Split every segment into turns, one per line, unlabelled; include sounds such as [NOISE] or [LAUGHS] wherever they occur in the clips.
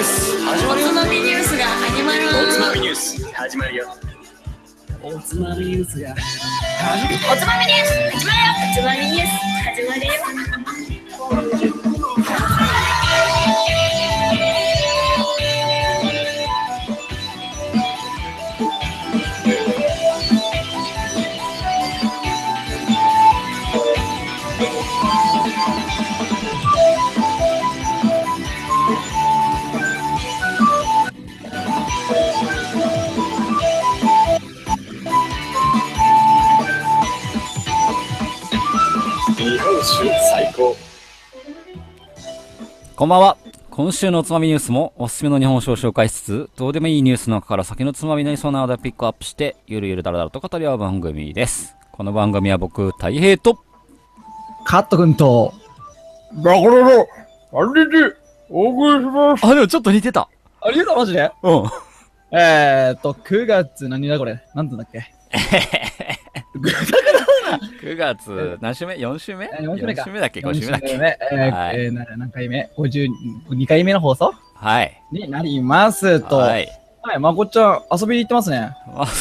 おつまみニュースが始まる
おつまみニュース始まるよ。
おつまみニュースが
おつまみニュース始まるよおつまみニュース始まるよ
日本酒最高。
こんばんは。今週のおつまみニュースもおすすめの日本酒を紹介しつつ、どうでもいいニュースの中から先のつまみになりそうな話題をピックアップして、ゆるゆるだらだらと語り合う番組です。この番組は僕、たい平と、
カット君と
バカロロ、あれで、お送りします。
あ、でもちょっと似てた。
ありがとうマジで
うん。
えーっと9月何だこれなんてだっけ
9月、何週目 ?4 週目
え四週目か
四だっけ ?5 週目だっ
四週
け
目えー
はい
えーな何回目52回目の放送
はい。
になりますと
は
はい
い。
まこっちゃん遊びに行ってますね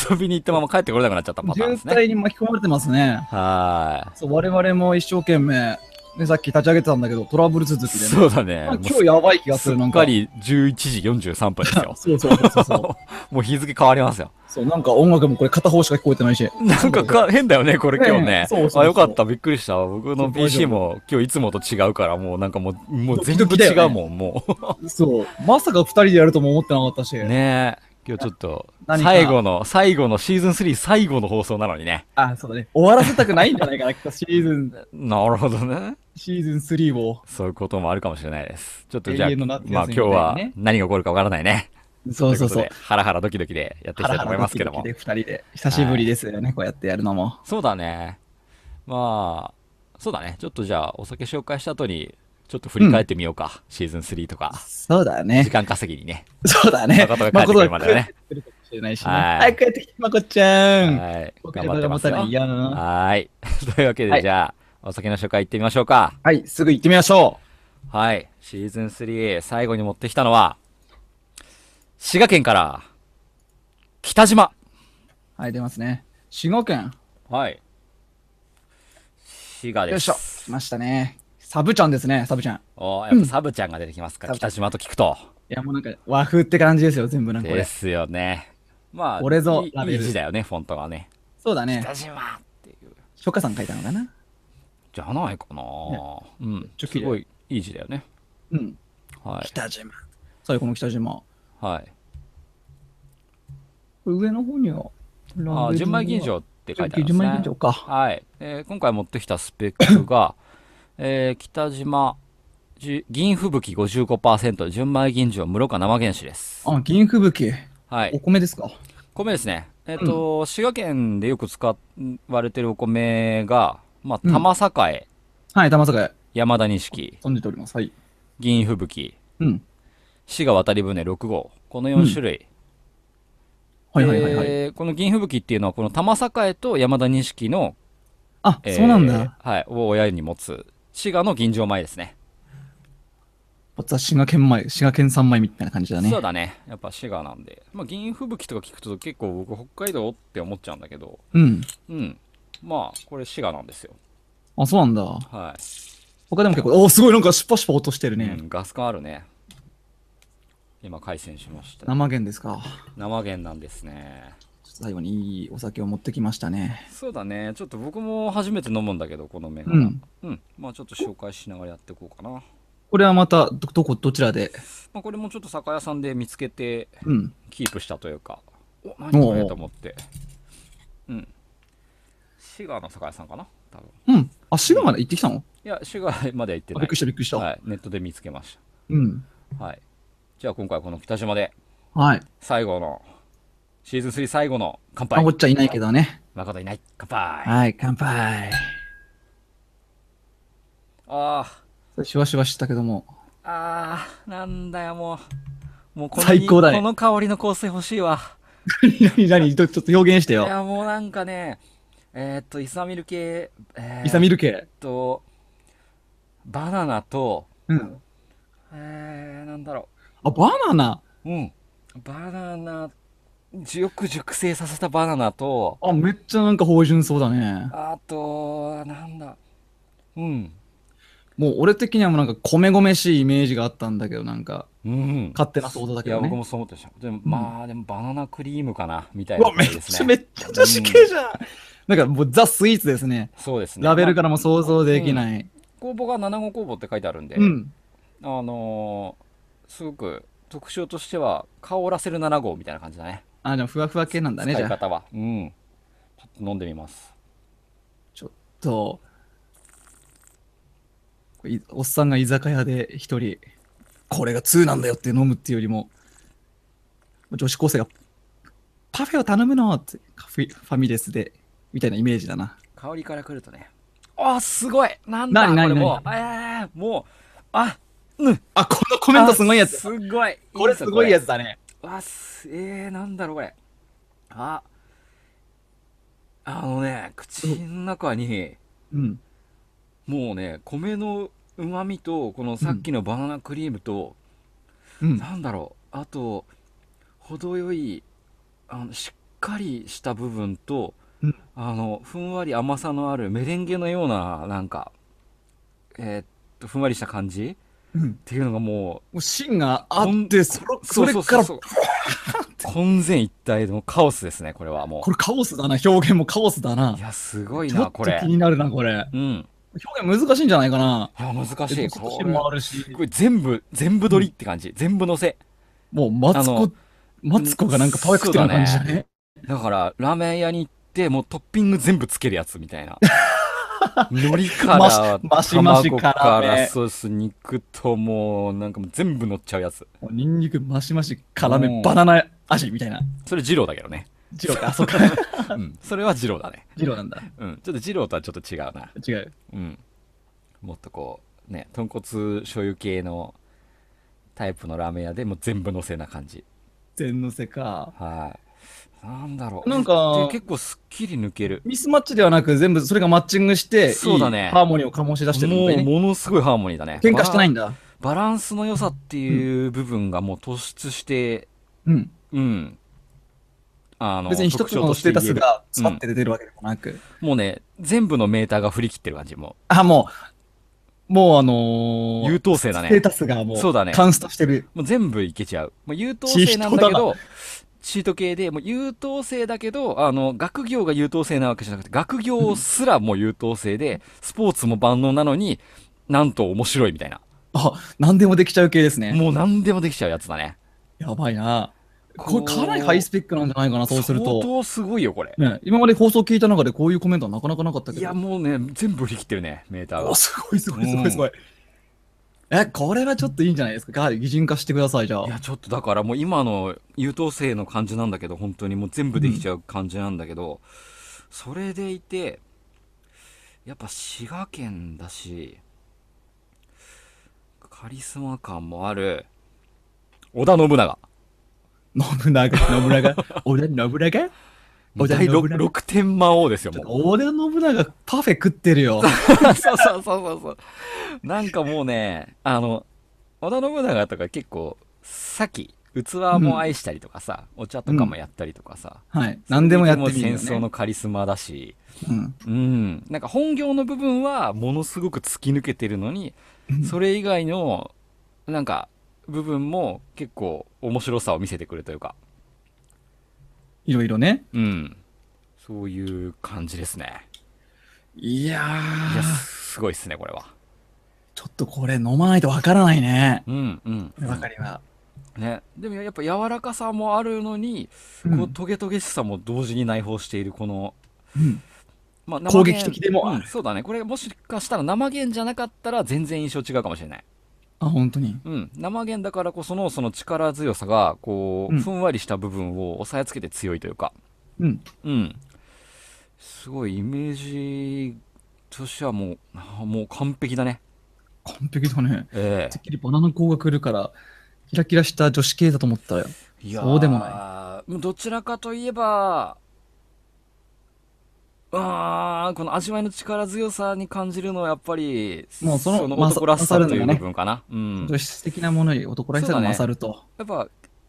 遊びに行ってまま帰ってこれなくなっちゃったパターン
渋
ですね。
滞に巻き込まれてますね
は
そう我々も一生懸命ねさっき立ち上げてたんだけどトラブル続
い。
きでね
そうだね。
まあ
もう
今日やばい気がす
す
るな
っ
んか。
かり11時43分ですよ
[LAUGHS] そうそうそうそう
もう日付変わりますよ。
そうなんか音楽もこれ片方しか聞こえてないし
なんかか変だよね、これ
ねえ
今日ね。
そうそうそう
あ、よかった、びっくりした。僕の
そう
PC も今日いつもと違うから、もうなんかもう、もう全
ド
部
キドキだ
違
よね
うもん、も
そう。まさか二人でやるとも思ってなかったし。
う。ねえ。今日ちょっと、
何か
最後の、最後のシーズン3最後の放送なのにね。
あ、そうだね。終わらせたくないんじゃないかな。 [LAUGHS] きっとシーズン、
なるほどね。
シーズン3を。
そういうこともあるかもしれないです。ちょっとじゃあ、
永遠の
まあ
夏休み
今日は
みたいにね
何が起こるかわからないね。
そうそう
と
そ
いうこと。でハラハラドキドキでやっていきたいと思いますけども
ハラハラドキドキ。で二人で。久しぶりですよね。こうやってやるのも。
そうだね。まあ、そうだね。ちょっとじゃあ、お酒紹介した後に、ちょっと振り返ってみようか。シーズン3とか、
そうだ
時
ね。
間稼ぎにね。
そうだね。
誠が帰ってくるまでね
誠が帰ってくるかもしれないしね。
はい
はい、帰ってきて、まこっちゃん。
はい。
僕
頑張
ら
って
が
ま
持
す
た
よ。
ない嫌だな。
はーい。 [LAUGHS] というわけで、
はい
じゃあ、お酒の紹介行ってみましょうか。
はい、すぐ行ってみましょ
はい。シーズン3、最後に持ってきたのは、滋賀県から、北島。
う。はい、出ますね。滋賀県。
はい。滋賀
よ
で
い
す。
しょ。来ましたね。サブちゃんですね、サブちゃん。い
おやっぱサブちゃんが出てきますから、
サブちゃ
北島と聞くと。
や、もうなんか和風って感じですよ、全部なんかこ
で
れ。
すよね。まあ、
俺ぞ
いい
ラベ
い
ル
い字だよね、フォントがね。
そうだね。
北島っていう。
初夏さん書いたのかな
じゃないかな、うん。
ち
す
ょっと綺麗
ごいいい字だよね。
うん。
はい。
北島。最後の北島。
はい。
上の方には。
あー、純米吟醸って書いてありますね。
純米吟醸か。
はい、えー今回持ってきたスペックが、えー北島じ銀吹雪55%純米吟醸室賀生原酒です、
あ、銀吹雪。
は
お
い、
米ですか
米ですねえっ、と、滋賀県でよく使われてるお米が、まあ、玉栄、
はい、玉坂へ
山田錦
飛んでております。はい。
銀吹雪
うん。
滋賀渡り船6号この4種類、
はいはいはいはい。
えーこの銀吹雪っていうのはこの玉栄と山田錦の、
あ、
えー
そうなんだ。やっ
はい、を親に持つ滋賀の吟醸米ですね
ぱさ滋賀県米、滋賀県三米みたいな感じだね。
そうだね。やっぱ滋賀なんで。まあ、銀吹雪とか聞くと結構僕北海道って思っちゃうんだけど、
うん。
うん。まあ、これ滋賀なんですよ。
あ、そうなんだ。
はい。
他でも結構、おすごい、なんかシュパシュパ落としてるね
う。ん、ガス感あるね。今、回線しました。
生源ですか。
生源なんですね。
ちょっと最後にいいお酒を持ってきましたね。
そうだね。ちょっと僕も初めて飲むんだけど、この銘柄。
う
うんん。まあ、ちょっと紹介しながらやっていこうかな。ま
これはまた、ど、どこ、どちらで。
あ、これもちょっと酒屋さんで見つけて、
うん。
キープしたというか、お、何これ
おう
と思って。うん。滋賀の酒屋さんかな多分。
うん。あ、滋賀まで行ってきたの
いや、滋賀までは行って
あ
な
び
い
っくり。した、びっくりした。
はい、ネットで見つけまし
うん。
た。はい。じゃあ今回はこの北島で
はい。
最後の、シーズン3最後の乾
ま
杯
こ。っちゃんいないけどね。
誠いない。乾杯。あ
はい、乾杯。
あ
シュワシュワしたけども。
ー、あー、なんだよもう。もうこの
最高だね
この香りの香水欲しいわ。
[LAUGHS] 何、何、ちょっと表現して
い
よ。
や、もうなんかね、えー、っと、イサミル系、えー、
イサミル系。
と、バナナと、
うん。
えー、なんだろ
あ、バナナ。
う。うん。バナナ、よく熟成させたバナナと、
あ、めっちゃなんか芳醇そうだね。
あと、なんだ。うん。
もう俺的にはもうなんか米米しいイメージがあったんだけど、なんか
うん。
勝手な想像だ
い
け
や、
どね。
僕
う
もそう思ってました。でも、まあ、でもバナナクリームかな、みたいな
わ、
感
めっ
じで
ち
す
ゃめ
ね。
っちゃ女子系じゃん。なんかもうザ・スイーツですね。
そうですね。
ラベルから
ま
も想像できない。
あ工房が7号工房って書いてあるんで、
うん。
あのーすごく特徴としては、香らせる7号みたいな感じだね。
あ、じゃあふわふわ系なんだね、
使
じ
い
ゃあ。
方は。うん。ちょっと飲んでみます。
ちょっと。いおっさんが居酒屋で一人、これが2なんだよって飲むっていうよりも、女子高生が、パフェを頼むのって、カフェファミレスで、みたいなイメージだな。
香りからくるとね。あ、すごいなんだ
何
こ
何
れもう、えー、もう、あ、
あ、このコメントすごいや
あ
つ。
すごい。
これすごいや
つ。
つだね。
わす、えー、なんだろうこれ。あ、あのね、口の中に、
うん。
もうね、米の旨味と、このさっきのバナナクリームと、
うん。
なんだろう、あと、程よい、あの、しっかりした部分と、
うん
あの、ふんわり甘さのあるメレンゲのような、なんか、えーっと、ふんわりした感じ
うん
っ、ていうのがも
もう芯があって、それ
う、
それから、
うそう混然一体のカオスですね、これはも
これカオスだな、表現もカオスだな
う。い。や、すごい
ちょ
な、
っ
ことれ
気。になるな、これ。
うん。
表現難しいんじゃないかな。
いや、難しい。
え
こ
芯
れ
もあるし、
これ全部、全部取りって感じ。全部乗せ。
もうマツ
あの
コ、マツコがなんかパーフェクトな感じだね。
だから、ラーメン屋に行って、もうトッピング全部つけるやつみ
[LAUGHS]
たいな。海苔か
マ
ら
シ、マシマシ
卵
から
から、
ね
そうです、肉ともう、なんかもう全部乗っちゃうやつ。
もうニンニクマシマシ辛
うん
めバナナ味みたいな。
それ、二郎だけど
[LAUGHS]
ね。
ジロー
[LAUGHS]
か、あ、そうか。
うん。それは二郎だね。
ジローなんだ。
うん。ちょっと二郎とはちょっと違うな。
違う。
うん。もっとこう、ね、豚骨醤油系のタイプのラーメン屋でもう全部乗せな感じ。
全のせか。
はい。なんだろう。
なんか
で結構すっきり抜ける。
ミスマッチではなく、全部それがマッチングして、
そうだね
いいハーモニーを醸し出してる
も
みたいうね。
ものすごいハーモニーだね。
喧嘩してない
ん
んだ。
バランスの良さっていう部分がもう突出して、
うん。
うん。あの、
別に一つ
特徴
の
と
ス
し
テ
て
ータ
言え
ス
る
がスパッて出てるわけでもなく。
もうね、全部のメーターが振り切ってる感じ。も
あ、もう、もうあの
う、
ー
優等生だ
ステ
ね
ー。タスがもう、
そうだね
カンストしてる。
もう全部いけちゃう。もう優等生なんだけ
チート
ど、チート系で、もう優等生だけど、あの、学業が優等生なわけじゃなくて、学業すらも優等生で、スポーツも万能なのに、なんと面白いみたいな。
あ、何でもできちゃう系ですね。
もう何でもできちゃうやつだね。
やばいな。こ
こう
れかなりハイスペックなんじゃないかな、そうする
相
と。
当すごいよ、これ。
ね、今まで放送聞いた中でこういうコメントはなかなかなかったけど。
いや、もうね、全部振り切ってるね、メーターが
お。すごいすごいすごいすごい。え、これはちょっといいんじゃないですか。擬人化してください、じゃあ
い。や、ちょっとだからもう今の優等生の感じなんだけど、本当にもう全部できちゃう感じなんだけど、それでいて、やっぱ滋賀県だし、カリスマ感もある、織田信長。
信長、信
[LAUGHS]
長、織田信長
もう
織田
第
信長
6, 六天魔王ですよ、もう。
俺田信長パフェ食ってるよ。
そうそうそうそうそう。なんかもうね、あの、織田信長とか結構、さっき、器も愛したりとかさ、お茶とかもやったりとかさ、
はい。何でもやってみるよ、ね。
戦争のカリスマだし、
うん。
うん、なんか本業の部分はものすごく突き抜けてるのに、それ以外の、なんか、部分も結構面白さを見せてくるというか、
いろいろね。
うん、そういう感じですね。
いや
いや、
ー、
すごいっすね、これは。
ちょっとこれ飲まないとわからないね。
うん、うん。
わかりは。
ね、でもやっぱ柔らかさもあるのに、
うん
こうトゲトゲしさも同時に内包しているこの、
うん
まあ
攻撃的でもある
うんそうだねこれもしかしたら生弦じゃなかったら全然印象違うかもしれない、
あ、本当に。
うん、生弦だからこそのその力強さがこう、
うん
ふんわりした部分を押さえつけて強いというか、
うん。
うん、すごいイメージとしてはもうあもう完璧だね
完璧だね。
ええ
てっきりバナナ工が来るから、キラキラした女子系だと思ったよ。
いやー
そうでも
どちらかといえば、あーこの味わいの力強さに感じるのはやっぱり、
もうそのまあ
男らしさ
勝
とい
る
う
のが
部
ね
分かな。うん。
女子的なものより男らしさが勝ると。
やっぱ、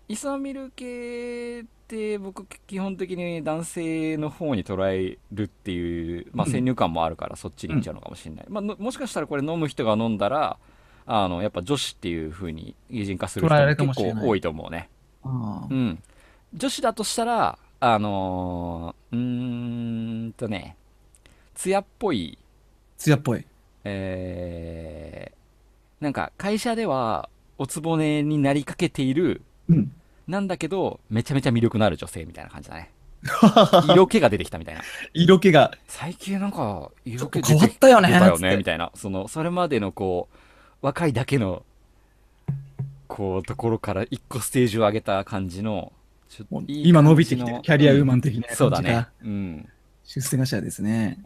イサミル系って僕基本的に男性の方に捉えるっていう、まあ、
うん
先入観もあるからそっちに行っちゃうのかもしれない、まあの、もしかしたらこれ飲む人が飲んだらあのやっぱ女子っていう風に擬人化する人
捉えられるか
も
も
結
しれない
構多いと思うね
あ
う
ー
ん、女子だとしたらあのーうーんとね艶っぽい
艶っぽい。
えーなんか会社ではおつぼねになりかけている
うん。
なんだけどめちゃめちゃ魅力のある女性みたいな感じだね色気が出てきたみたいな
色気が。
最近なんか
ちょ
色
っと
気
変
出
わ
て
ったよね
出たよ
つっ
ね
て
みたいなそのそれまでのこう若いだけのこうところから一個ステージを上げた感じのちょっと
もう
いい
今伸びてき
感じ
て
の
るキャリアウーマン的な
うんそうだ
感じ
ね
が
うん
出世頭ですね。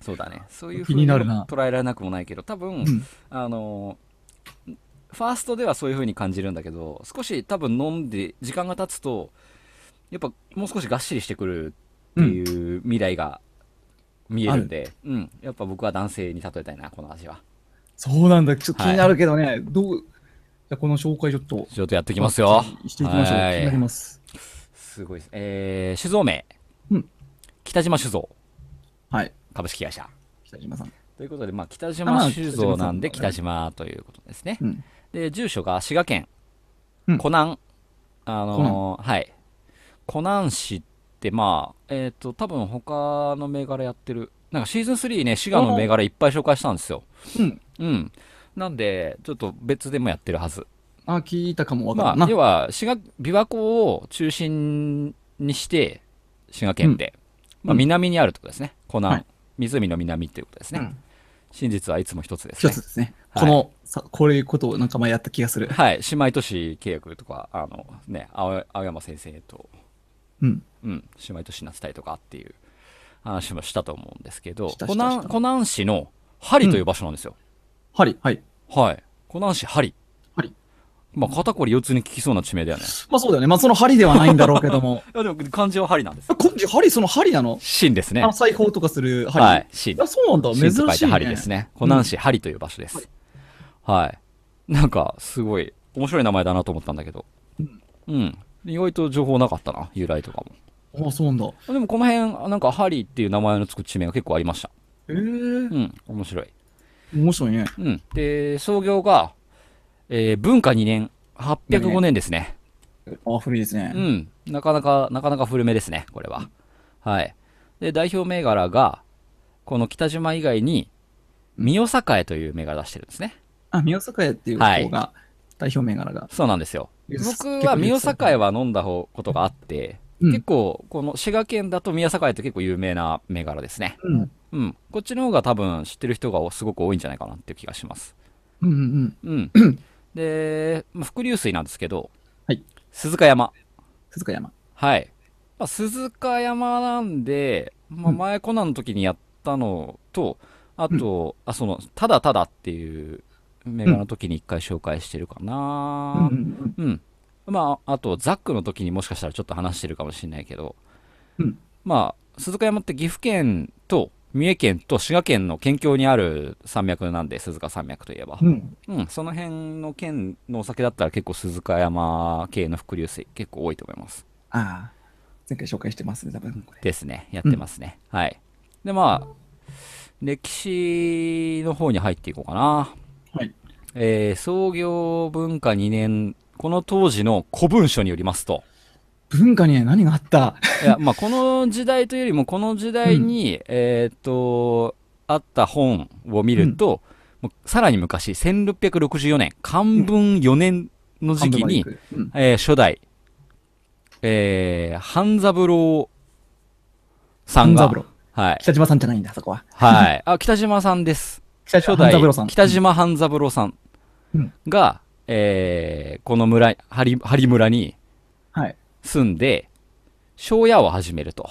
そうだねそういうふう
気
に
に
も
なるな
捉えられなくもないけど多分、
うん
あのファーストではそういう風に感じるんだけど少し多分飲んで時間が経つとやっぱもう少しがっしりしてくるっていう未来が見えるんで、うんやっぱ僕は男性に例えたいなこの味は
そうなんだ。ちょっと気になるけどね。どう、じゃあこの紹介ちょっと。
ちょっとやっていきますよ
していきましょう。気
はい
になります。
すごいですえー、酒造名、
うん
北島酒造
はい。
株式会社
北島さん。
ということで、まあ、北
あま
島
あ
酒造なんで北
北
島ということですね、
うん。
で住所が滋賀県、
うん
湖南あのーはい湖南市ってまあえっ、と多分他の銘柄やってるなんかシーズン3ね滋賀の銘柄いっぱい紹介したんですよ
うん。
うんなんでちょっと別でもやってるはず
あ、聞いたかもわから
ま
ん
あ
な。
要は滋賀琵琶湖を中心にして滋賀県で、
うん
まあ、
うん
南にあるってことですね湖南、
はい
湖の南っていうことですね、
うん
真実はいつも一つです
一
ね
つですね。
はい
この、さこういうことをなんか前やった気がする。
はい、姉妹都市契約とか、あのね、青青山先生と、
うん。
うん、姉妹都市になってたりとかっていう話もしたと思うんですけど、
した
湖
した
南
した
湖南市の針という場所なんですよ。
針。はい。
はい。湖南市針。
針。
まあ、肩こり腰痛に効きそうな地名だよね。
まあそうだよね。まあその針ではないんだろうけ
[LAUGHS]
ども。
いや、でも漢字は針なんです
あ
よ。
今時針、その針なの
芯ですね
あ。裁縫とかする針。
はい、芯。
あ、そうなんだ。
シ
珍
ンと書い
してい、ね。
針ですね。湖南市針という場所です。はい。なんか、すごい、面白い名前だなと思ったんだけど。うん。意外と情報なかったな、由来とかも。
あ、そうなんだ。
でもこの辺、なんかハリーっていう名前のつく地名が結構ありました。
ええ
うん、面白い。
面白いね。
うん。で、創業が、えー文化2年、805年ですね。
あ、古いですね。
うん。なかなか、なかなか古めですね、これは。はい。で、代表銘柄が、この北島以外に、三代栄という銘柄出してるんですね。
あ、宮坂屋っていう方が、代表銘柄が。
そうなんですよ。
よし
僕
結
は
構
三
いいですね
代栄は飲んだ方ことがあって、
うん
結構、この滋賀県だと三代栄って結構有名な銘柄ですね。
うん。
うん、こっちの方が多分知ってる人がすごく多いんじゃないかなっていう気がします。
うんうん。 [CLEARS THROAT]
うん、で、まあ、伏流水なんですけど、
はい
鈴鹿山。
鈴鹿山。
はい。まあ、鈴鹿山なんで、まあ、
うん
前コナンの時にやったのと、あと、あ、その、ただただっていうメガの時に一回紹介してるか
うん
な
うんう。ん。
うん。まあ、あと、ザックの時にもしかしたらちょっと話してるかもしれないけど、
うん
まあ、鈴鹿山って岐阜県と三重県と滋賀県の県境にある山脈なんで、鈴鹿山脈といえば
う。ん。
うん、その辺の県のお酒だったら結構鈴鹿山系の伏流水結構多いと思います。
ああ。前回紹介してますね、多分これ。
ですね。やってますね。はい。で、まあ、歴史の方に入っていこうかな。
はい。
えー創業文化2年、この当時の古文書によりますと、
文化には何があった
いや、まあ、この時代というよりも、この時代に、えーっと、あった本を見ると、もうさらに昔、1664年、漢文4年の時期に、
半分まで行くうん。
えー初代、えー、半三郎さんが
半三、
はい、
北島さんじゃないんだ、そこは。 [LAUGHS]
はい、あ、北島さんです。
北
初
島
代
半三郎さん。
北島半三郎さん
うん
が、えーこの村、針針村に
はい。
住んで、庄屋を始めると。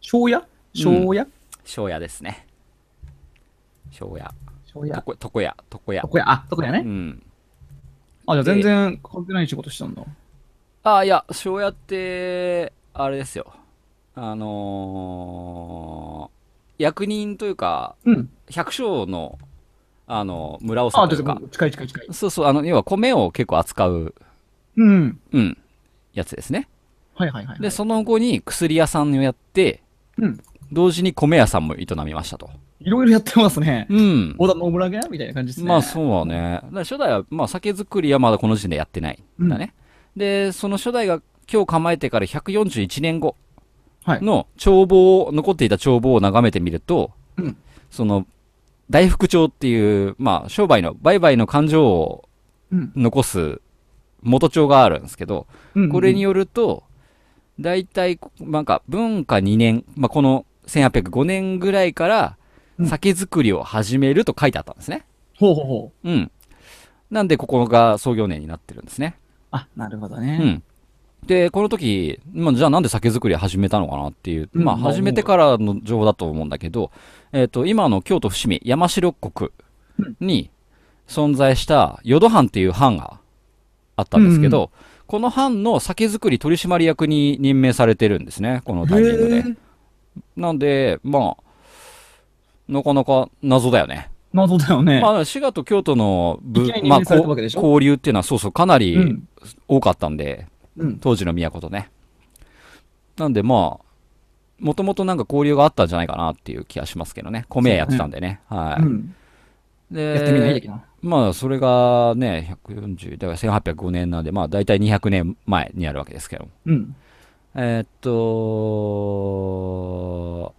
庄屋庄屋
庄屋ですね。庄屋。
庄屋。
床床屋、床屋
そ。こや、あ、そこや
う
ね。
ん。
あ、じゃあ全然関係ない仕事してたんだ。
ああ、いや、庄屋って、あれですよ。あのー、役人というか、
うん。
百姓の、あの、村を
あ、
さ
じ
と
ゃ
いうか
あ、近い近い近い。
そうそう、あの、要は米を結構扱う、
うん。
うん、やつですね。
はいはいはい。
で、その後に薬屋さんをやって、
うん
同時に米屋さんも営みましたと。
いろいろやってますね。
うん。
小田信長みたいな感じですね。
まあそうはね。だから初代は、まあ酒造りはまだこの時点でやってないんだね。で、その初代が今日構えてから141年後
はい
の帳簿を、残っていた帳簿を眺めてみると、
うん
その、大福帳っていう、まあ商売の、売買の勘定を
うん
残す元帳があるんですけど、
うんうん
これによると、大体、なんか文化2年、まあこの1805年ぐらいから
うん
酒造りを始めると書いてあったんですね。
ほうほうほう。
うん。なんで、ここが創業年になってるんですね。
あ、なるほど
う
ね。
ん。で、この時、まあ、じゃあなんで酒造り始めたのかなっていう、
うん
まあ、
まあ
始めてからの情報だと思うんだけど、えっ、と、今の京都伏見、山城国に存在した淀藩っていう藩があったんですけど、この藩の酒造り取締役に任命されてるんですね、このタイミング
へ
で。
え。
なんで、まあ、なかなか謎だよね。
謎だよね。
まあ、滋賀と京都のぶ
一概に
まあ、
連鎖された
こ
わ
う
けでしょ
交流っていうのは、そうそう、かな
う
り
ん
多かったんで、
うん。
当時の都とね。なんで、まあ、もともとなんか交流があったんじゃないかなっていう気がしますけどね。米屋やってたんでね。は
う
い。
ん
で、
やってみないといけない。
まあ、それがね、140、だから1805年なんで、まあ、大体200年前にあるわけですけど。
うん。
えーっと、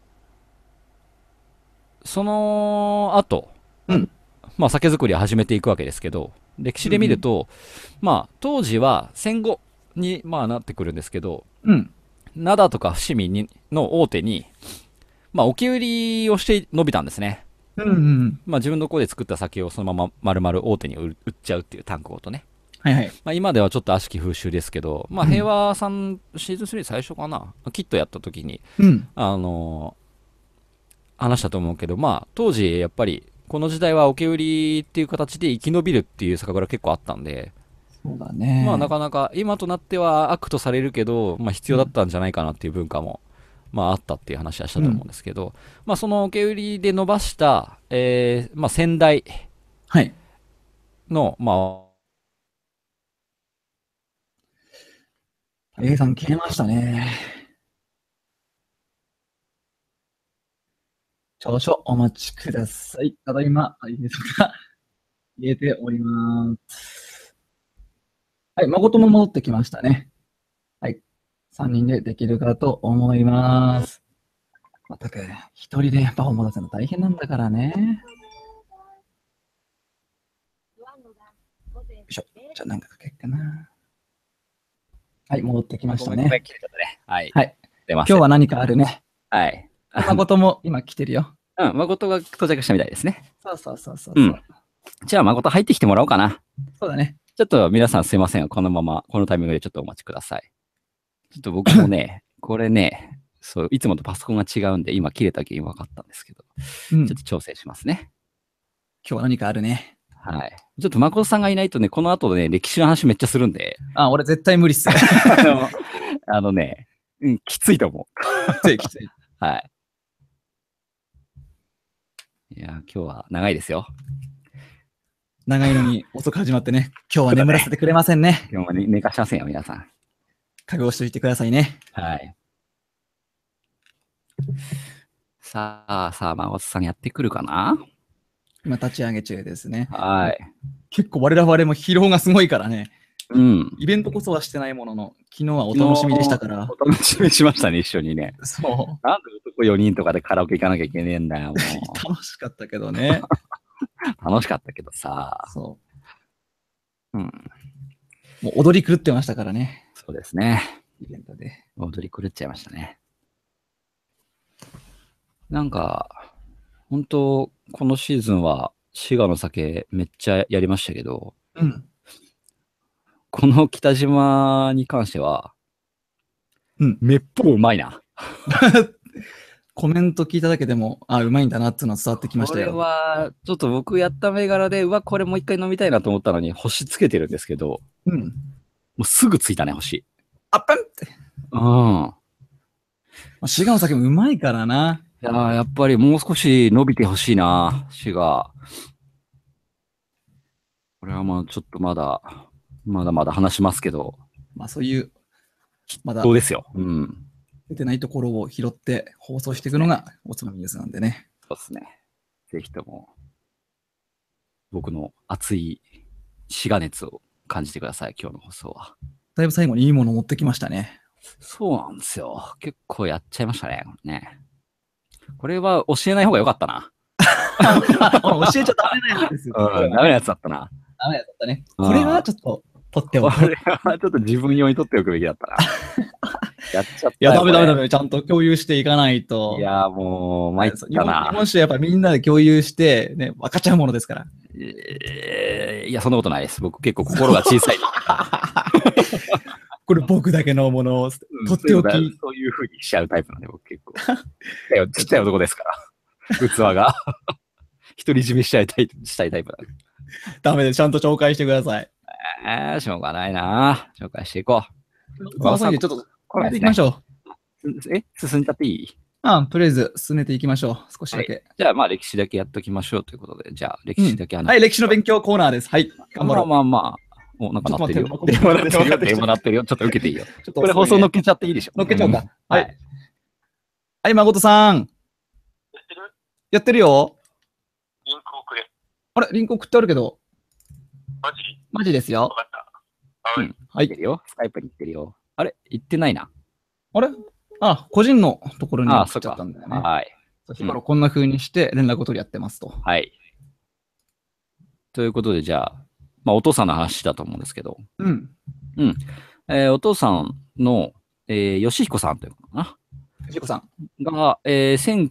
その後、
うん
まあ酒造りを始めていくわけですけど、歴史で見ると、まあ当時は戦後に、まあ、なってくるんですけど、
うん。
灘とか伏見にの大手に、まあ置き売りをして伸びたんですね。
うんうん。
まあ自分のこで作った酒をそのまま丸々大手に売る売っちゃうっていう単語とね。
はいはい。
まあ、今ではちょっと悪しき風習ですけど、まあ、
うん
平和さん、シーズン3最初かな、キットやった時に、
うん。
あのー話したと思うけど、まあ、当時、やっぱり、この時代は受け売りっていう形で生き延びるっていう酒蔵結構あったんで、
そうだね。
まあ、なかなか、今となっては悪とされるけど、まあ、必要だったんじゃないかなっていう文化も、まあ、あったっていう話はしたと思うんですけど、まあ、その受け売りで伸ばした、えーまあ、先代
はい。
の、まあ、
A さん消えましたね。少々お待ちください。ただいま、あいいです [LAUGHS] か入れております。はい、誠も戻ってきましたね。はい。3人でできるかと思います。まったく、一人でバを戻すの大変なんだからね。しょじゃあ、なんか書けっかな。はい、戻ってきましたね。
切れちゃったね。はい。
はい。
出ま
今日は何かあるね。
はい。
誠も今来てるよ。
[LAUGHS] うん、誠が到着したみたいですね。
そうそうそうそう。
うんじゃあ、誠入ってきてもらおうかな。
そうだね。
ちょっと皆さんすいません。このまま、このタイミングでちょっとお待ちください。ちょっと僕も
[LAUGHS]
ね、これね、そう、いつもとパソコンが違うんで、今切れた原因分かったんですけど、
うん、
ちょ
今
っと調整しますね。
日は何かあるね。
はい。ちょっと誠さんがいないとね、この後ね、歴史の話めっちゃするん
[LAUGHS]
で、
あ、俺絶対無理っ [LAUGHS] す。
あのあのね、うん、きついと思
きついきつい。
う。はい。いやー、今日は長いですよ。
長いのに遅く始まってね。今日は眠らせてくれませんね。
今日もね寝かしませんよ、皆さん。
覚悟しておいてくださいね。
はい。さあ、さあ、まおさんやってくるかな
今立ち上げ中ですね。
はい。
結構我々も疲労がすごいからね。
うん。
イベントこそはしてないものの、昨日はお楽しみでしたから。
お楽しみしましたね、一緒にね。
そ
[LAUGHS] なんで男4人とかでカラオケ行かなきゃいけねえんだよ、も
う。楽しかったけどね。
う。 [LAUGHS] 楽しかったけどさ。
そ
うん。
う。もう踊り狂ってましたからね。
そうですね。
イベントで。
踊り狂っちゃいましたね。なんか、本当このシーズンは、滋賀の酒めっちゃやりましたけど、
うん。
この北島に関しては、
うん
めっぽううまいな。
コメント聞いただけでも、あ、うまいんだなっていうのは伝わってきまし
こ
た
れ
よ。
は、ちょっと僕やった銘柄で、うわ、これもう一回飲みたいなと思ったのに、星つけてるんですけど、も
うん。
うすぐついたね、星。
あっぷんって。
うん。い
まあ滋賀の酒もうまいからな。
やーやっぱりもう少し伸びてほしいな、滋賀。これはもうちょっとまだ、まだまだ話しますけど、
まあそういうまだ
そうですよ。うん。
出てないところを拾って放送していくのがおつまみニュースなんでね。
そうですね。ぜひとも、僕の熱い滋賀熱を感じてください、今日の放送は。
だいぶ最後にいいもの持ってきました [LAUGHS] ね。
そうなんですよ。結構やっちゃいましたね、これね。これは教えない方が良かったな。
教えちゃダメなやつですよ。
うん、ダメなやつだったな。
ダメだったね。
うん
これはちょっと取ってお
こ
く。
れはちょっと自分用に取っておくべきだ [LAUGHS] ったな。やっちゃったよ。
いや、ダメダメダ
こ
メ。ちゃんと共有していかない
れ
と。
いや、もう、参っ
日
た
本
な
日。本酒はやっぱりみんなで共有して、ね、分かっちゃうものですから。
えーいや、そんなことないです。僕結構心が小さい。
これ僕だけのものを、とっておき。
[LAUGHS] そういうふうにしちゃうタイプなんで、僕結構。い [LAUGHS] やちっちゃい男ですから。器が。 [LAUGHS] 独り占めしちゃいたい、したいタイプなんで。
ダメでちゃんと紹介してください。
えー、しょうがないな。紹介していこう。
この際にちょっと、
こ
やっていきましょう。
う。え、進んじゃっていい
あとりあえず進めていきましょう。少しだけ。
じゃあ、まあ、歴史だけやっときましょうということで、じゃあ、歴史だけ話、
はい、歴史の勉強コーナーです。はい、頑張ろう。
まあまあまあ。お、なんかなってる
ちょ
よ
っ。と待
電
って
話鳴ってるよ。
待って
電話鳴ってるよ。ちょっと受けていいよ。
ちょっと
これ放送乗っけちゃっていいでしょ。
乗っけちゃうんだ。
は
はいい。はい、誠さん。やってるよ。
リンク送れ。
あれ、リンク送ってあるけど、
マジ
マジです
わ
よ。
かった。は
う
い
ん。
は
行って
い。
るよ。スカイプに行ってるよ。あれ行ってないな。
あれあ、個人のところに
ああ、そ
送っ
っ
ちゃ
か。
ったんだよね。
はい。
そう日頃こんな風にして連絡を取り合ってますと。
はい。ということで、じゃあ、まあ、お父さんの話だと思うんですけど、
うん。
えーお父さんの、えー、吉彦さんというのか
藤子さん。
なが、えー、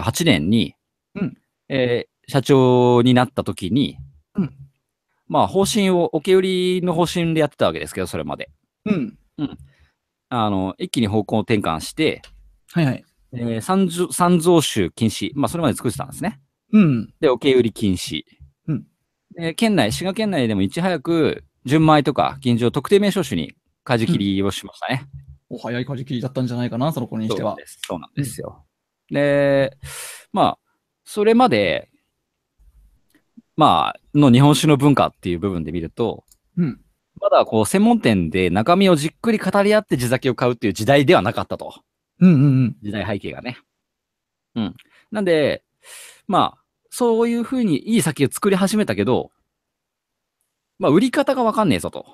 1978年に、
うん
えー社長になった時に、
うん
まあ、方針を、受け売りの方針でやってたわけですけど、それまで。
うん。
あの、一気に方向転換して、
はいはい。
えー、三蔵三蔵州禁止。まあ、それまで作ってたんですね。
うん。
で、受け売り禁止。
うん
で県内、滋賀県内でもいち早く、純米とか吟醸特定名称種に舵切りをしましたね。
お早い舵切りだったんじゃないかな、その子にして
そう
は。
ですそうなんですよ。で、まあ、それまで、まあ、の日本酒の文化っていう部分で見ると、
うん。
まだこう、専門店で中身をじっくり語り合って地酒を買うっていう時代ではなかったと。
うんうんうん。
時代背景がね。うん。なんで、まあ、そういうふうにいい酒を作り始めたけど、まあ、売り方がわかんねえぞと。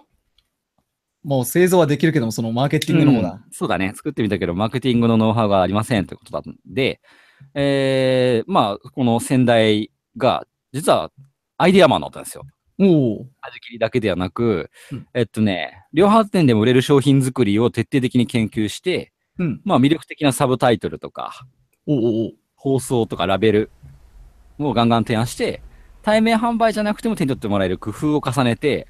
もう製造はできるけども、そのマーケティングの方
う
だ
ん。そうだね。作ってみたけど、マーケティングのノウハウがありませんということだったんで、えー、まあ、この先代が、実はアイデアマンだったんですよ。
おお。
味切りだけではなく、
うん
えっとね、量販店でも売れる商品作りを徹底的に研究して、
うん。
まあ、魅力的なサブタイトルとか、
おうおうおう。
放送とかラベルをガンガン提案して、対面販売じゃなくても手に取ってもらえる工夫を重ねて、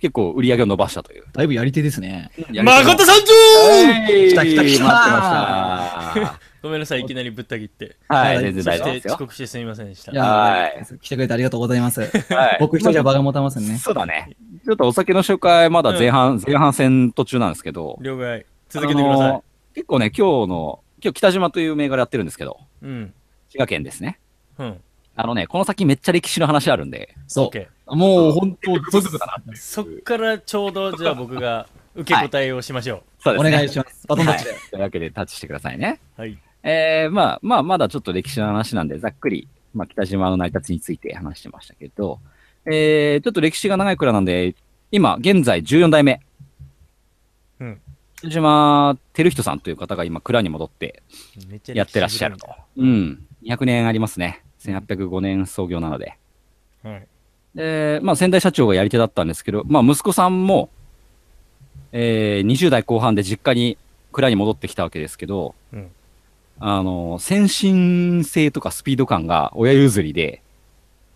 結構売り上げを伸ばしたという。
だいぶやり手ですね。
誠さんじ
はい
来た来た来た
待ってまし
ごめんなさい、いきなりぶった切って。
たはい、
はい
全然
そ
大
し
丈夫
て
です
遅
よ。
刻してすみませんでした。
いや
はい
来てくれてありがとうございます。
はい
僕一人じゃ場が持たませんね。
そうだね。ちょっとお酒の紹介、まだ前半、前半戦途中なんですけど。
了解。続けてくだ
あ
さい
の。ー結構ね、今日の、今日北島という銘柄やってるんですけど、
うん。
滋賀県ですね。
うん。
あのね、この先めっちゃ歴史の話あるんで、
そ
OK。
う。もう本当、ゾクゾクだな。
そっからちょうど、じゃあ僕が受け答えをしましょ
そうで
お
すね。
願いします。バトンタッチ
は
で。
いというわけでタッチしてくださいね。
う。はい。
えー、まあ、まあ、まだちょっと歴史の話なんで、ざっくり、まあ、北島の成り立ちについて話してましたけど、えー、ちょっと歴史が長いくらいなんで、今、現在14代目。
うん。
北島照人さんという方が今、蔵に戻って、
めっちゃ
やってらっしゃると。うん。200年ありますね。1805年創業なので。
はい。
で、まあ、先代社長がやり手だったんですけど、まあ、息子さんも、えー、20代後半で実家に、蔵に戻ってきたわけですけど、
うん
あの、先進性とかスピード感が親譲りで、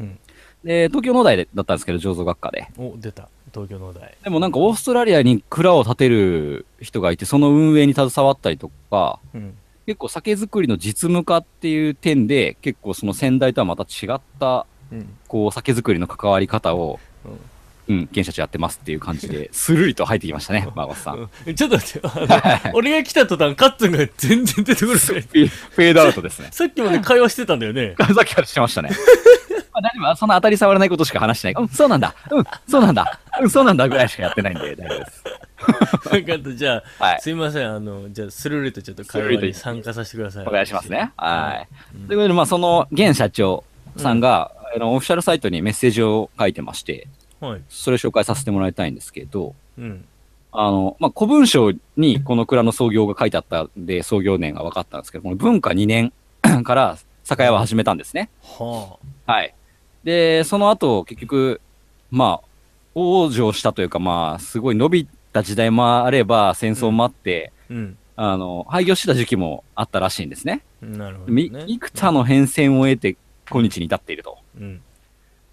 うん
で、東京農大でだったんですけど、醸造学科で。
お、出た。東京農大。
でもなんかオーストラリアに蔵を建てる人がいて、その運営に携わったりとか、
うん。
結構酒造りの実務化っていう点で、結構その先代とはまた違った
うん。
こう、酒造りの関わり方を
うん、
うん、現社長やってますっていう感じ
[LAUGHS]
で、スルリと入ってきましたね、マーゴスさん。
うんちょっと待って、あの俺が来た途端、カッツンが全然出てこない。
フェードアウトですね。 [LAUGHS]
さっきまで会話してたんだよね。
さっきからしてましたね。まあ、大丈夫そんな当たり障らないことしか話してない。うん、そうなんだ。うん、そうなんだ。うん、そうなんだぐらいしかやってないんで、大丈夫です。
[LAUGHS] 分かった。じゃあ、
はい。
すいません。あの、じゃあ、スルールとちょっと
スル
会
ルと
話に参加させてください。
お願いしますね。はい。
うん
ということで、まあ、その、現社長さんが、あの、オフィシャルサイトにメッセージを書いてまして、
はい。
それを紹介させてもらいたいんですけど、
うん。
あの、まあ、古文書にこの蔵の創業が書いてあったんで、創業年が分かったんですけど、この文化2年 [COUGHS] から酒屋は始めたんですね。
は
はい。で、その後、結局、まあ、往生したというか、まあ、すごい伸びた時代もあれば、戦争もあって、
あ。うん。
あの、廃業してた時期もあったらしいんですね。
なるほど、
み
ね。
幾多の変遷を得て、今日に至っていると。
うん。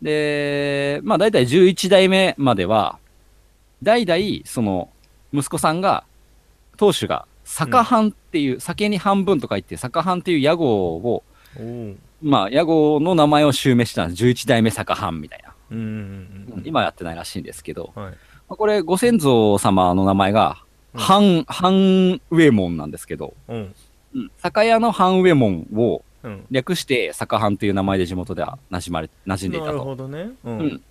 で、まあ大体11代目までは、代々、その、息子さんが、当主が、酒半っていう、酒に半分と書いて、酒半っていう屋号を、
おー
まあ屋号の名前を襲名してたんです。11代目酒半みたいな。
うんうんうん。
今やってないらしいんですけど、
はい。
まあこれ、ご先祖様の名前が、
うん
半、半右衛門なんですけど、
うん。
酒屋の半右衛門を
うん。
略して、酒半という名前で地元では馴染まれ、馴染んでいた
なる
と。
ほどね。う
うん
ん。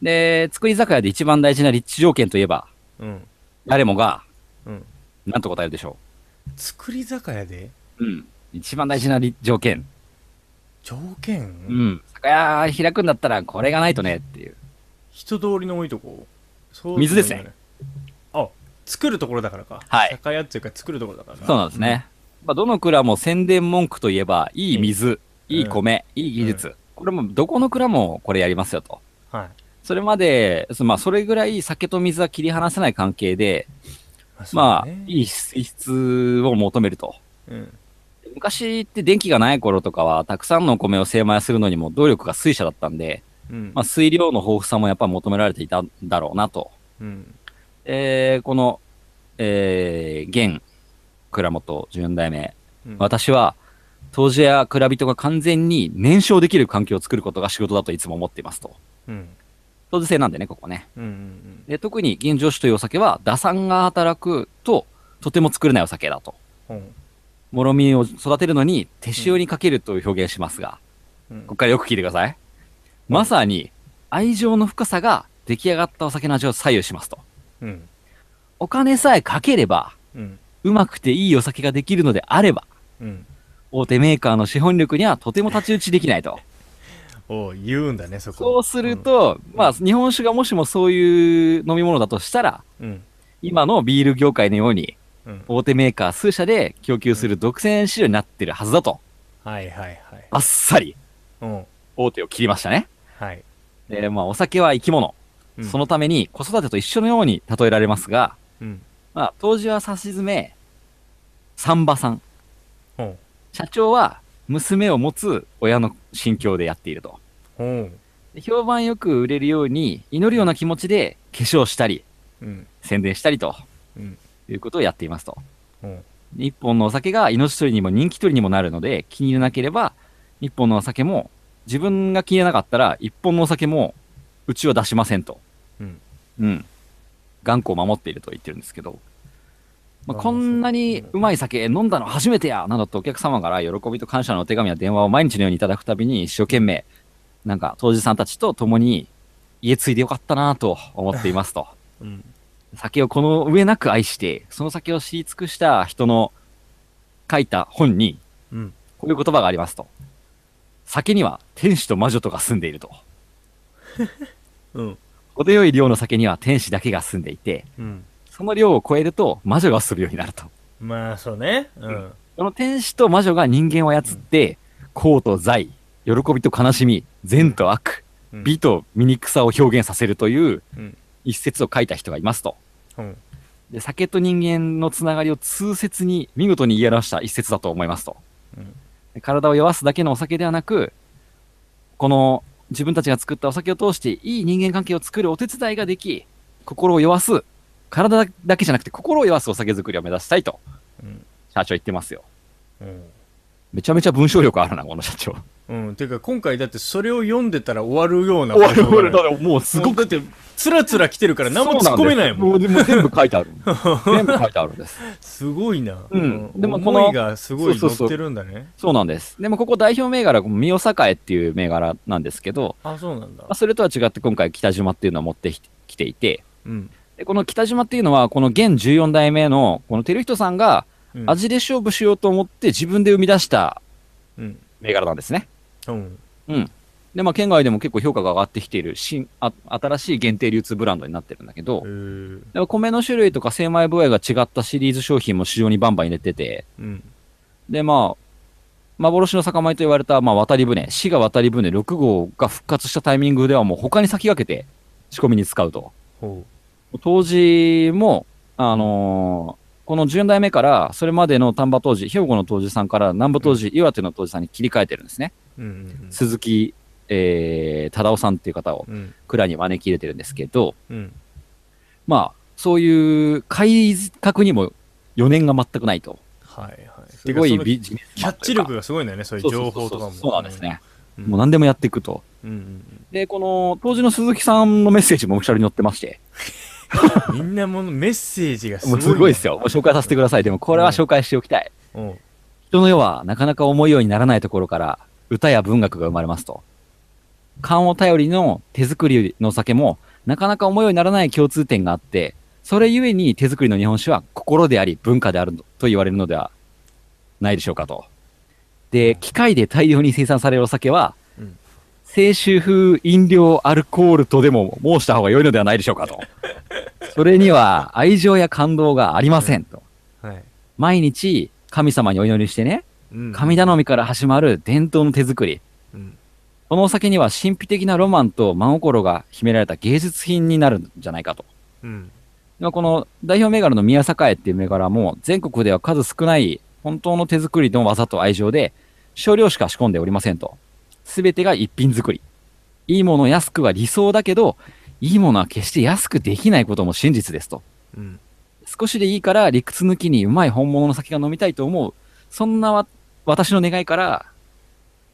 で、造り酒屋で一番大事な立地条件といえば、
うん。
誰もが、
うん。
なんと答えるでしょ
作り酒屋で
う。うん。一番大事なり条件。
条件、
うん。酒屋開くんだったら、これがないとねっていう。
人通りの多いとこそう
水ですね
そうなんだあ作るところだからか
はい
酒屋っていうか作るところだから
そうなんですね。まあ、どの蔵も宣伝文句といえば、いい水、
うん
いい米、いい技術。これも、どこの蔵もこれやりますよと。
はい
それまで、そまあ、それぐらい酒と水は切り離せない関係で、まあ、いい水質を求めると。
あうん
昔って電気がない頃とかは、たくさんのお米を精米するのにも動力が水車だったんで、
うん
まあ、水量の豊富さもやっぱ求められていたんだろうなと。
うん
えー、この、えー、現倉本純代目、
うん
私は、当時や蔵人が完全に燃焼できる環境を作ることが仕事だといつも思っていますと。
うん
当時性なんでね、ここね。
うんうん
で特に現上酒というお酒は、打算が働くと、とても作れないお酒だと。
うん
もろみを育てるのに、手塩にかけるという表現しますが、
うん
ここからよく聞いてください。まさに、愛情の深さが出来上がったお酒の味を左右しますと。
うん
お金さえかければ、
うん
うまくていいお酒ができるのであれば、
うん
大手メーカーの資本力にはとても太刀打ちできないと。
おう言うんだねそこ
そうすると、まあ、日本酒がもしもそういう飲み物だとしたら、
うん
今のビール業界のように、
うん
大手メーカー数社で供給する独占市場になってるはずだと、
はいはいはい
あっさり
うん
大手を切りましたね。
はい
で、まあ、お酒は生き物。
うん
そのために子育てと一緒のように例えられますが、
うん
まあ、当時は差し詰め、サンバさん。
ほう
社長は娘を持つ親の心境でやっていると。
ほう
で評判よく売れるように祈るような気持ちで化粧したり、
うん
宣伝したりと、
うん
いうことをやっていますと。
ほう
日本のお酒が命取りにも人気取りにもなるので、気に入らなければ、日本のお酒も、自分が気に入らなかったら、一本のお酒も、うちを出しませんと。
うん。
うん。頑固を守っていると言ってるんですけど、まあ、
あー
こんなに
そう
うまい酒飲んだの初めてやなどとお客様から喜びと感謝のお手紙や電話を毎日のようにいただくたびに一生懸命、なんか当時さんたちと共に家継いでよかったなと思っていますと。
うん
酒をこの上なく愛して、その酒を知り尽くした人の書いた本に、
うん
こういう言葉がありますと。酒には天使と魔女とが住んでいると。
うん
程よい量の酒には天使だけが住んでいて、
うん
その量を超えると魔女がするようになると。
まあそうねうん
この天使と魔女が人間を操って、幸と罪、喜びと悲しみ、善と悪、
うん
美と醜さを表現させるという
うん
一節を書いた人がいますと。
うん
で酒と人間のつながりを通説に見事に言い表した一節だと思いますと。
うん
で体を酔わすだけのお酒ではなく、この自分たちが作ったお酒を通していい人間関係を作るお手伝いができ、心を酔わす、体だけじゃなくて心を酔わすお酒作りを目指したいと
うん
社長言ってますよ。
うん
めちゃめちゃ文章力あるな、この社長。
うん、てか今回だってそれを読んでたら終わるような
だからもうす
も
ご
う
く
だってつらつら来てるから何も突っ込めないもん
ん。もう全部書い
[LAUGHS]
てある。全部書いてあるんです。
すごいな、
うん
で
で
も
も
こ
こ
の
の
思いがすごい
そ
乗
うそうそ
っ
う
てるんだね
そうなんです。でもここ代表銘柄、三尾栄っていう銘柄なんですけど、
あそうなんだ
まあそれとは違って今回北島っていうのを持ってきていて、
うん
でこの北島っていうのは、この現14代目の、この照人さんが、
うん
味で勝負しようと思って自分で生み出した
うん。
銘柄なんですね。
うん。
で、まあ、県外でも結構評価が上がってきている新あ、新しい限定流通ブランドになってるんだけど、
うん。
でも米の種類とか精米部合が違ったシリーズ商品も市場にバンバン入れてて、
うん。
で、まあ、幻の酒米と言われた、まあ、渡り船、滋賀渡り船6号が復活したタイミングではもう他に先駆けて仕込みに使うと。
ほ
当時も、あのーこの10代目から、それまでの丹波当時、兵庫の当時さんから南部当時、岩手の当時さんに切り替えてるんですね。
う。うん。
鈴木、えー、忠夫さんっていう方を
うん。
蔵に招き入れてるんですけど、
うん。
まあ、そういう改革にも余念が全くないと。
はいはい。
すご
てか
い
その
ビジネス
キャッチ力がすごいんだよね、そういう情報とかも。
そうなんですね。
うん。
もう何でもやっていくと。
うんうん
で、この、当時の鈴木さんのメッセージもオフィシャルに載ってまして、
うん。みんなものメッセージがす
も
ごい。
うすごいですよ。もう紹介させてください。でもこれは紹介しておきたい。
うん。
人の世はなかなか思うようにならないところから歌や文学が生まれますと。勘を頼りの手作りのお酒もなかなか思うようにならない共通点があって、それゆえに手作りの日本酒は心であり文化であると言われるのではないでしょうかと。で、機械で大量に生産されるお酒は
うん、
清酒風飲料アルコールとでも申した方が良いのではないでしょうかと。それには愛情や感動がありませんと。
はい。
毎日神様にお祈りしてね、
うん
神頼みから始まる伝統の手作り。
うん
このお酒には神秘的なロマンと真心が秘められた芸術品になるんじゃないかと。
うん。
まあこの代表銘柄の宮栄っていう銘柄も全国では数少ない本当の手作りの技と愛情で少量しか仕込んでおりませんと。すべてが一品作り。いいもの安くは理想だけど、いいものは決して安くできないことも真実ですと。
うん。
少しでいいから理屈抜きにうまい本物の酒が飲みたいと思う。そんなわ私の願いから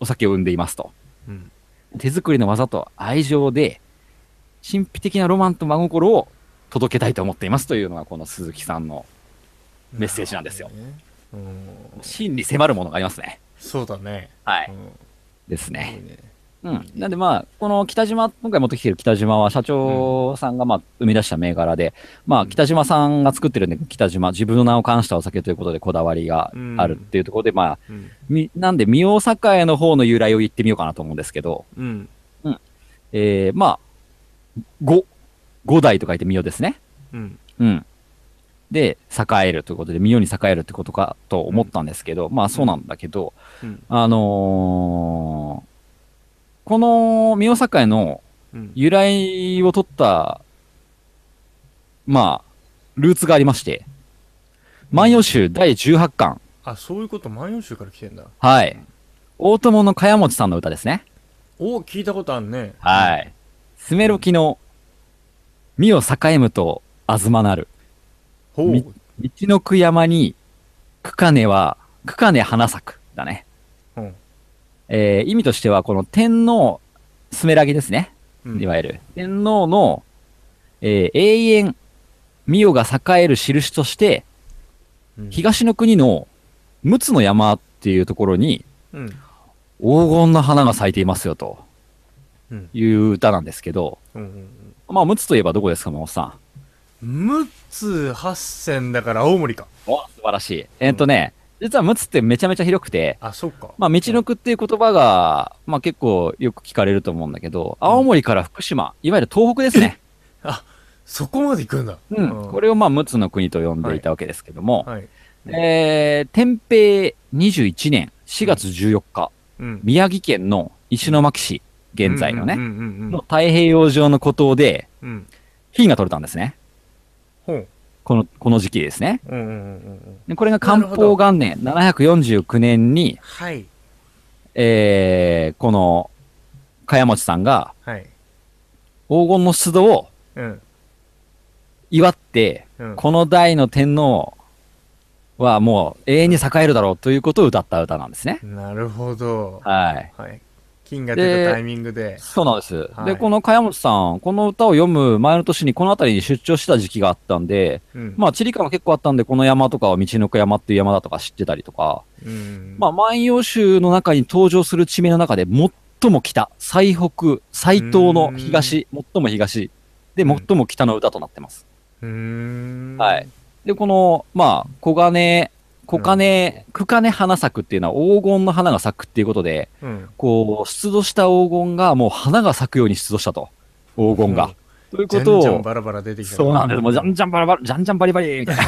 お酒を生んでいますと。
うん。
手作りの技と愛情で、神秘的なロマンと真心を届けたいと思っていますというのがこの鈴木さんのメッセージなんですよ。
うん。
真に迫るものがありますね。
そうだね。
は
う
い。
ん。
ですね。
ね
うん。なんでまあ、この北島、今回持ってきてる北島は社長さんがまあ生み出した銘柄で、まあ北島さんが作ってるんで、北島、自分の名を冠したお酒ということでこだわりがあるっていうところで、まあ、
うん。
みなんで、三尾栄の方の由来を言ってみようかなと思うんですけど、
うん。
えー、まあ、五、五代と書いて三尾ですね。
うん。
うん。で、栄えるということで、三尾に栄えるってことかと思ったんですけど、まあそうなんだけど、
うん
あのーこの三尾栄の
うん。
由来を取った、まあ、ルーツがありまして、万葉集第18巻、
あ、そういうこと、万葉集から来てんだ。
はい。大友の茅持さんの歌ですね。
お聞いたことあるね。
はい。スメロキの、身を栄むとあずまなる。
ほ
み
う。
道のく山に、くかねは、くかね花咲く。だね。
うん
えー意味としては、この天皇、スメラギですね。
うん
いわゆる。天皇の、えー永遠、ミ代が栄える印として、
うん
東の国の、陸奥の山っていうところに、
うん。
黄金の花が咲いていますよ、と
うん
いう歌なんですけど、
うんうん。
まあ、陸奥といえばどこですか、真帆さん。
6つ8千だから青森か。
お素晴らしい。えっ、とね、実は陸奥ってめちゃめちゃ広くて、
あ、そっか。
まあ、道のくっていう言葉が、まあ結構よく聞かれると思うんだけど、青森から福島、いわゆる東北で
[LAUGHS]
すね。
そこまで行くんだ。
うん。これをまあ、陸奥の国と呼んでいたわけですけども、
はい。
えー、天平21年4月14日、
うん。
宮城県の石巻市、現在のね、
うんうんうんうん
の太平洋上の孤島で、
うん。
金が取れたんですね。
ほう。
この、この時期ですね。
うんうんうんうん。
でこれが漢
なるほ
方元年749年に、
はい。
えー、この、茅持さんが
はい。
黄金の出土を
うん。
祝って、
うん。
この代の天皇はもう永遠に栄えるだろうということを歌った歌なんですね。
なるほど。
はい。
はい。金が出たタイミングで。
そうなんです。
はい
で、この茅本さん、この歌を読む前の年にこの辺りに出張した時期があったんで、
うん。
まあ、地理感が結構あったんで、この山とかは道のく山っていう山だとか知ってたりとか、
うん。
まあ、万葉集の中に登場する地名の中で最も北、最北、最東の東、最も東で最も北の歌となってます。
うーん。
はい。。で、この、まあ、黄金、黄金、クカネ花咲くっていうのは黄金の花が咲くっていうことで、
うん。
こう、出土した黄金がもう花が咲くように出土したと。黄金が。という
じ
こ
ゃん
と
じゃん
を、
バラバラ出てきた。
そうなんです。もうじゃんじゃんバラバラ、じゃんじゃんバリバリ、みたいな。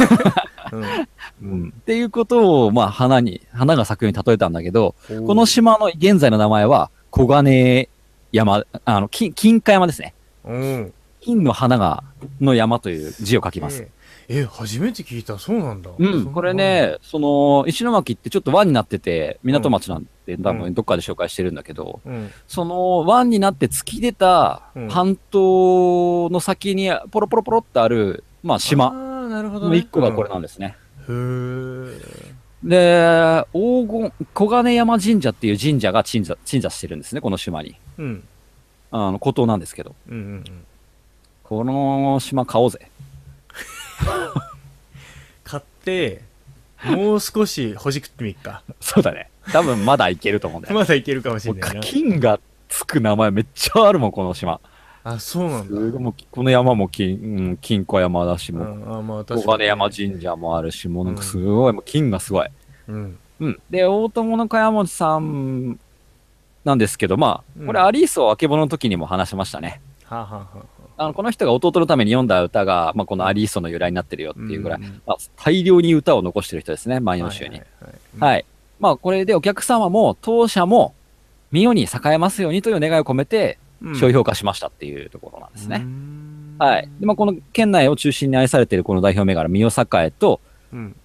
うん。っていうことを、まあ、花に、花が咲くように例えたんだけど、
うん
この、島の現在の名前は、黄金山、あの、金、金華山ですね。
うん。
金の花が、の山という字を書きま
え
す。
ー。え、初めて聞いた。そうなんだ。
う
そ
ん、これ。ね、その、石巻ってちょっと湾になってて、港町なんて多
う
分
ん
どっかで紹介してるんだけど、
うん。
その湾になって突き出た
うん
半島の先にポロポロポロってある、まあ島
ああ、なるほど
の
ね。
一個がこれなんですね。
うん。へえ。
で、黄金、黄金山神社っていう神社が鎮座、鎮座してるんですね、この島に。
うん。
あの、孤島なんですけど。
うんうんうん。
この島買おうぜ。
買って、もう少しほじくってみっ
[LAUGHS]
か。
そうだね。多分まだいけると思うんだよ。
まだいけるかもし
も
れ
う
ないな。
金がつく名前めっちゃあるもん、この島。
あ、そうなん
す
だ。
ごいもうこの山も金、うん、金庫山だし、
う、
もうん
あまあ
小
確かに。
金山神社もあるし、もうなんかすごい、もう金がすごい。
うん。
うん。で、大友の茅持さんなんですけど、ま
う
あ、
ん
これアリースをあけぼのの時にも話しましたね。
はあ、はあは
あの、この人が弟のために読んだ歌が、まあ、このアリーソの由来になってるよって
あ、
いうぐらい、
ん
まあ、大量に歌を残してる人ですね、前の週に。
はいはいはい。
はい。まあ、これでお客様も当社も、御代に栄えますようにという願いを込めて、商標化しましたっていうところなんですね。
ね
はい。で、まあ、この県内を中心に愛されているこの代表銘柄、三代栄と、
うん。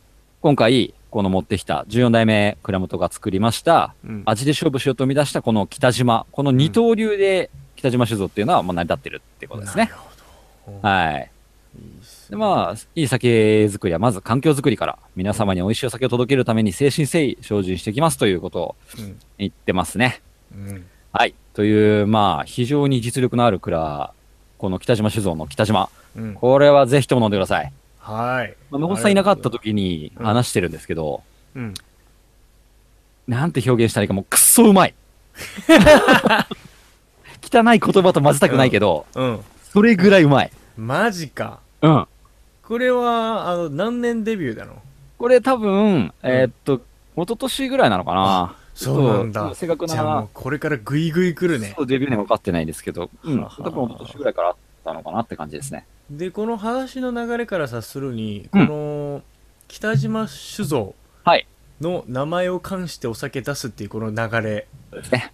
今回、この持ってきた14代目倉本が作りました、
うん。
味で勝負しようと生み出したこの北島、この二刀流で北島酒造っていうのはまあ成り立ってるってことです
な
ね
る。ほど。
はい。
いいっすね。
で、まあ、いい酒造りはまず環境づくりから、皆様に美味しいお酒を届けるために精神誠意精進していきますということを
うん
言ってますね。
うん。
はい。という、まあ、非常に実力のある蔵、この北島酒造の北島、
うん。
これはぜひとも飲んでください。
はい。
まあ、野本さんいなかった時に
うん
話してるんですけど、
うん。
なんて表現したらいいか、もうくっそうまい。汚い言葉と混ぜたくないけど、
うん。
それぐらいうまい。
マジか。
うん。
これは、あの、何年デビューだの
これ多分、えーっと、一昨年ぐらいなのかな。
そうなんだ。
正確
じゃあも
な
う、これからグイグイ来るね
そ。うデビュー年分かってないですけど、うん。
は
多
は
分一昨年ぐらいからあったのかなって感じですね。
で、この話の流れから察するに、
うん
この、北島酒造
はい
の名前を冠してお酒出すっていうこの流れ、
ですね。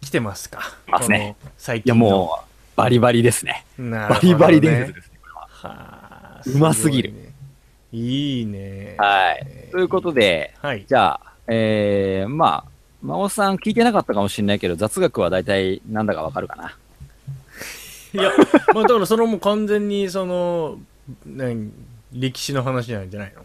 来てますか。
ますね
この最
いや
近の。
もう、バリバリですね。
う、なる
バ
ほど
リ
ね
バリ伝説ですね。
はあ
うますぎる
ごいねいいね。
はい。ということで、
はい。
じゃあ、えー、まあ、真央さん聞いてなかったかもしれないけど、雑学は大体なんだかわかるかな。
いや、まあだからそれも完全にその、何、歴史の話なんじゃないの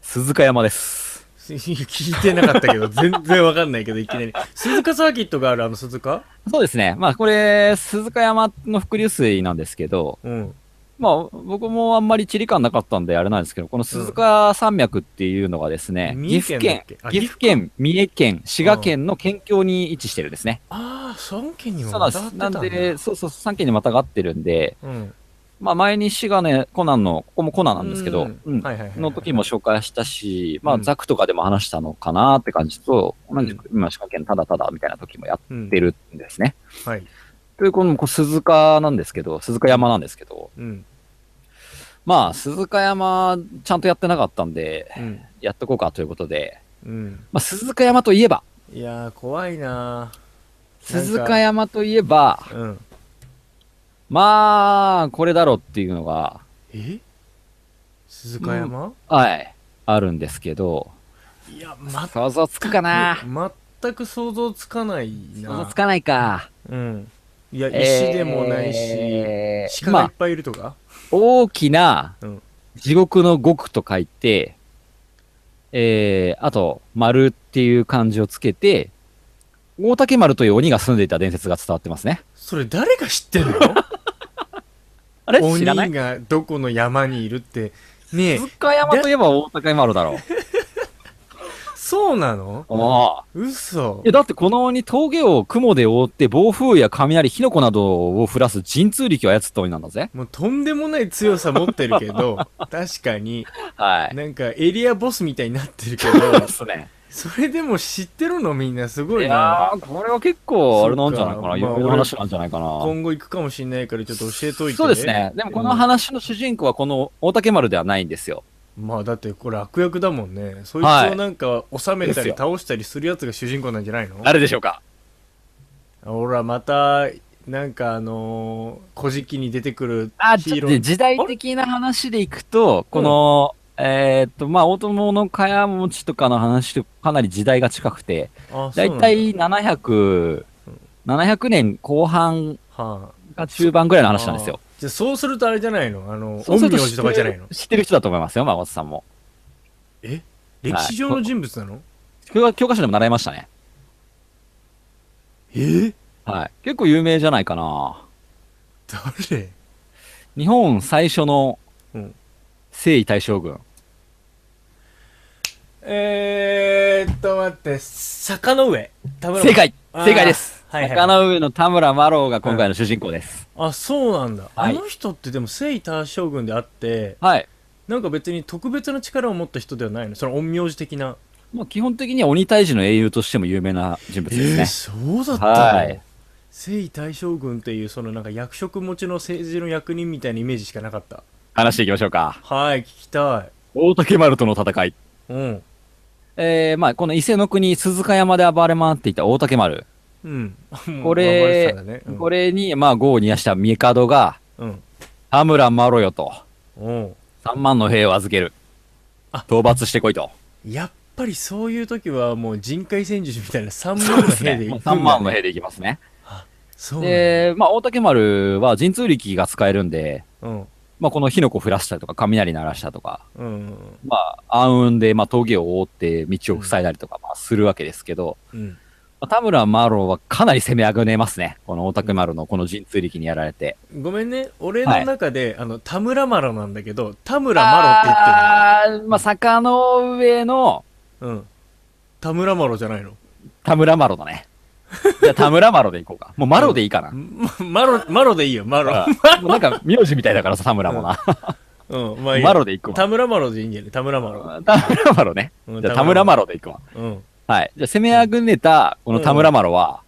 鈴鹿山です。
聞いてなかった
[LAUGHS]
けど、全然わかんないけど、いきなり。鈴鹿サーキットがあるあの鈴鹿
そうですね。まあ、これ、鈴鹿山の伏流水なんですけど、
うん。
まあ、僕もあんまり地理感なかったんであれなんですけど、この鈴鹿山脈っていうのがですね、
うん
岐阜
三重県
県
だっけあ、
岐阜県、三重県、滋賀県の県境に位置してるんですね。
ああ、三県にも
そうなん
渡
です。
ってた
なん
んだ。
で、そうそう、3県にまたがってるんで、
うん。
まあ、前に滋賀ね、コナンの、ここもコナンなんですけど、
うん
うん
はいはいはい。
の時も紹介したし、ま
う
あ、
ん
ザクとかでも話したのかなって感じと、同じ
うん
く今、仕掛けのただただみたいな時もや
うん、
ってるんですね。
はい。
という、このこう鈴鹿なんですけど、鈴鹿山なんですけど、
うん。
まあ、鈴鹿山、ちゃんとやってなかったんで、
うん。
やっとこうかということで、
うん。
まあ、鈴鹿山といえば、
いやー、怖いな
鈴鹿山といえば、
ーうん。
まあ、これだろうっていうのが、
え鈴鹿山、
はい、あるんですけど、
いや、ま
想像つくかな
全く想像つかないな
想像つかないか。
うんいや石でもないし、
えー
鹿がいっぱいいるとか、
大きな
うん
地獄の獄と書いて、えー、あと、丸っていう漢字をつけて、大竹丸という鬼が住んでいた伝説が伝わってますね。
それ誰が知ってんの
[LAUGHS] あれ知らない
鬼がどこの山にいるってねえ
[LAUGHS] 鈴鹿山といえば大竹丸だろう。
そうなの
ああ。
嘘
いや、だってこの鬼峠を雲で覆って暴風や雷、火の粉などを降らす神通力を操った鬼なんだぜ。
もうとんでもない強さ持ってるけど
[LAUGHS]
確かに
はい。
なんかエリアボスみたいになってるけ
[LAUGHS]
ど
すね。
それでも知ってるのみんなす
い
ごいな
やー、これは結構、あれなんじゃない
そ
か
っか
な。有名な話なんじゃないかな。
今後行くかもしれないからちょっと教えといて
そうですね。でもこの話の主人公はこの大竹丸ではないんですよ。
まあだってこれ悪役だもんねそいつ
はい
をなんか収めた
です
り
よ
倒したりするやつが主人公なんじゃないの
れでしょうか
ほらまたなんかあのー、古事記に出てくる
あ、
ヒ
ちょっ
ー
と
ロー
ね時代的な話でいくと、この、えーっと、まあ、大友の茅持ちとかの話とかなり時代が近くて、
あそ
だ
うないん
たい700、700年後半
は
か中盤ぐらい
あ
の話なんですよ。
あーじゃあそうするとあれじゃないのあの
そうす
陰
ると
陽
知
師
っ
とかじ
て
ゃない
る
の
知ってる人だと思いますよ、孫さんも。
歴史上の人物なの
教科教科書でも習いましたね。
えー、
はい。結構有名じゃないかな。
誰
日本最初の
うん
征夷大将軍。
えーっと待って坂の上田村
正解
あー
正解で
は
す、
いはい
坂の上の田村麻呂が今回の主人公です。
あそうなんだ、
はい
あの人ってでも征夷大将軍であって
はい。
なんか別に特別な力を持った人ではないのその陰陽師的な
もう基本的には鬼退治の英雄としても有名な人物ですね。
そうだったの、
はい
征夷大将軍っていうそのなんか役職持ちの政治の役人みたいなイメージしかなかった
話していきましょうか。
はい聞きたい
大竹丸との戦い。
うん
えー、まあ、この伊勢の国鈴鹿山で暴れ回っていた大竹丸。
うん
これ、
もう頑張ってたんだねうん、
これに、まあ、業を煮やした帝が、
うん
田村麻呂よと、
うん
3万の兵を預ける。
あ
討伐してこいと。
やっぱりそういう時はもう人海戦術みたいな3
そう
万の
です
兵
ね。
で行くんだ
3万の兵でいきますね。
そうなんだ
で、まあ、大竹丸は神通力が使えるんで、
うん
まあ、この火の粉降らしたりとか、雷鳴らしたとか、
うん
まあ、暗雲で、まあ、峠を覆って道を塞いだりとか、まあ、するわけですけど、
うん
まあ田村麻呂はかなり攻めあぐねますね。この大竹丸のこの神通力にやられて。
ごめんね俺の中で、あの田村麻呂なんだけど田村麻呂って言って
あーまあ、坂の上の
るのうん田村麻呂じゃないの
田村麻呂だね。じゃあ田村麻呂でい
[LAUGHS]
こうか。もう麻呂でいいかな。
まマロ、マロでいいよ、マロ。
うんもうなんか、名字みたいだからさ、田村
[LAUGHS]
もな。
うん、まあいいよ。
マロでいくわ。
田村マロでいいんじゃない田村マロ。
田村麻呂ね。
うん
じゃあ田村麻呂でいくわ。
うん。
はい。じゃあ攻めあぐねた、この田村麻呂は、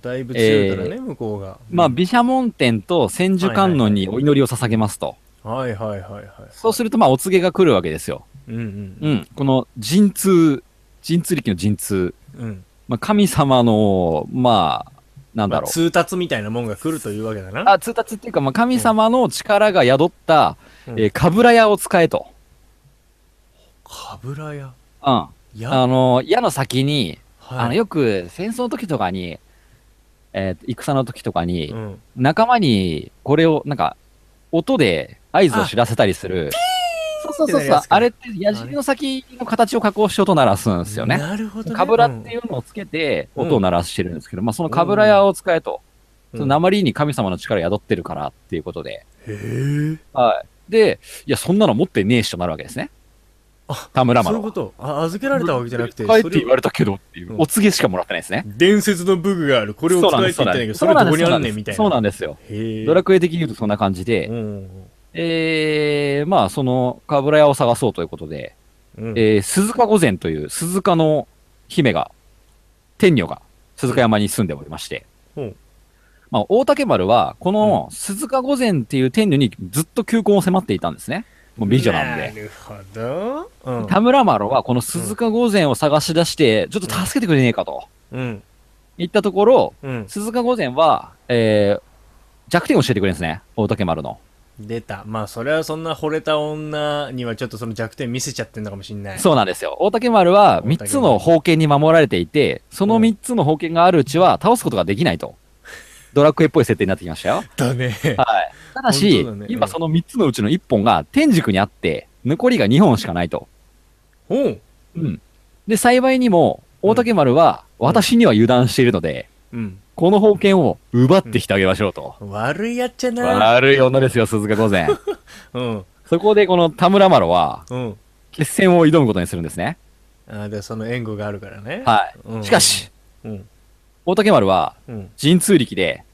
だいぶ強いからね、向こうが。
まあ、毘沙門天と千手観音にお祈りを捧げますと。
はいはいはいはい。
そうすると、まあ、お告げが来るわけですよ。
うんう。
うんん。この神通、神通力の神通。
うん。
まあ、神様の、まあ、なんだ
まあ、
ろう。
通達みたいなもんが来るというわけだな。
あ、通達っていうか、まあ、神様の力が宿った、
うん
えー、かぶら屋を使えと。
かぶらや。
うん。あ
や、はい、
の、矢の先に、あの、
よ、
よく戦争の時とかに、えー戦の時とかに
う、ん。
仲間にこれをなんか音で合図を知らせたりするそうそうそう
ってなる
そう
やつか
あれって矢尻の先の形を加工して音を鳴らすんですよね
なるほど、ね。、
かぶらっていううのをつけて
うん
音を鳴らしてるんですけど、まあ、そのかぶら屋を使えと、
うん
その鉛に神様の力宿ってるからっていうことで、
ん。へえ。
はい、でいやそんなの持ってねえしとなるわけですね
あ
田村麻
そうい
呂
うこ
は
と。あ、預けられたわけじゃなくて、
帰って
それ
言われたけどっていううんお告げしかもらってないですね
伝説の武具がある。これを使えって言ったんだけど、それどこにあんねんみたいな。
そうなんんですよ
へえ。
ドラクエ的に言うとそんな感じで、
うん。
えー、まあ、その、かぶら屋を探そうということで、
うん。
えー、鈴鹿御前という鈴鹿の姫が、天女が鈴鹿山に住んでおりまして、
うん
まあ、大竹丸は、この鈴鹿御前っていう天女にずっと求婚を迫っていたんですね。もう美女なんで。
なるほど。うん。
田村丸はこの鈴鹿御前を探し出して、ちょっと助けてくれねえかと
うん。
言ったところ、
うん。
鈴鹿御前は、えー、弱点を教えてくれるんですね。大竹丸の。
出た。まあ、それはそんな惚れた女にはちょっとその弱点見せちゃってんのかもしんない。
そうなんですよ。大竹丸は
大竹丸
3つの宝剣に守られていて、その3つの宝剣があるうちは倒すことができないと。ドラクエっぽい設定になってきましたよ。
だね。
はい。ただ
本
し、
当だねうん
今その3つのうちの1本が天竺にあって、残りが2本しかないと。
お [LAUGHS] う。
うん。で、幸いにも、大竹丸は
ん
私には油断しているので、
うん。
この宝剣を奪ってきてあげましょうと。
悪いやっちゃな。
悪い女ですよ、鈴鹿御
[LAUGHS]
前。
うん。
そこでこの田村麻呂は、
うん。
決戦を挑むことにするんですね。
あでその援護があるからね。
は
うん
い。しかし、
うん
大竹丸は、
うん、
神通力で、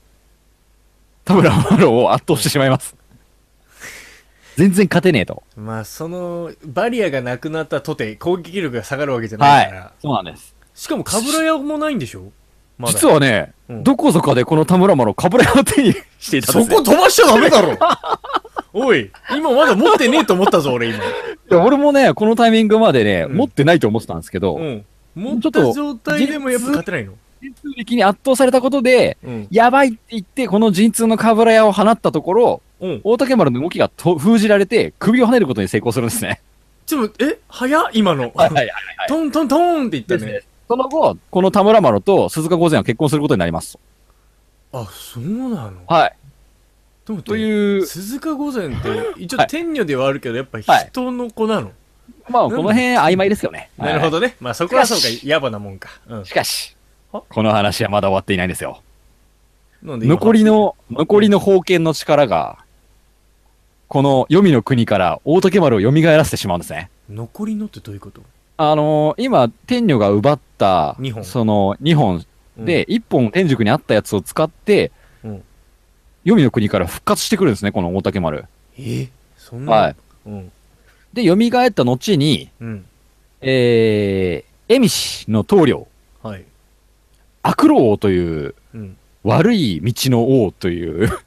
田村麻呂を圧倒してしまいます。全然勝てねえと。
まあそのバリアがなくなったとて攻撃力が下がるわけじゃないから、
そうなんです。
しかもカブラヤもないんでしょ、まだ、
実はね、
うん
どこぞかでこの田村麻呂、かぶれを手にしていたんで
そ
すよ
こ飛ばしちゃダメだろ
[LAUGHS] おい今まだ持ってねえと思ったぞ俺今、
い [LAUGHS] や俺もね、このタイミングまでね、
うん
持ってないと思ってたんですけど、
うん、持
ょ
っ
っと
た状態でもやっぱ勝てないの、
神通力に圧倒されたことで、
うん
やばいって言って、この神通のかぶれを放ったところ、
うん、
大竹丸の動きがと封じられて、首を跳ねることに成功するんですね。
ちょっとえ早っ今の、
はいはいはい。
トントントンって言
で
ったね
[LAUGHS] その後、この田村麻呂と鈴鹿御前は結婚することになります。
あそうなの
はい。
でも
という、
鈴鹿御前って一応
はい
天女ではあるけどやっぱ
はい
人の子なの、
まあ、この辺曖昧ですよね。
なるほど
ど。
ねまあそこはそうか野暮なもんか、うん
しかし、
は
この話はまだ終わっていないんですよ。
なんで今
残りの、残りの封建の力が、この黄泉の国から大竹丸を蘇らせてしまうんですね。
残りのってどういうこと
あのー今、天女が奪った、
二本
その、2本で、、1本天竺にあったやつを使って、
うん
黄泉の国から復活してくるんですね、この大竹丸。
うんえそんな、
はい。
うん
で、蘇った後に、
うん
えー、蝦夷の棟梁、
はい
悪老王という、
うん
悪い道の王という、 [LAUGHS]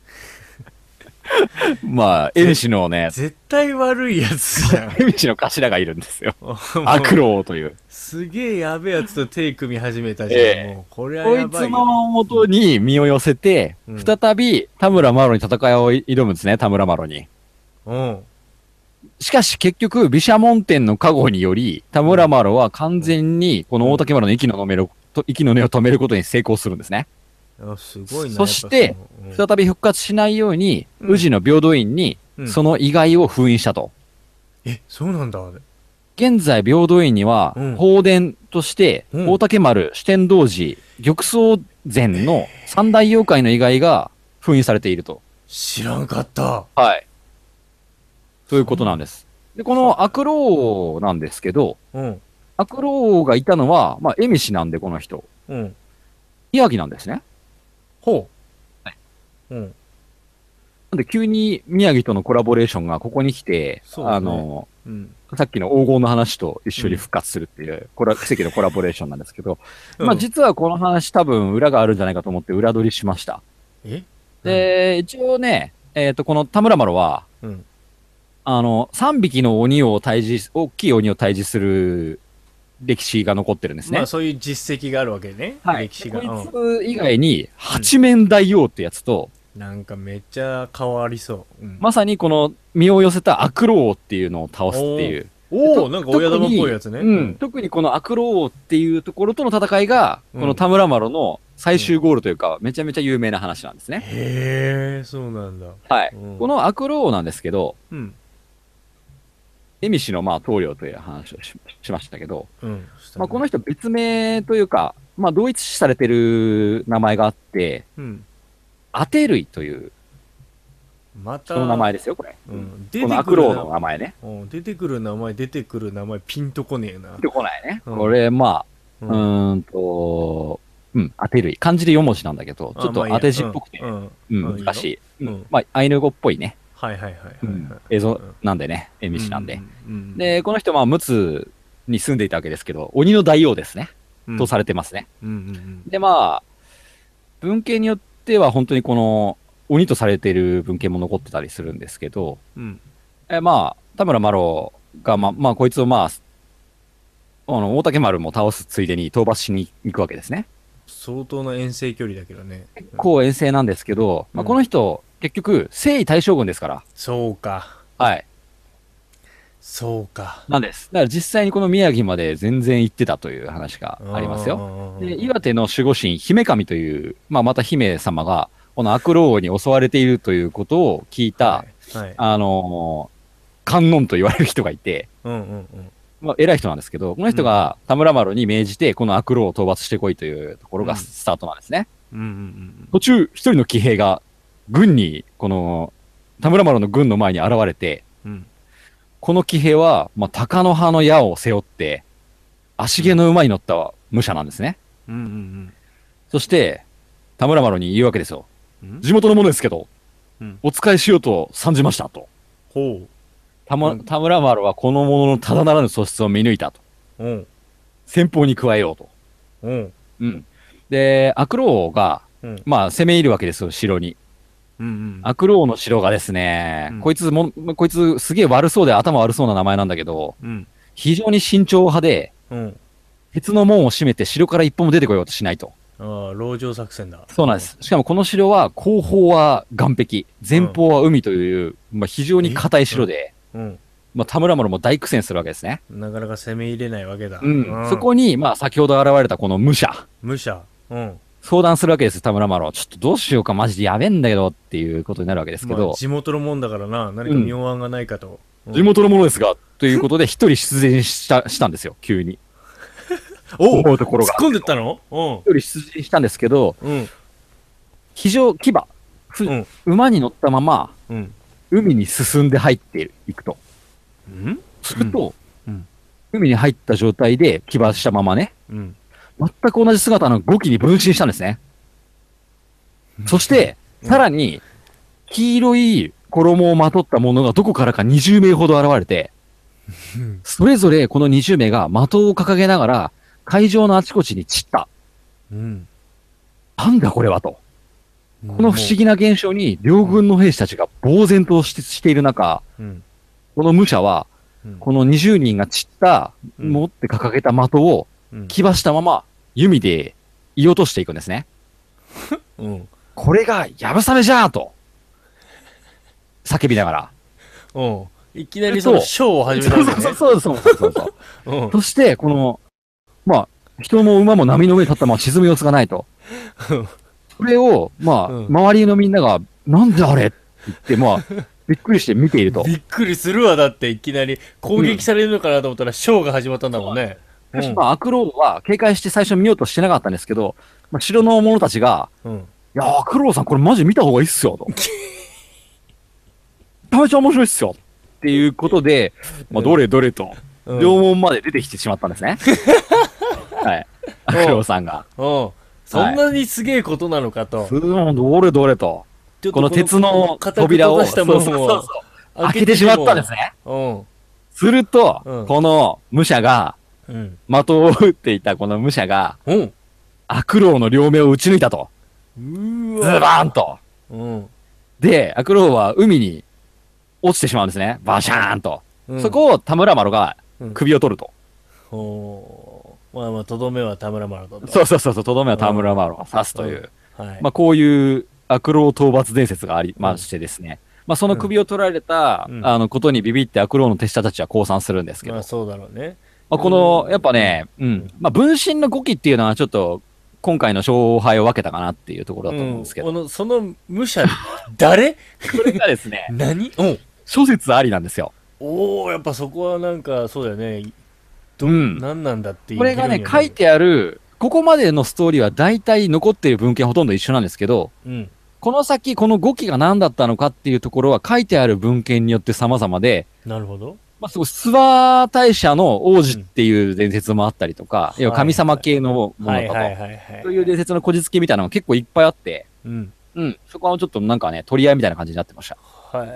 まあ、蝦夷
[LAUGHS]
のね、
絶対悪いやつじゃ
[LAUGHS]
ん
蝦夷の頭がいるんですよ。悪
悪
老王という。
すげえやべえやつと手組み始めたじゃん、
ええ
もうこれは
こ
や
い
ば
つ
いよ
の元に身を寄せて、
うん
再び田村麻呂に戦いを挑むんですね、田村麻呂に。
うん
しかし結局、毘沙門天の加護により、田村麻呂は完全にこの大竹丸の息の飲めると息の根を止めることに成功するんですね。
あすごいな
そして
やっぱそのうん
再び復活しないように、
うん
宇治の平等院に
うん
その意外を封印したと。
えそうなんだあれ
現在、平等院には
うん、
放電として、
うん
大竹丸、四天童寺、玉藻禅の三大妖怪の意外が封印されていると。
知らんかった
はい。ということなんです。で、この悪老なんですけど、
うん
悪老がいたのは、まあ、恵美氏なんで、この人。
うん
宮城なんですね。
ほううん
なんで、急に宮城とのコラボレーションがここに来て、
そうですね
あの、
うん
さっきの黄金の話と一緒に復活するっていう、これは奇跡のコラボレーションなんですけど、まあ、実はこの話多分裏があるんじゃないかと思って裏取りしました。
え
で、一応ね、えっ、と、この田村麻呂は、
うん
あの、3匹の鬼を退治、大きい鬼を退治する歴史が残ってるんですね。
まあそういう実績があるわけね、
はい。
歴史が、
でこいうつ以外に、八面大王ってやつと、
ん、なんかめっちゃ変わりそう、うん
まさにこの身を寄せた悪老王っていうのを倒すっていう。
おお
と
なんか親玉っぽいやつね、
うん、特にこの悪老王っていうところとの戦いが、
うん
この田村麻呂の最終ゴールというか、めちゃめちゃ有名な話なんですね。
へえそうなんだ
はい。
うん
この悪老王なんですけど、
うん
恵美氏のまあ棟梁という話をししましたけど、
うん
まあ、この人別名というか、まあ、同一視されてる名前があって、
うん
アテ類という、
また
その名前ですよ、これ。
うん、出てく
こ
る
の悪老の名前ね。
うん出てくる名前出てくる名前ピンとこねえな
出てこないね。
うん
これ、まあ、
う
うーんと、うん、アテ類。漢字で4文字なんだけど、ちょっと当て字っぽくて、
うんうん
うん、
うん
難しい。
いいよ
うん
うん
まあ、アイヌ語っぽいね、
はいはいはいはい、はい
映
う
像
ん
なんでね、絵シなんで。、
うんうん、
で、この人、まあ、陸奥に住んでいたわけですけど、鬼の大王ですね、
うん
とされてますね。
うんうん
で、まあ、文献によっては、本当にこの、鬼とされている文献も残ってたりするんですけど、
うんうん
えまあ、田村麻呂が、まあ、まあ、こいつをまあ、あの、大竹丸も倒すついでに討伐しに行くわけですね。
相当な遠征距離だけどね
こう遠征なんですけど、ま
う
あ、
ん
この人、結局、征夷大将軍ですから。
そうか
はい。
そうか
なんです。だから実際にこの宮城まで全然行ってたという話がありますよ。
よ
で、岩手の守護神、姫神という、まあ、また姫様が、この悪老王に襲われているということを聞いた、
はい、はい、
あのー観音と言われる人がいて、 [LAUGHS]
うんうんうん
まあ、偉い人なんですけど、この人が田村麻呂に命じて、この悪老王を討伐してこいというところ
う
が
ん
スタートなんですね。
うんうん
途中、一人の騎兵が、軍に、この、田村麻呂の軍の前に現れて、
うんうん
この騎兵は、まあ、鷹の葉の矢を背負って、足毛の馬に乗った武者なんですね。
うんうん
そして、田村麻呂に言うわけですよ。
うん。ん
地元のものですけど、
うん
お使いしようと参じましたと。
ほ
田,、ま
うん
田村麻呂はこの者のただならぬ素質を見抜いたと。
う。うん。
先方に加えようと。
うん。
うん。で、悪老が、
うん
まあ、攻め入るわけですよ、城に。
うんうん。
悪老の城がですね、
うん
こいつも、こいつすげえ悪そうで頭悪そうな名前なんだけど、
うん。
非常に慎重派で、
うん。
鉄の門を閉めて城から一歩も出てこようとしないと。
ああ、籠城作戦だ。
そうなんで。す。しかもこの城は後方は岸壁、前方は海という、まあ、非常に硬い城で、
うん。
まあ、田村丸も大苦戦するわけですね。
なかなか攻め入れないわけだ。
うん。そこに、まあ、先ほど現れたこの武者、
武者。うん。
相談するわけです、田村丸は。ちょっとどうしようか、マジでやべえんだけどっていうことになるわけですけ
まあ
ど、
地元のもんだからな、何か妙案がないかと。うん
地元のものですが、ということで一人出陣した、したんですよ、急に。
おう
思うところ
突っ
が。
込んでったのう
一人出陣したんですけど、
ん。うん。
非常牙、ふ
うん
馬に乗ったまま、
うん。
海に進んで入っていくと。
うん
すると、
うんうん
海に入った状態で騎馬したままね、
うん。
全く同じ姿の5機に分身したんですね。そして、
うん
さらに、黄色い衣をまとったものがどこからか20名ほど現れて
うん、
それぞれこの20名が的を掲げながら、会場のあちこちに散った。
うん。
なんだこれはと。
こ
この不思。議な現象に両軍の兵士たちが呆然としてしている中、
うん。
この武者は、
うん
この20人が散った、持って掲げた的を
うん。
騎馬したまま弓で射落としていくんですね。
うん。
これがやぶさめじゃーと叫びながら。
うん。いきなりその
そう
ショーを始めたん
そう
だね。
そうそうそうそうそうそう。
うん
そして、この、まあ、人も馬も波の上に立ったまま沈む様子がないと。これを、まあ、
うん
周りのみんなが、なんであれって言って、まあ、びっくりして見ていると。
びっくりするわ、だって、いきなり攻撃されるのかなと思ったら、ショーが始まったんだもんね。う
しかし、
ん
まあ、アクローは警戒して最初見ようとしてなかったんですけど、まあ、城の者たちが、
うん。
いやー、クロウさん、これマジ見た方がいいっすよ、と。めちゃめちゃ面白いっすよ。っていうことで、まあ、どれどれと、
うん。
両
うん。
門まで出てきてしまった
[LAUGHS]
んですね。はい。アクロウさんが。
そんなにすげえことなのかと。
すーどれどれと、
ちょっと
この鉄の
片言
扉を
としたもの
そうそうそう
を
そう開けてしまったんです
ね。
ね。
うん。
すると、
うん
この武者が、
うん。
的を撃っていたこの武者が、
うん。
アクロウの両目を撃ち抜いたと。
うー
ズ
わ。
バーンと。
うん。
で、アクロウは海に落ちてしまうんですね。バシャーンと。
うん
そ、こを田村麻呂が
うん
首を取ると。
ほうまあまあ、とどめは田村マラドンだ
そうそうそうそう、とどめは田村麻呂が刺すというう。
はい。
まあ、こういう悪老討伐伝説がありましてですね。まあ、その首を取られた、
うん
あの、ことにビビって悪老の手下たちは降参するんですけど、
ま
ま
あ、そうだろうね。
あ、この、やっぱね、うん、まあ、分身の語気っていうのはちょっと、今回の勝敗を分けたかなっていうところだと思うんですけど、
この、その武者、
[LAUGHS]
誰
これがですね、 [LAUGHS]
何うん。
諸説ありなんですよ。
おおやっぱそこはなんか、そうだよね。
うん。
何なんだっていう。
これがね、書い。てある、ここまでのストーリーは大体残っている文献ほとんど一緒なんですけど、
うん。
この先、この語気が何だったのかっていうところは書いてある文献によって様々で、
なるほど。
まあ、すごい、諏訪大社の王子っていう伝説もあったりとか、
うん
要は神様系のもの
は
だ
い
と、
はいはいはい。
そういう伝説のこじつけみたいなのが結構いっぱいあって、
うん。
うん、そこはちょっとなんかね、取り合いみたいな感じになってました。
はい。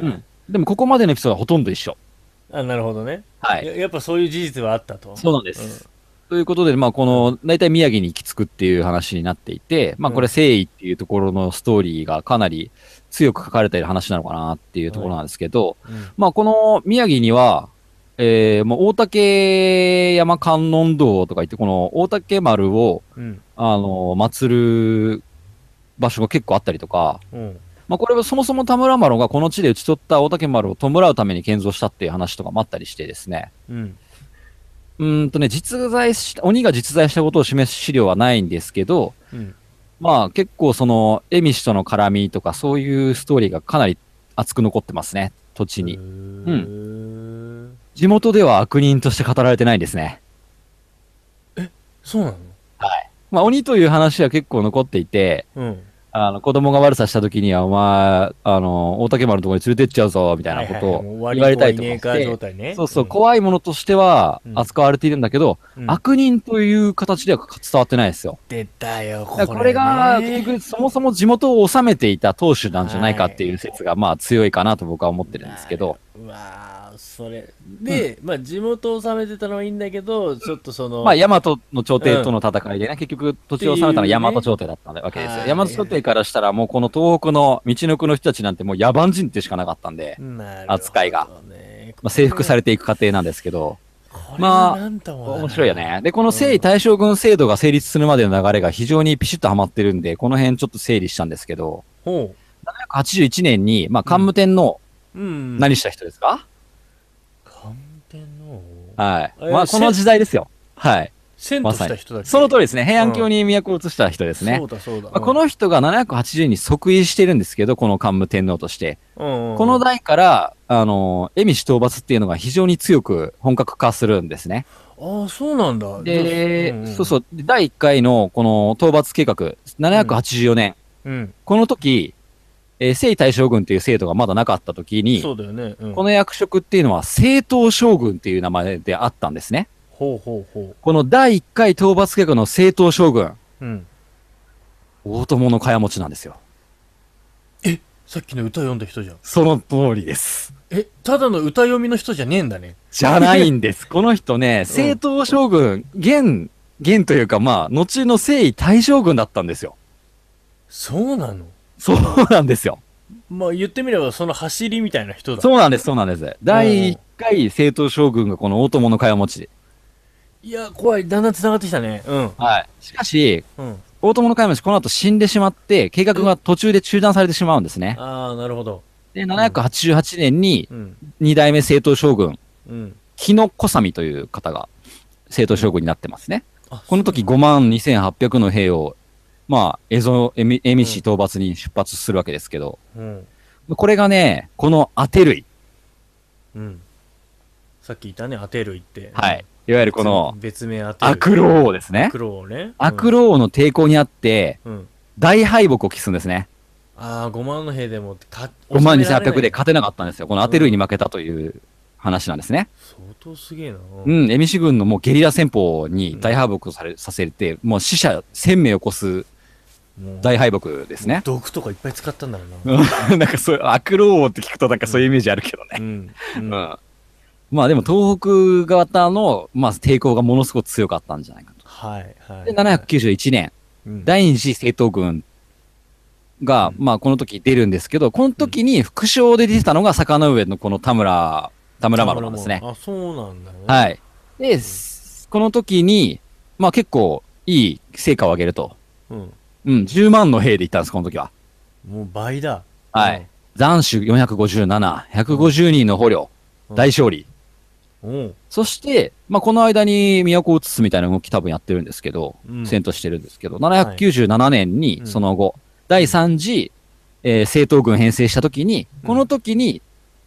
うん。でも、ここまでのエピソードはほとんど一緒。
あ、なるほどね。
は
や
い。
やっぱそういう事実はあったと。
そうなんです。ということで、まあ、この、大体宮城に行き着くっていう話になっていて、まあ、これ、誠意っていうところのストーリーがかなり強く書かれている話なのかなっていうところなんですけど、
うん。
まあ、この宮城には、えー、もう大竹山観音堂とか言って、この大竹丸を、
うん。
あの、祀る場所が結構あったりとか、
うん。
まあ、これはそもそも田村麻呂がこの地で討ち取った大竹丸を弔うために建造したっていう話とかもあったりしてですね。
うん。
うーんとね、実在した、鬼が実在したことを示す資料はないんですけど、
うん。
まあ結構その、恵美氏との絡みとかそういうストーリーがかなり熱く残ってますね、土地に。
うん。
地元では悪人として語られてないんですね。
そうなの
まあ、鬼という話は結構残っていて、
うん。
あの、子供が悪さした時には、お前、あの、大竹丸のところに連れてっちゃうぞ、みたいなこと
もう
を
割
言われたり
と
と
はいねえ
か
か
して
状態ね。
そうそう、怖いものとしては
うん
扱われているんだけど、
うん
悪人という形では伝わってないですよ。
出たよ、
だ
こ
か
れ、
らこれが、結局、そもそも地元を治めていた当主なんじゃないかっていう説が、まあ強いかなと僕は思ってるんですけど、
うわあそれ。で、まあ、地元を治めてたのはいいんだけど、ちょっとその、
まあ、大和の朝廷との戦いでね、結局、土地を治めたのは
っていう
大
ね
和朝廷だったわけですよ。
はい
大和朝廷からしたら、もうこの東北の道の奥の人たちなんてもう野蛮人ってしかなかったんで、
なるほどね
扱いが。まあ、征
制
服
服
されていく過程なんですけど、まあ面白いよ。ね。で、この征
う
夷
ん
大将軍制度が成立するまでの流れが非常にピシッとはまってるんで、この辺ちょっと整理したんですけど、
ほ
81年に、まあ、桓武天皇、
う。うん。
何した人ですか、
官邸の、
はい。
えー
まあ、この時代ですよ。はい。
遷都した人だっけ
その通りですね。平安京に都を移した人ですね。
そうだそうだ。
まあ、この人が780に即位してるんですけど、この桓武天皇として。
の
この代から、あの、蝦夷討伐っていうのが非常に強く本格化するんですね。
ああ、そうなんだ。
で、そう
う
そう、で第1回のこの討伐計画、784年、
ん。うん。
この時、えー征夷大将軍っていう制度がまだなかった時に、
そうだよね。うん
この役職っていうのは政党将軍っていう名前であったんですね。
ほうほうほ
この第1回討伐計画の政党将軍、
う。うん。
大友の茅持ちなんですよ。
さっきの歌読んだ人じゃん。
その通りです。
え、ただの歌読みの人じゃねえんだね。
じゃないん [LAUGHS] です。この人ね、正統将軍、現、現というか、まあ、後の征夷大将軍だったんですよ。
そうなの
そうなんですよ。
まあ言ってみればその走りみたいな人だ。
そうなんです、そうなんです。第1回正統将軍がこの大友の茅持ち。
いや、怖い。だんだん繋がってきたね。うん。
はい。しかし、
うん。
大友の茅持ち、この後死んでしまって、計画が途中で中断されてしまうんですね。
ああ、なるほど。
で、788年に、
うん。
2代目正統将軍、
うん。
日野小三という方が、正統将軍になってますね。
あ
この時5万2800の兵を、まあ、蝦夷、蝦夷市討伐に出発するわけですけど、
うん。
これがね、この当て類。
うん。さっき言ったね、当てる言って。
はい。。いわゆるこの、
別名当てる。
悪老王ですね。
悪老ね。
悪老王の抵抗にあって、
うん。うん。
大敗北を喫すんですね。
ああ、5万の兵でも、か、
5万2800で
か。
勝てなかったんですよ。この当て類に負けたという話なんですね。
相当すげえな。う
うん、エミシ軍のもうゲリラ戦法に大敗北をされさせて、もう死者1000名を超す
もう
大敗北ですね。
毒とかいっぱい使ったんだろうな。
なん [LAUGHS] かそう、悪老王って聞くとなんかそういうイメージあるけどね。
うん。うん
まあでも東北型の、まあ、抵抗がものすごく強かったんじゃないかと。
はい、はい。
で、791年、
うん
第二次政党軍が、
うん
まあこの時出るんですけど、この時に副将で出てたのが坂の上のこの田村、田村丸なんですね。
あ、そうなんだね。。
はいい。で、すこの時に、まあ結構いい成果を上げると。
うん。
うん、10万の兵で行ったんです、この時は。
もう倍だ。
はい。残首457、150人の捕虜、
うん
大勝利。
うん。
そして、まあ、この間に都を移すみたいな動き多分やってるんですけど、
うん
戦闘してるんですけど、797年に
うん
その後、第3次、えー政党軍編成した時に、
うん
この時に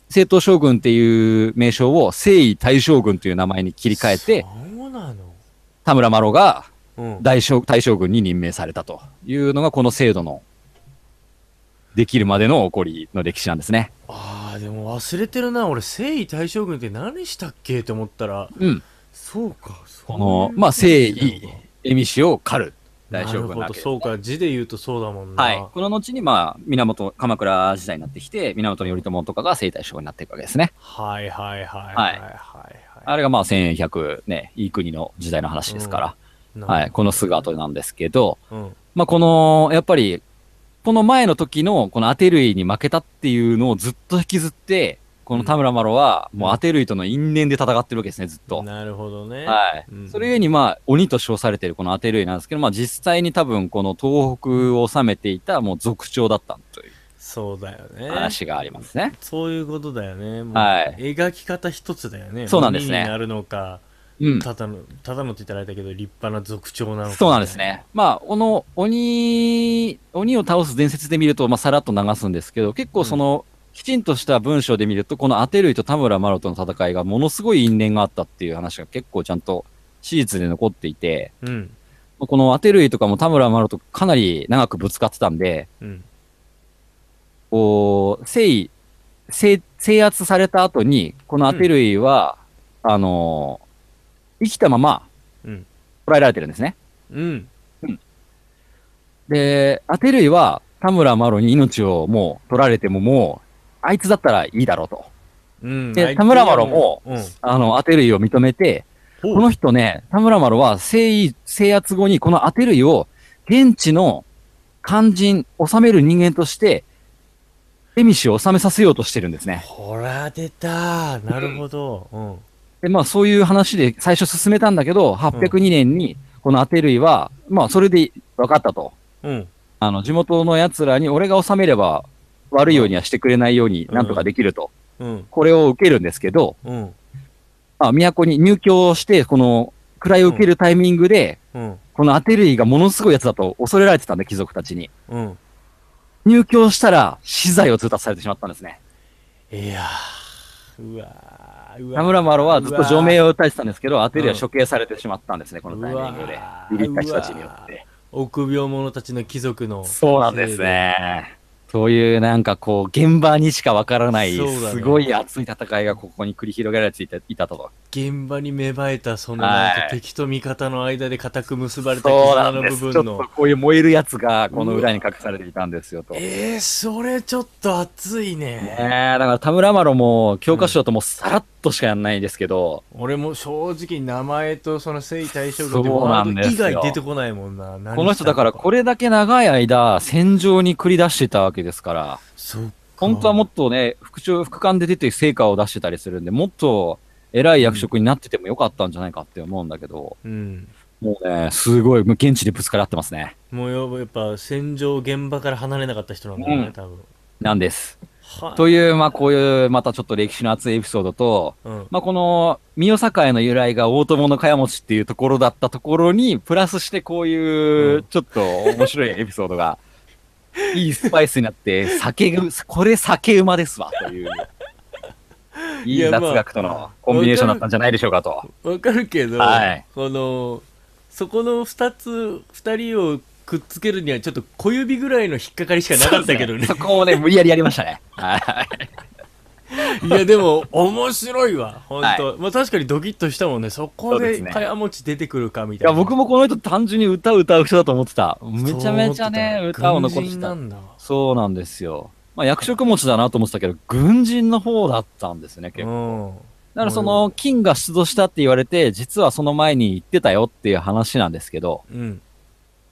政党将軍っていう名称を征夷大将軍という名前に切り替えて、
そうなの
田村麻呂が
うん。
大将大将軍に任命されたというのがこの制度のできるまでの起こりの歴史なんですね。
ああ、でも忘れてるな。俺、征夷大将軍って何したっけって思ったら、
うん。
そうか、そう
こ
いう
の、まあ、征夷、蝦夷を狩る大
な
将軍
る
な
ほ
わ
ど、
けです
そうか。字で言うとそうだもんな。
はい。この後に、まあ、源、鎌倉時代になってきて、源頼朝とかが聖大将軍になっていくわけですね。
はいはいはい
は
はいいはい
あれがまあ、1100ね、いい国の時代の話ですから、
はい。
はい。このすぐ後なんですけど、
うん。
まあ、この、やっぱり、この前の時の、このアテルイに負けたっていうのをずっと引きずって、この田村麻呂は、もうアテルイとの因縁で戦ってるわけですね、ずっと。
なるほどね。
はい。
うん
それゆえに、まあ、鬼と称されてるこのアテルイなんですけど、まあ、実際に多分、この東北を治めていた、もう族長だったという
そうだよね。
話がありますね。
そういうことだよね。もう
はい
描き方一つだよね。
そうなんですね
鬼になるのか、
うん。
ただの、ただのって言ったらあれだけど、立派な族長なのか、
そうなんです。ね。まあ、この鬼、鬼を倒す伝説で見ると、まあ、さらっと流すんですけど、結構その、きちんとした文章で見ると、このアテルイと田村麻呂との戦いがものすごい因縁があったっていう話が結構ちゃんと史実で残っていて、
うん。
このアテルイとかも田村丸とかなり長くぶつかってたんで、
うん。
こう、誠意、制制圧された後に、このアテルイは、あのー生きたまま、
うん
捉えられてるんですね。
うん。
で、アテルイは、田村麻呂に命をもう取られてももう、あいつだったらいいだろうと。
うん。
で
あいつ
田村麻呂も
うん。
あの、アテルイを認めて、この人ね、田村丸は征夷、制圧後にこのアテルイを現地の肝心、治める人間として、エミシを治めさせようとしてるんですね。
ほら、出たなるほど。うん。
で、まあそういう話で最初進めたんだけど、802年にこのアテルイは、まあそれで分かったと。
うん。
あの、地元の奴らに俺が治めれば悪いようにはしてくれないようになんとかできると。
うん。
これを受けるんですけど、
うん。
まあ都に入居して、この位を受けるタイミングで、
うん。
このアテルイがものすごいやつだと恐れられてたんで、貴族たちに。
うん。
入居したら、資材を通達されてしまったんですね。
いやーうわーうわー
田村麻呂はずっと除名
うわ
を訴えてたんですけど、アテルイは
うん
処刑されてしまったんですね、このタイミング
う
で
わ。ー
ビビった人たちによって。
ー臆病者たちの貴族の。
そうなんです。ね。そういうなんかこう、現場にしかわからない、
そうだね
すごい熱い戦いがここに繰り広げられていたいたと。
現場に芽生えたその
はい
なんか敵と味方の間で固く結ばれた
そう
絆
な
の
んで
部
す。ち
分
ょっと
の。
こういう燃えるやつが、この裏に隠されていたんですよと。ね
えー、それちょっと熱い
え、
ね。
だから田村麻呂も、教科書だともうさらっとしかやんないんですけど、
俺も正直名前とその征夷大将軍って
そうな
ワ
ん
ー
で
ド
すよ
以外出てこないもんな。何
この人だから
した
これだけ長い間戦場に繰り出してたわけですから、
そう
本当はもっとね、副長、副官で出て成果を出してたりするんで、もっと偉い役職になっててもよかったんじゃないかって思うんだけど、
うん。
もうね、すごい、もう現地でぶつかり合ってますね。
もうやっぱ戦場現場から離れなかった人なんだよ
う
ね、
ん
多分。
なんです。
は
という、まあこういう、またちょっと歴史の熱いエピソードと、
うん。
まあこの、三代栄の由来が大友の茅持ちっていうところだったところに、プラスしてこういううんちょっと面白いエピソードが、いいスパイスになって、酒ぐ、これ酒馬ですわ、という。い
い
い
やまあ
雑学とのコンビネーションだったんじゃないでしょうかと。
わかるけど、
はい
この、そこの二つ、二人をくっつけるにはちょっと小指ぐらいの引っかかりしかなかったけどね
そ。こをね、無理やりやりましたね。はい
いやでも面白いわ本当、
は
まあ確かにドキッとしたもんねそ
そ
こ
うです
で
ね
茅持ち出てくるかみ
い
たい
や、
な
僕もこの人単純に歌を歌う人だと思ってた。めちゃめちゃね、歌を残して
軍人な
た。
んだ
そうなんですよ。まあ役職持ちだなと思ってたけど、軍人の方だったんですね、結構
うん
だからその、金が出土したって言われて、実はその前に言ってたよっていう話なんですけど、
うん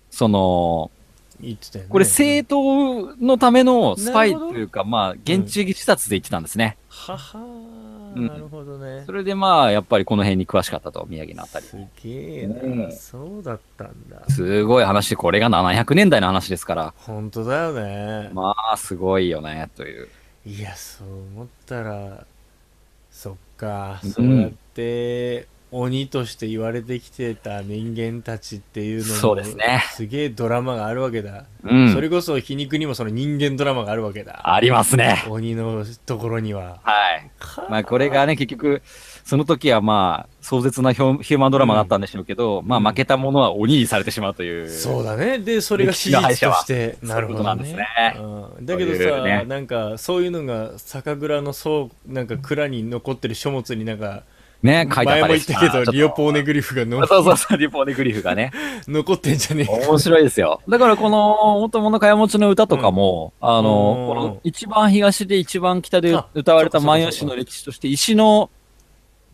その、
言ってたよね
これ政党のためのスパイ
なるほ
と
ど
いうか、まあ、現地自殺で言ってたんですね。
ははー
うん
なるほどね
それでまあ、やっぱりこの辺に詳しかったと、宮城のあたり。
すげえな、
うん
そうだったんだ
すごい話で、これが700年代の話ですから、
本当だよね、
まあ、すごいよね、という。
いやそう思ったらそっかそうやって、鬼として言われてきてた人間たちっていうのも
そうですね
すげえドラマがあるわけだ
う
そ
ん。
れこそ皮肉にもその人間ドラマがあるわけだ。
ありますね。
鬼のところには。
はい。まあ、これがね、結局、その時はまあ、壮絶なヒュヒューマンドラマだったんでしょうけど、まあ、負けたものは鬼にされてしまうという。
そうだね。で、それが
歴
史
史の敗
実
者
と
は
して、なるほど
そういうことなんです
ね
ね。
うんだけど
そういう
さ、
ね
なんかそういうのが酒蔵のそうなんか蔵に残ってる書物になんか
ね、書いてあ
前
った
も
り
言っ
した
たけどリオポーネ
グ
グリフがの
そうそうそう、リオポーネグリフがね。
残ってんじゃねえか。
面白いですよ。だからこの、大友の茅持ちの歌とかも、あの、
う
こ
ん
の一番東で一番北で
あ
歌われた
そうかそうか
万葉集の歴史として、石の、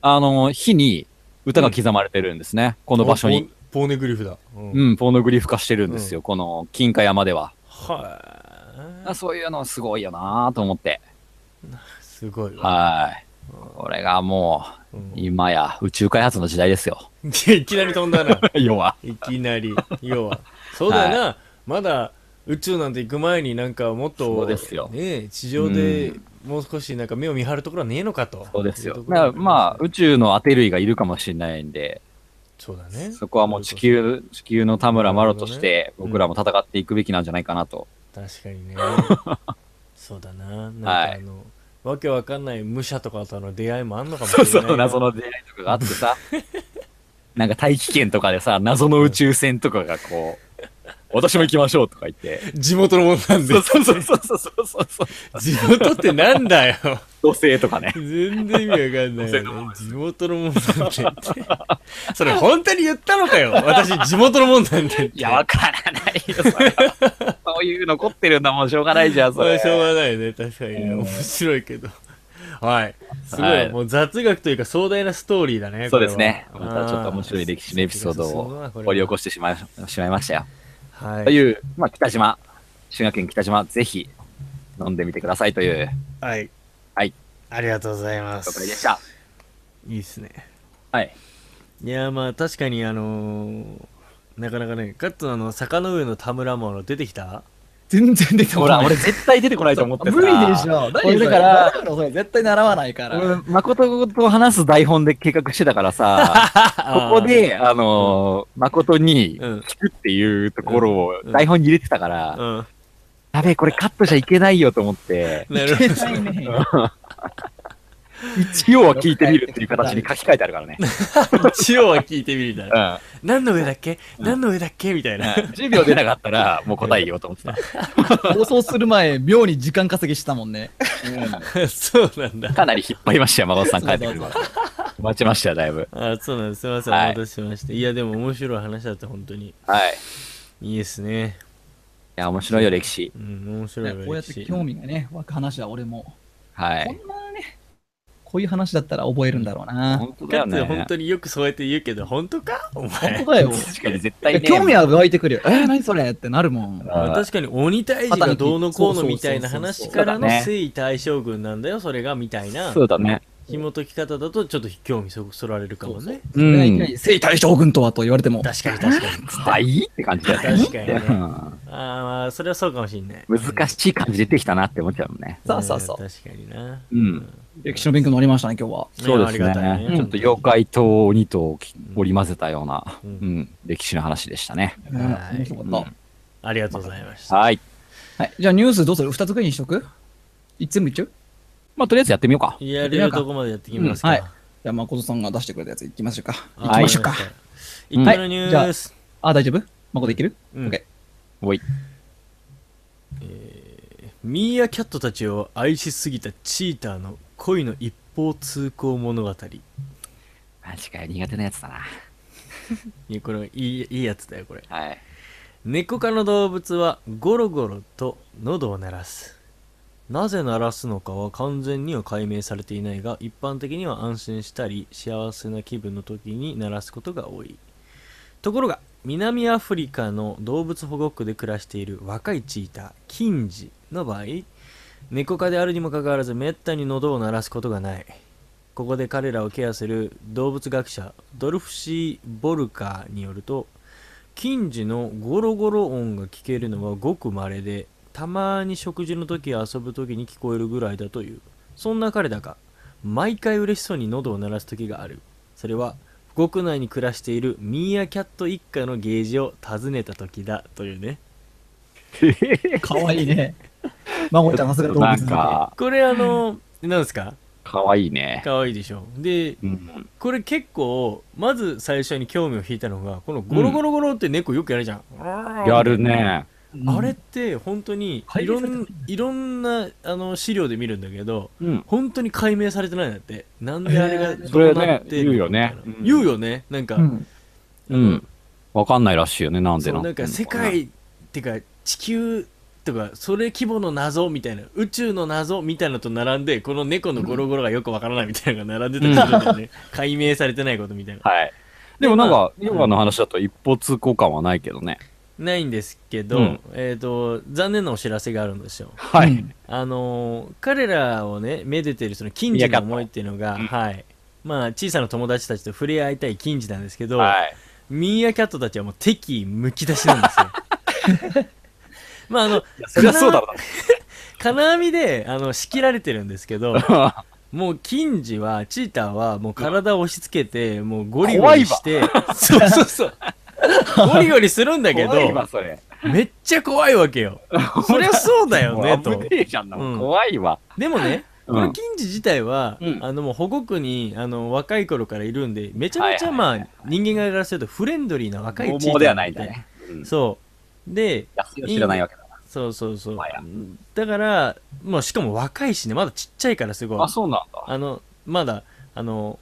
あの、火に歌が刻まれてるんですね。こ
こ
の場所に。。
ポーネグリフだ。うん
うん、ポーノグリフ化してるんですよ。この金華山では。
は
あそういうのすごいよなと思って。
い。すごいわ。
はい。これがも
う、
うん
い
今や宇宙開発の時代で
[LAUGHS]
すよ。
やいきなり飛んだな。
要は。
いきなり、要は。そうだよな、まだ宇宙なんて行く前になんかもっ
そ
と、
うですよ
ねえ、地上でもう少しなんか目を見張るところはねえのかと。
そうですよ。
い
だ
と
か
ころ
らまあ、宇宙のアテルイがいるかもしれないんで、
そうだね。
そこはもう地球、地球の田村麻呂として、
うん
僕らも戦っていくべきなんじゃないかなと。
確かに
[LAUGHS]
ね。そうだな。なんかあの、わけわかんない武者とかとの出会いもあんのかもしれないな。
謎の出会いとかがあってさ。 [LAUGHS] なんか大気圏とかでさ、謎の宇宙船とかがこう、私も行きましょうとか言って。
地元のものなんで
そうそうそうそうそうそうそう。
地元ってなんだよ
土星とか [LAUGHS] ね。
全然意味わかんないよね地元のもんなんてってそれ本当に言ったのかよ私地元のもんなんてって
いや、わからないよ、それはそういう残ってるんだもん、しょうがないじ [LAUGHS] ゃん、そ
まあ
れ。
しょうがないね確かにね面白いけどはいすごい、
はい
もう雑学というか壮大なストーリーだね
そうですね。
これは
またちょっと面白い歴史のエピソードを掘り起こしてしまいしまいましたよ。
は
と
い、
いう、まあ、北島、滋賀県北島、ぜひ飲んでみてくださいという
はい
はい
ありがとうございま
紹
す
介でした。
いいっすね
はい。
いやまあ確かにあのーなかなかねカットのあの坂の上の田村もの出てきた
全然出て
ほ
こ
[LAUGHS]
な
ら、
い。
俺絶対出てこないと思ってた。
無理でしょ。
俺だ
何だ
か
からら、だからそれ絶対習わないから。
俺、誠と話す台本で計画してたからさ、ここで、 [LAUGHS] あのー誠に
うん
聞くっていうところを
うん
台本に入れてたから、
うん
やべえ、これカットじゃいけないよと思って、
なるほど
ないね。
一応は聞いてみるっていう形に書き換えてあるからね。
一応は聞いてみるみた [LAUGHS] いな
うん
何の上だっけ何の上だっけみたいな
10秒出なかったら、もう答えようと思ってた。
放送する前、妙に時間稼ぎしたもんね。
[LAUGHS] そうなんだ
かなり引っ張りましたよ、孫さん帰ってくるまで。待ちましたよ、だいぶ。
あそうなんですすいませんお
はい
待たせしましたいやでも面白い話だった本当に
はい。い
いいですね
や、面白いよ、歴史。
うん面白い
こうやって興味がね、湧く話は俺も。
は
こ
い。
んなね、こういう話だったら覚えるんだろうな。
本当だ
か
よ
つて本
ね。
当によくそうやって言うけど本当かお前
本当だよ。
確かに絶
いや
対ね。
興味は湧いてくるよ。えー、何それってなるもん。
まあ [LAUGHS]
私
確かに鬼退治がどうのこうのみたいな
そう
話
そう
そ
か
うそ
ら
う
の
そうだね
征夷大将軍なんだよそれがみたいな
そうだね。
紐解き方だとちょっと興味そそられるかもね
う
それがいき
ん
な。り征夷大将軍とはと言われても。
確かに [LAUGHS] 確かに
はいって感じだよね。
確かにねあーまあそれはそうかもしんない
うん難しい感じ出てきたなって思っちゃうもんね。
そうそうそう
うん確かにな
うん。
歴史の勉強になりましたね、今日は。
そうです
いやありがた
ね
い。ね
ちょっと妖怪と鬼とき織り交ぜたような、
う
うんん、歴史の話でしたね。
うん
はい
面白かった。
うん
ありがとうございました
はい。
はい。じゃあニュースどうする二つくらいにしとくい全部いっちゃう
まあ、とりあえずやってみようか。
やれるとこまでやってきますか、
うんはいじゃあ、誠さんが出してくれたやついきましょうか。
行
はい
きましょうか
一回のニュース、
あ、大丈夫誠
[LAUGHS]
いける
うん
オッケ
おい。
ミーアキャットたちを愛しすぎたチーターの恋の一方通行物語
マジかよ、苦手なやつだな。
いやこれいいいいやつだよこれ
はい。
猫科の動物はゴロゴロと喉を鳴らすなぜ鳴らすのかは完全には解明されていないが一般的には安心したり幸せな気分の時に鳴らすことが多いところが南アフリカの動物保護区で暮らしている若いチーターキンジの場合猫科であるにもかかわらずめったに喉を鳴らすことがないここで彼らをケアする動物学者ドルフシー・ボルカーによると近時のゴロゴロ音が聞けるのはごく稀でたまに食事の時や遊ぶ時に聞こえるぐらいだというそんな彼だが毎回嬉しそうに喉を鳴らす時があるそれは国内に暮らしているミーアキャット一家のゲージを訪ねた時だというね
ー。かわいいね。孫ちゃんがすが動
な
物
ん
好き
か、
これあの何ですか
かわいいね。
可愛いでしょで
うん。
これ結構まず最初に興味を引いたのがこのゴロゴロゴロって猫よくやるじゃん、
やるね。
うん
あれって本当にい
解
ろ
明されてない
んいろんなあの資料で見るんだけど
うん。
本当に解明されてないんだってなんであれが
えー
どうなってるの
それね
みたいな
言うよねうん
言うよねなんか、
うん。
うん。わかんないらしいよね、なんで
そう
な
なんか世界ってか地球とかそれ規模の謎みたいな宇宙の謎みたいなのと並んでこの猫のゴロゴロがよくわからないみたいなのが並んでたりするんだよね、 [LAUGHS] 解明されてないことみたいな
はい。でもなん
ま
か、ヨガの話だと一方通行感はないけどね。
ないんですけど、
うん
えっ、と残念なお知らせがあるんですよ
は
う
い。
ん。
あのー彼らをねめでてるその近所の思いっていうのが、
ミーアキ
はいまあ、小さな友達たちと触れ合いたい近所なんですけど、
はい。
ミーアキャットたちはもう敵意むき出しなんですよ。
[LAUGHS]
まああの
そりゃそうだろ
金網であの仕切られてるんですけど
うな。
もう近所はチーターはもう体を押し付けてもうゴリゴリして [LAUGHS] そうそうそう
[LAUGHS]
ゴリゴリするんだけど
怖いわ、それ。
めっちゃ怖いわけよ。そりゃそうだよねと
もう危ねえじゃんな、
うん
怖いわ。
でもね、
うん
これ銀次自体は、
うん
あのもう保護区にあの若い頃からいるんでめちゃめちゃまあ、人間側からするとフレンドリーな若い地域
もうではないんだ
み
ね。う
た
ん
いそうで
安いを知らないわけだ。
そうそうそう
まあや
だからもうしかも若いしねまだちっちゃいからすごい
あ、そうなんだ。
あのまだあの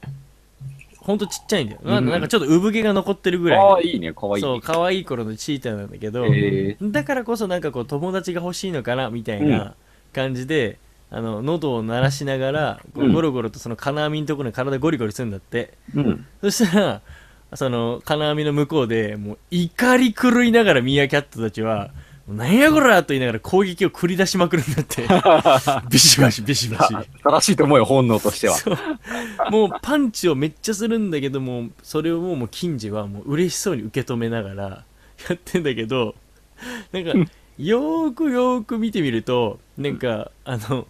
ほんとちっちゃいんだよ、
ん
まだなんかちょっと産毛が残ってるぐらい
あ
の
あ、いいね。かわいい。
そう可愛い頃のチーターなんだけど、
へえ
だからこそなんかこう友達が欲しいのかなみたいな感じで、あの喉を鳴らしながらこ
う
うんゴロゴロとその金網のところに体ゴリゴリするんだって、
うん。
そしたらその金網の向こうでもう怒り狂いながらミーアキャットたちは「なんやこら!」と言いながら攻撃を繰り出しまくるんだって [LAUGHS] ビシバシビシバシ
正しいと思うよ、本能としては。
もうパンチをめっちゃするんだけどもそれをもうもう金次はもう嬉しそうに受け止めながら [LAUGHS] やってんだけどなんかよーくよーく見てみるとなんかあの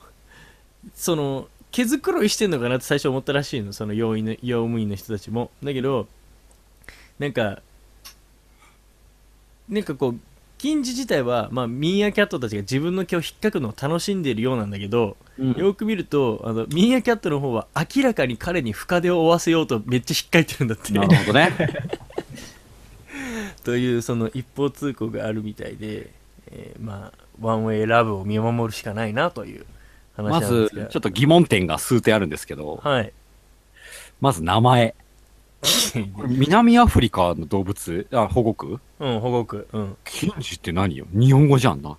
その毛づくろいしてんのかなって最初思ったらしいのその要員の用務員の人たちもだけどなんかなんかこう金次自体は、まあ、ミーアキャットたちが自分の毛を引っかくのを楽しんでいるようなんだけど、よく見るとあのミーアキャットの方は明らかに彼に深手を負わせようとめっちゃ引っかいてるんだって
なるほ
[LAUGHS]
どね。
というその一方通行があるみたいで、えーまあワンウェイラブを見守るしかないなという話なん
ま
で
ず
すが、
ちょっと疑問点が数点あるんですけど、
はい
まず名前。これ南アフリカの動物、あ、保護区
うん保護区うん
キンジって何よ日本語じゃんな。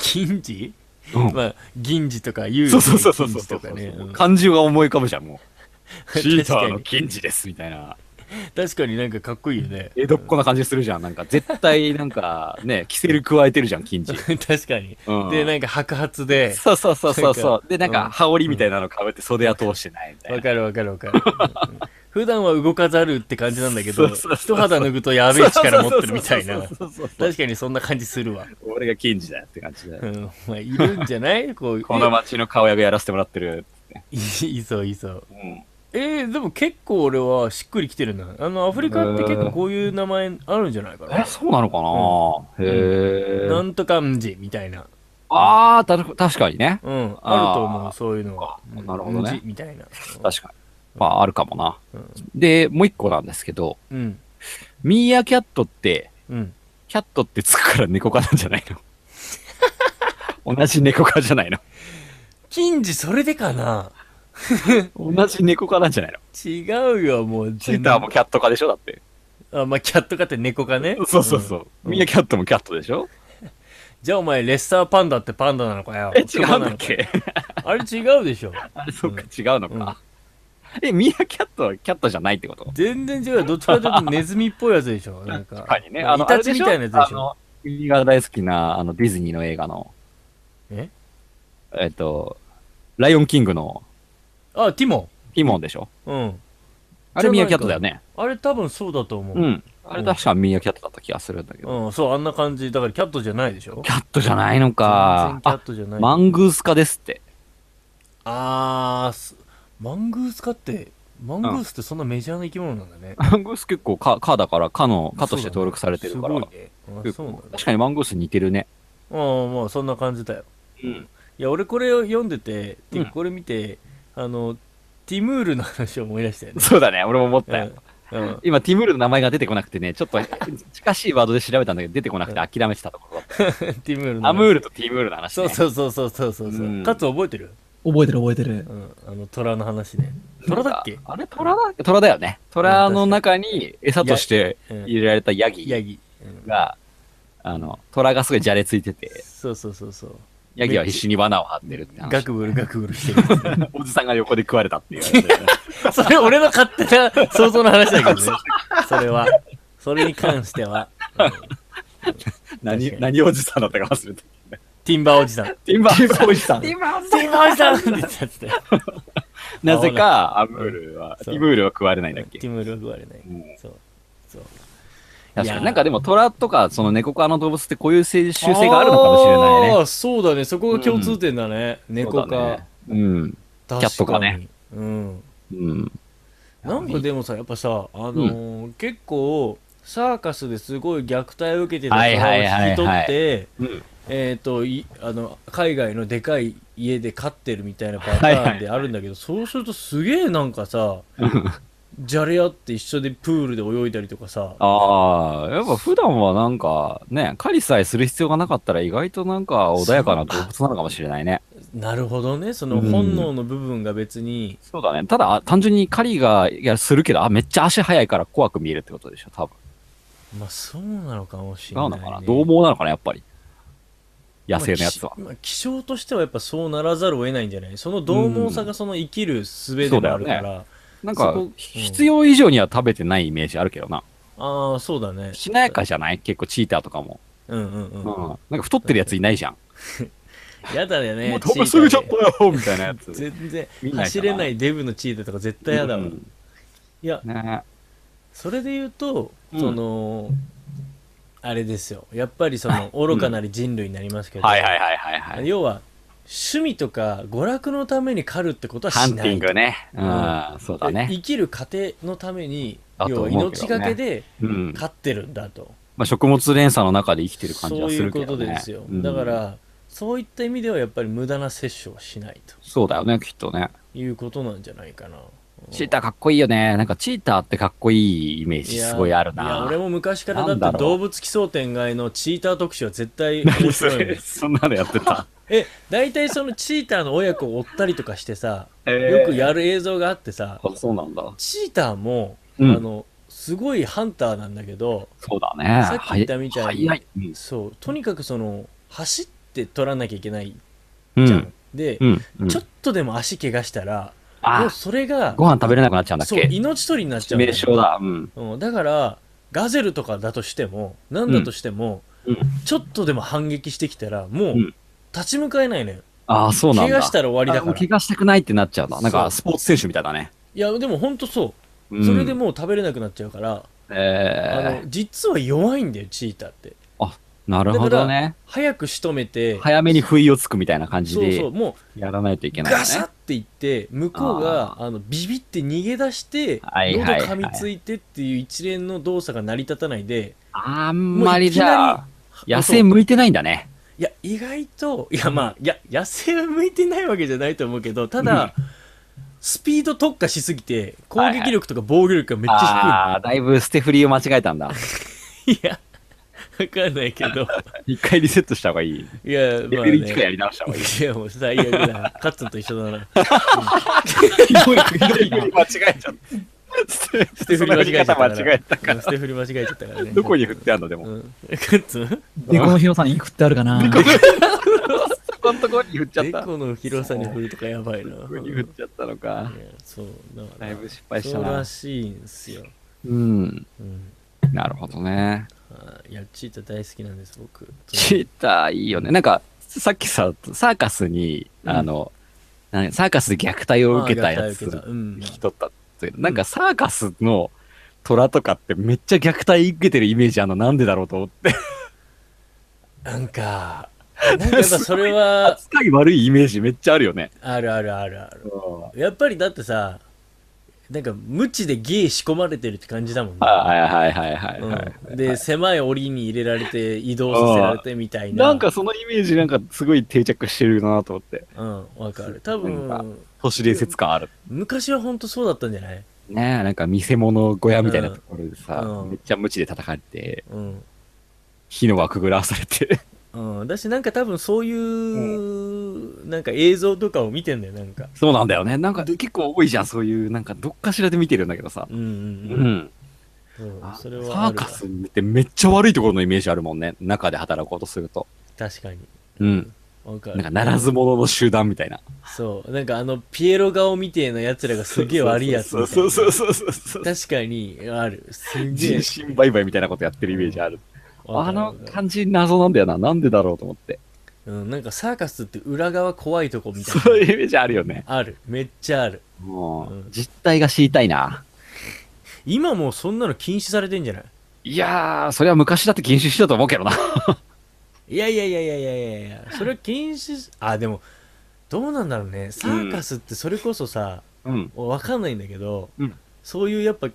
銀次、
うん
まあ銀次とか有
そう
事
そうそうそ
銀
うそう
次とかねうん
漢字が思い浮かぶじゃん、もう。
確
チ
かに
ーターの金字です、みたいな。
確かになんかかっこいいよね
江戸っ子な感じするじゃん。なんか、絶対、なんか、 [LAUGHS] ね、キセル加えてるじゃん、金字。
[LAUGHS] 確かに、
うん
でなんか白髪で
そうそうそうそうそう。で、なん
うん
か、羽織みたいなの被って袖は通してないみたい
わ
な。
かるわかるわかる [LAUGHS] うん普段は動かざるって感じなんだけど
そうそうそ
一
う
肌脱ぐとやべえ力持ってるみたいな
そうそうそうそう
確かにそんな感じするわ、
俺が金字だよって感じで
う。ん、まあいるんじゃ
[LAUGHS]
ないこう
この街の顔役やらせてもらってる。
いいそういそう
うん。
えー、でも結構俺はしっくりきてるなあのアフリカって結構こういう名前あるんじゃないか
え、
な、
そうなのかなへ
な
え。
んとかんじみたいな
あー、たる確かにね。
うん
あー
あると思うそういうのは
あなるほどね
んじみたいな
確かに。まあ、あるかもな。
うん
で、もう一個なんですけど、
うん
ミーアキャットって、
うん
キャットってつくから猫科なんじゃない [LAUGHS] の同じ猫科じゃないの
金次それでかな
同じ猫科なんじゃないの
違うよもう
チーターもキャット科でしょだって。
あまあキャットかって猫かね
そうそうそう。ミーアキャットもキャットでしょ
じゃあお前レッサーパンダってパンダなのかよ
え、違うんだっけ
あれ違うでしょ
あれ、そっか、違うのか。え、ミーアキャットはキャットじゃないってこと
全然違うよどっちかというとネズミっぽいやつでしょなんか
確かにね。
イタチみたいなやつで
あ
しょ
の、君が大好きな、あの、ディズニーの映画の、
え
えっと、ライオンキングの
あティモ
ティモンでしょ
うん
あれミーアキャットだよね。
あれ多分そうだと思う、
うん。あれ確かミーアキャットだった気がするんだけど。
うん、そう、あんな感じ。だからキャットじゃないでしょ
キャットじゃないの
全然
か。
キャッ
あ、
トじゃない。
マングース科ですって。
あーすマングースかって、マングースってそんなメジャーな生き物なんだね。
マングース結構か、かだから、かの、かとして登録されてるから。
そうだねすごいね。あ
結
そうなん
構
だ。
確かにマングース似てるね。
うん、まあそんな感じだよ。
うん。
いや、俺これを読んでて、で
うん
これ見て、あの、ティムールの話を思い出したよね。
そうだね、俺も思ったよ。
うんうん
今、ティムールの名前が出てこなくてね、ちょっと近しいワードで調べたんだけど、出てこなくて諦めてたところだっ
ティムールの
た。
話
アムールとティムールの話、
そ
ね。
うそうそうそうそうそう。
うん
かつ覚えてる
覚えてる覚えてる
う。ん、あの、虎の話ね。虎だっけ
なんかあれ、虎だ虎だよね。虎の中に餌として
うん
入れられたヤ
ヤ
ギ
ギ。うん
が、あの、虎がすごいじゃれついてて、
そうそうそうそう。
ヤギは必死に罠を張ってるって
ガ
話。
クブルガクブルしてる。
おじさんが横で食われた [LAUGHS] っていう話だよね。
それ俺の勝手な想像の話だけどね。それは。それに関しては。うん確か
何、
に
何おじさんだったか忘れた。
ティンバーおじさん。
ティンバー
おじさん。
ティンバーおじさん [LAUGHS] って言ったって。
なぜか、アムールは、
そう
ティムールは食われないんだっけ
ティムールは食われない。
うん
そう。そう。
確
い
か
やー
に。なんかでも、虎とか、その猫科の動物ってこういう習性があるのかもしれないね。
ああ、そうだね。そこが共通点だね。猫
そうだ
か
ね。。うん。
キャ
キャットかね。
うん。
うん。
なんかでもさ、やっぱさ、あのー、結構、サーカスですごい虐待を受けてた
はいはいはいはい
人を引き取って、
うん
えー、といあの海外のでかい家で飼ってるみたいなパターンであるんだけど、そうするとすげえなんかさじゃれ合って一緒でプールで泳いだりとかさ
ああ、やっぱ普段はなんか、ね、狩りさえする必要がなかったら意外となんか穏やかな動物なのかもしれないね。
なるほどねその
うん
本能の部分が別に、
そうだね。ただ、あ単純に狩りが、いや、するけど、あ、めっちゃ足速いから怖く見えるってことでしょ、多分。
まあそうなのかもし
違う
れない、ね、
のかな、獰猛なのかな、やっぱり。野生のやつは。
まあ、気象としてはやっぱそうならざるを得ないんじゃないその獰猛さがその生きる術でもあるか
そうだ
ら、
なんか
そこ、
必要以上には食べてないイメージあるけどな。
ああそうだね
しなやかじゃない結構チーターとかも。
うんうんうん、
うん。なんか太ってるやついないじゃん。
やだよね
もう
チーター
飛
で
ばすぎちゃったよみたいなやつ。
全然
見ないかな
走れないデブのチーターとか絶対やだわ、
うん
いや
ね
それで言うと、
うん
そのあれですよやっぱりその愚かなり人類になりますけど、
はいはいはいはいはい。
要は趣味とか娯楽のために狩るってことはしな
ハ
い
ンティングね。う、
うん
そうだね。
生きる過程のために
だ
要
と
は
思うけ
命
どね
がけで
うん。
飼ってるんだと、
まあ、食物連鎖の中で生きてる感じ
そ
は
う
す
いう
る
こ
け
と
ど
で
ね。
ですよ、
うん
だか、らそういった意味ではやっぱり無駄な摂取をしないと
そうだよね、きっとね。
いうことなんじゃないかな
チーターかっこいいよね。なんかチーターってかっこいいイメージすごいある
いやいや
な
俺。も昔から
なん
だっ
だ
て
ろ
動
う
物奇想天外のチーター特集は絶対面
[LAUGHS] そ
白いの
れ
[LAUGHS] よ
そんなのやってた。
え大体そのチーターの親子を追ったりとかしてさよ
よ
くや
る。
る映像があって
[LAUGHS]
さ
あそうなんだ。
チーターも、
うん
あのすごいハンターなんだけど
そうだね。
さっき言ったみたいに
はい早い
そうとにかくその走って取らなきゃいけない
うん。う
じゃん、
ん。
で、
うんうん
ちょっとでも足怪我したらもう
あ、
それが
ご飯食べれなくなっちゃうんだっ
そう
け
命取りになっちゃうの
名称だ。うん。
うん、だからガゼルとかだとしても何だとしても、
うんうん
ちょっとでも反撃してきたらもう
うん
立ち向かえないのよ、
ああ、そうなんだ。
怪我したら終わり
あ
だ
も
か
う
ら
怪我したくないってなっちゃうんだ。なん
そう
かスポーツ選手みたいだね。
いやでもほんとそううんそれでもう食べれなくなっちゃうから、あ
えー
の実は弱いんだよチーターって
なるほどね。
早く仕留めて
早めに不意をつくみたいな感じ
そうそ
で
うも
やらないといけ
う
ないよ
ガ
ね。
シャっていって向こうがあのビビって逃げ出して
はい
喉
はいはい
噛みついてっていう一連の動作が成り立たないで
あんまりじゃあ、野
そう
生向いてないんだね。
いや、意外と、いや、まあ、いや、野生は向いてないわけじゃないと思うけど、ただ、スピード特化しすぎて、攻撃力とか防御力がめっちゃ
ああー、だいぶ捨て振りを間違えたんだ。 [LAUGHS]
[LAUGHS] 低い。いや、わかんないけど、
一回リセットした方がいい。
いや、
レ
まあ、
ベル1くらいや
ね。
り直した方がいい。
いや、もう最悪だ。カッツンと一
[LAUGHS]
緒だな。
ひどい、ひどい。間違えちゃった。捨て
捨て振り間違えちゃったから。
間違えたか [LAUGHS]
うん捨て振り間違えちゃったからね。
ら。どこに振ってあんのでも。
うんカッツン
でこのヒロさん、インクってあるかな
[LAUGHS] そこのところに振っちゃっ
猫
た。こ
の広さに振るとかやばいな。
こに
うんい
振っちゃったのか。
やそう、だから。
だいぶ失敗した
そうら
な。
しいんすよ。
うん。
うん。
なるほどね。
はいいや、チーター大好きなんです、僕。
チーターいいよね。なんか、さっきさ、サーカスに、
うん
あの、何サーカスで虐待を受けたやつ
ああ虐待を受けたうん
聞き取ったっていうなんかサーカスの虎とかってめっちゃ虐待受けてるイメージあんのなんでだろうと思って、
なんか、なんかやっぱそれは、
扱い悪いイメージめっちゃあるよね。
あるあるあるある。やっぱりだってさ、なんか無知で芸仕込まれてるって感じだもんね。
はいはいはいはいはい。
うん、で、狭い檻に入れられて移動させられてみたいな。
なんかそのイメージなんかすごい定着してるなと思って。
うん、わかる。多
なん
分、
都市伝説感ある。
昔は本当そうだったんじゃない
ねえ、なんか見せ物小屋みたいなところでさ、
うん
めっちゃ無知で叩かれて、
うん。
火の輪くぐらされて。
うん、だし、なんか多分そういう、なんか映像とかを見てんだよ、なんか。
そうなんだよね。なんか結構多いじゃん、そういう、なんかどっかしらで見てるんだけどさ。
うんう
う
んうん。
ん。
うん、それ
サ
はあるわ
ーカスってめっちゃ悪いところのイメージあるもんね。中で働こうとすると。
確かに。
うん。
わか
なんか
る。
ならず者の集団みたいな。
そう。なんかあの、ピエロ顔みてえな奴らがすげえ悪いやつみたい
そう
な。
そうそうそうそうそう。
確かに、ある。すんげえ
人。身売買みたいなことやってるイメージある。
わか
あ
るわ
の
かる
感じ謎なんだよな。なんでだろうと思って。
うん、なんかサーカスって裏側怖いとこみたい
そういうイメージあるよね。
な。ある。めっちゃある。
もう、
うん
実態が知りたいな。
今もうそんなの禁止されてんじゃない
いやー、それは昔だって禁止してたと思うけどな。
いやいやいやいやいやいやいや、それは禁止し、あ、でも、どうなんだろうね。サーカスってそれこそさ、
うん。
わかんないんだけど、
うん
そういうやっぱ、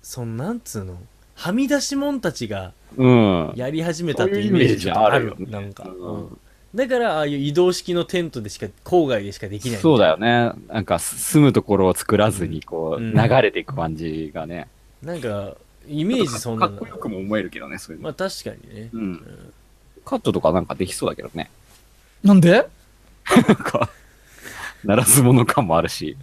そのなんつうの、はみ出し者たちが
うん。
やり始めたっていうイ
そう
メ
いうイメ
ー
ー
ジ
ジ
ちょっとある
あるよね
なんか、
うん
うんだからああいう移動式のテントでしか郊外でしかできない
そうだよね。なんかす住むところを作らずにこう
うん
流れていく感じがね。
なんかイメージそん
か
な
っ
の
こよくも思えるけどね、そういう
ま
の。
あ確かにね
うん。カットとかなんかできそうだけどね。
なんで
なんか、鳴らすもの感もあるし。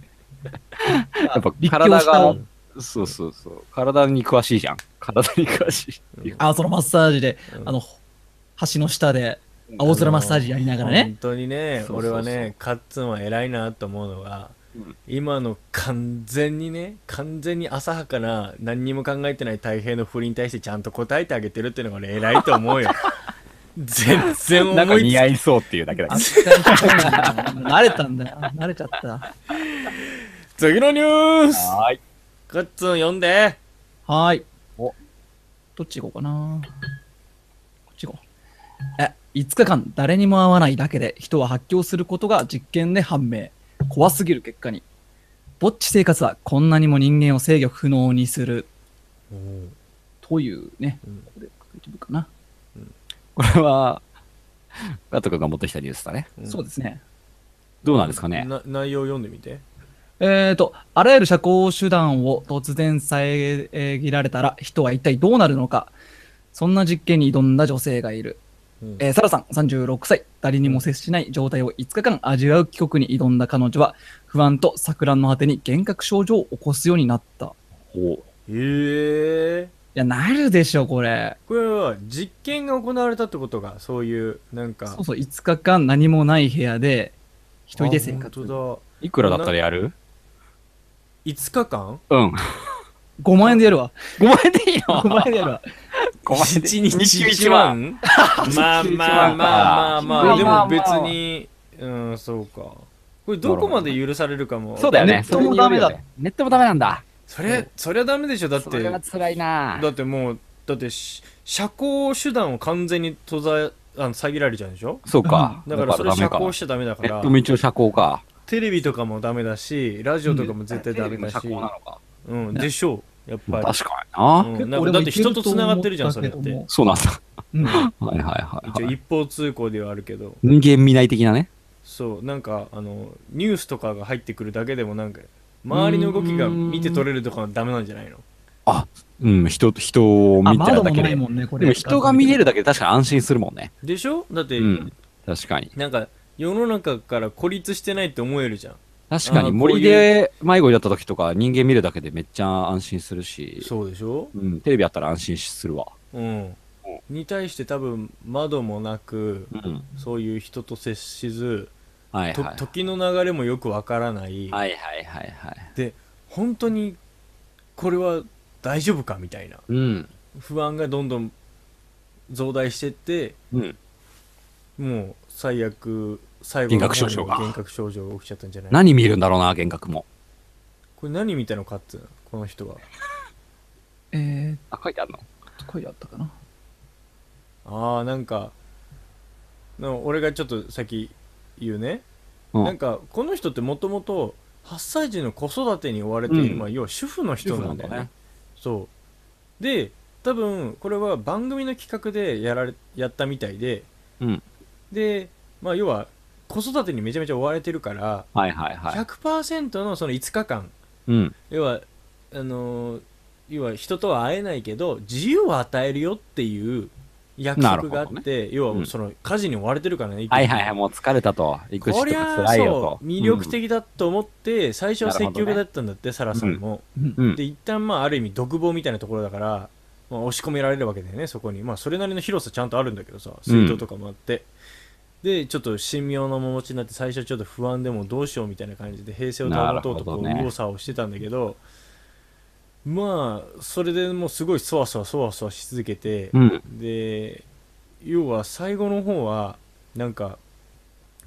やっぱ
立教
体
した
が、そうそうそう。体に詳しいじゃん。体に詳しいっていう。
あ、そのマッサージで、
うん
あの、橋の下で、青空マッサージやりながらね。
本当にね
そうそうそ
俺
う
はねカッツンは偉いなと思うのが、
うん
今の完全にね完全に浅はかな何にも考えてない太平の振りに対してちゃんと答えてあげてるっていうのが俺偉いと思う
[LAUGHS]
よ全然
な
思
んか
いつ
似合いそうっていうだけだけど。
慣れたんだよ。慣れちゃった。
次のニュース
はーい。
カッツン読んで
はーい。
お
どっち行こうかな。こっち行こう。え、5日間誰にも会わないだけで人は発狂することが実験で判明。怖すぎる結果に。ぼっち生活はこんなにも人間を制御不能にする。というね、
うん
ここで書いてるかな、
これは、加藤君が持ってきたニュースだね。
うん
そうですね。
どうなんですかね。
な内容読んでみて
えーと、あらゆる社交手段を突然遮られたら人は一体どうなるのか。そんな実験に挑んだ女性がいる。
うん
えーサラさん、36歳。誰にも接しない状態を5日間味わう帰国に挑んだ彼女は、不安と錯乱の果てに幻覚症状を起こすようになった。い
ほ
へえ
や、なるでしょ、これ。
これは実験が行われたってことがそういうなんか
そうそう、5日間何もない部屋で、一人で生活。
あ本
ういくらだったらやる
当だ5日間
うん。
5万円でやるわ。
5万円でいい
[LAUGHS]
の
5万円でやるわ。
一日
一
1万 [LAUGHS] まあまあまあまあまあ、で
ま
も
あ
別に、うん、そうか。これどこまで許されるかも。
そうだよね。
ネットもダメだ
それによるよね。ネットもダメなんだ。
それ、それはダメでしょ。だっ
そ
て、
れは
だ
辛いな
ってもう、だってし、社交手段を完全に閉ざ、あの、遮られちゃうでしょ
そうか。
だからそれ
ダメ
社
か。
交しちゃダメだか
ネッ
ら
ト、も一応社交か。
テレビとかもダメだし、ラジオとかも絶対ダメだ
社
し
交、なのか。
うん、でしょう、やっぱ
確か
り。
にな。
うん、な
結構
んか
俺
だ
も
っ
い
て
ける
人
と
と
思
繋
た
がってるじゃん、それっ
けど
て
も。。
そうなんだ。
うん
はいはいは
一
い
応
はい。
一方通行ではあるけど。
人間未来的なね。
そうなんかあのニュースとかが入ってくるだけでもなんか周りの動きが見て取れるとかはダメなんじゃないの
うん、人、人を
あ、
見て
窓
る
も
だけ
な
で
い。もんね、これ。
でも人が見れるだけで確かに安心するもんね。
でしょだって、
うん。確かに。
なんか世の中から孤立してないって思えるじゃん
確か
あー
に
こうい
森
う
で迷子になった時とか人間見るだけでめっちゃ安心するし、
そうでしょ
うん、テレビあったら安心するわ。
うんに対して多分窓もなく
うん。
そういう人と接しず、
はい
と
はい。はい
時の流れもよくわからない、
はいはいはい。
本当にこれは大丈夫かみたいな
うん。
不安がどんどん増大してって
うん。
もう最悪最後の方に
幻覚症状が
幻覚症状が起きちゃったんじゃない
何見るんだろうな、幻覚も。
これ何見たのかっつうのこの人は
えーっ
あ、書いてあるの
と、これあったかな。
ああなんかの俺がちょっと先言うね、
うん
なんかこの人ってもともと8歳児の子育てに追われている、
うん
まあ、要は主婦の人なんだよね
主婦なんだね
そうで多分これは番組の企画でやられやったみたいで、
うん
で、まあ、要は子育てにめちゃめちゃ追われてるから、
はいはいはい。
100%のその5日間
うん。
要はあのー要は人とは会えないけど自由を与えるよっていう約
なる
束
ほ
があ
ど
っ
ね
て、要
う
は
ん
その家事に追われてるからね、育児
はいはいはい、もう疲れたと。育児
ことり
か
ゃ
辛いよ
そ
と。
う魅力的だと思って、最初は積極だったんだって、サラさんも、
うん。うん
で一旦まあある意味独房みたいなところだから、まあ、押し込められるわけだよねそこにまあそれなりの広さちゃんとあるんだけどさ水道とかもあって、でちょっと神妙な面持ちになって最初ちょっと不安でもどうしようみたいな感じで平成を保とうとこう
なるほどね
右往左往してたんだけどまあそれでもうすごいそわそわそわそわし続けて、
うん。
で要は最後の方はなんか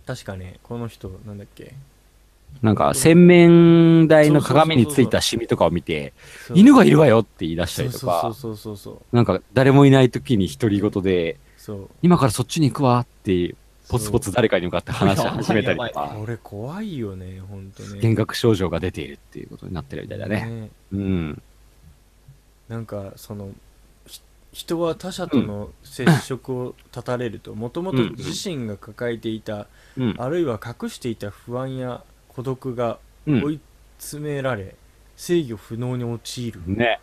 確かねこの人なんだっけ
なんか、洗面台の鏡についたシミとかを見て、犬がいるわよって言い出したりと
そう
か、
そうそうそうそう
なんか、誰もいない時に独り言で、
そう
今からそっちに行くわって、ポツポツ誰かに向かって話し始めたり
や
と
ば
か、
これ怖いよね本当ね
幻覚症状が出ているっていうことになってるみたいだね。うん。
なんかそのひ人は他者との接触を断たれるともともと自身が抱えていた、
うん
あるいは隠していた不安や孤独が
うん
追い詰められ、制御不能に陥る
ね。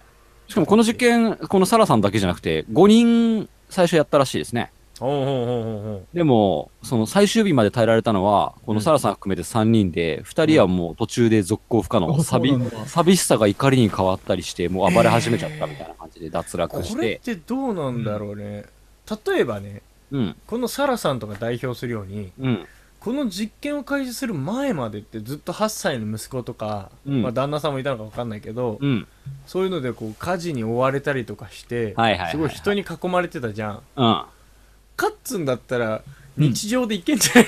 しかもこの実験、このサラさんだけじゃなくて、5人最初やったらしいですね。
ほうほうほうほうほう
でも、その最終日まで耐えられたのは、こ
う
の
ん
サラさん含めて3人で、2人はもう途中で続行不可能。
あそう
寂
なんだ
寂しさが怒りに変わったりして、もう暴れ始めちゃったみたいな感じで脱落し、
これっててどうなんだろうね、例えばね
うん、
このサラさんとか代表するように
うん、
この実験を開始する前までってずっと8歳の息子とか、
うん
まあ、旦那さんもいたのか分かんないけど、
うん、
そういうのでこう火事に追われたりとかして、
はいはいはいはい
すごい人に囲まれてたじゃん
うん。
カッツンだったら日常でいけんじゃない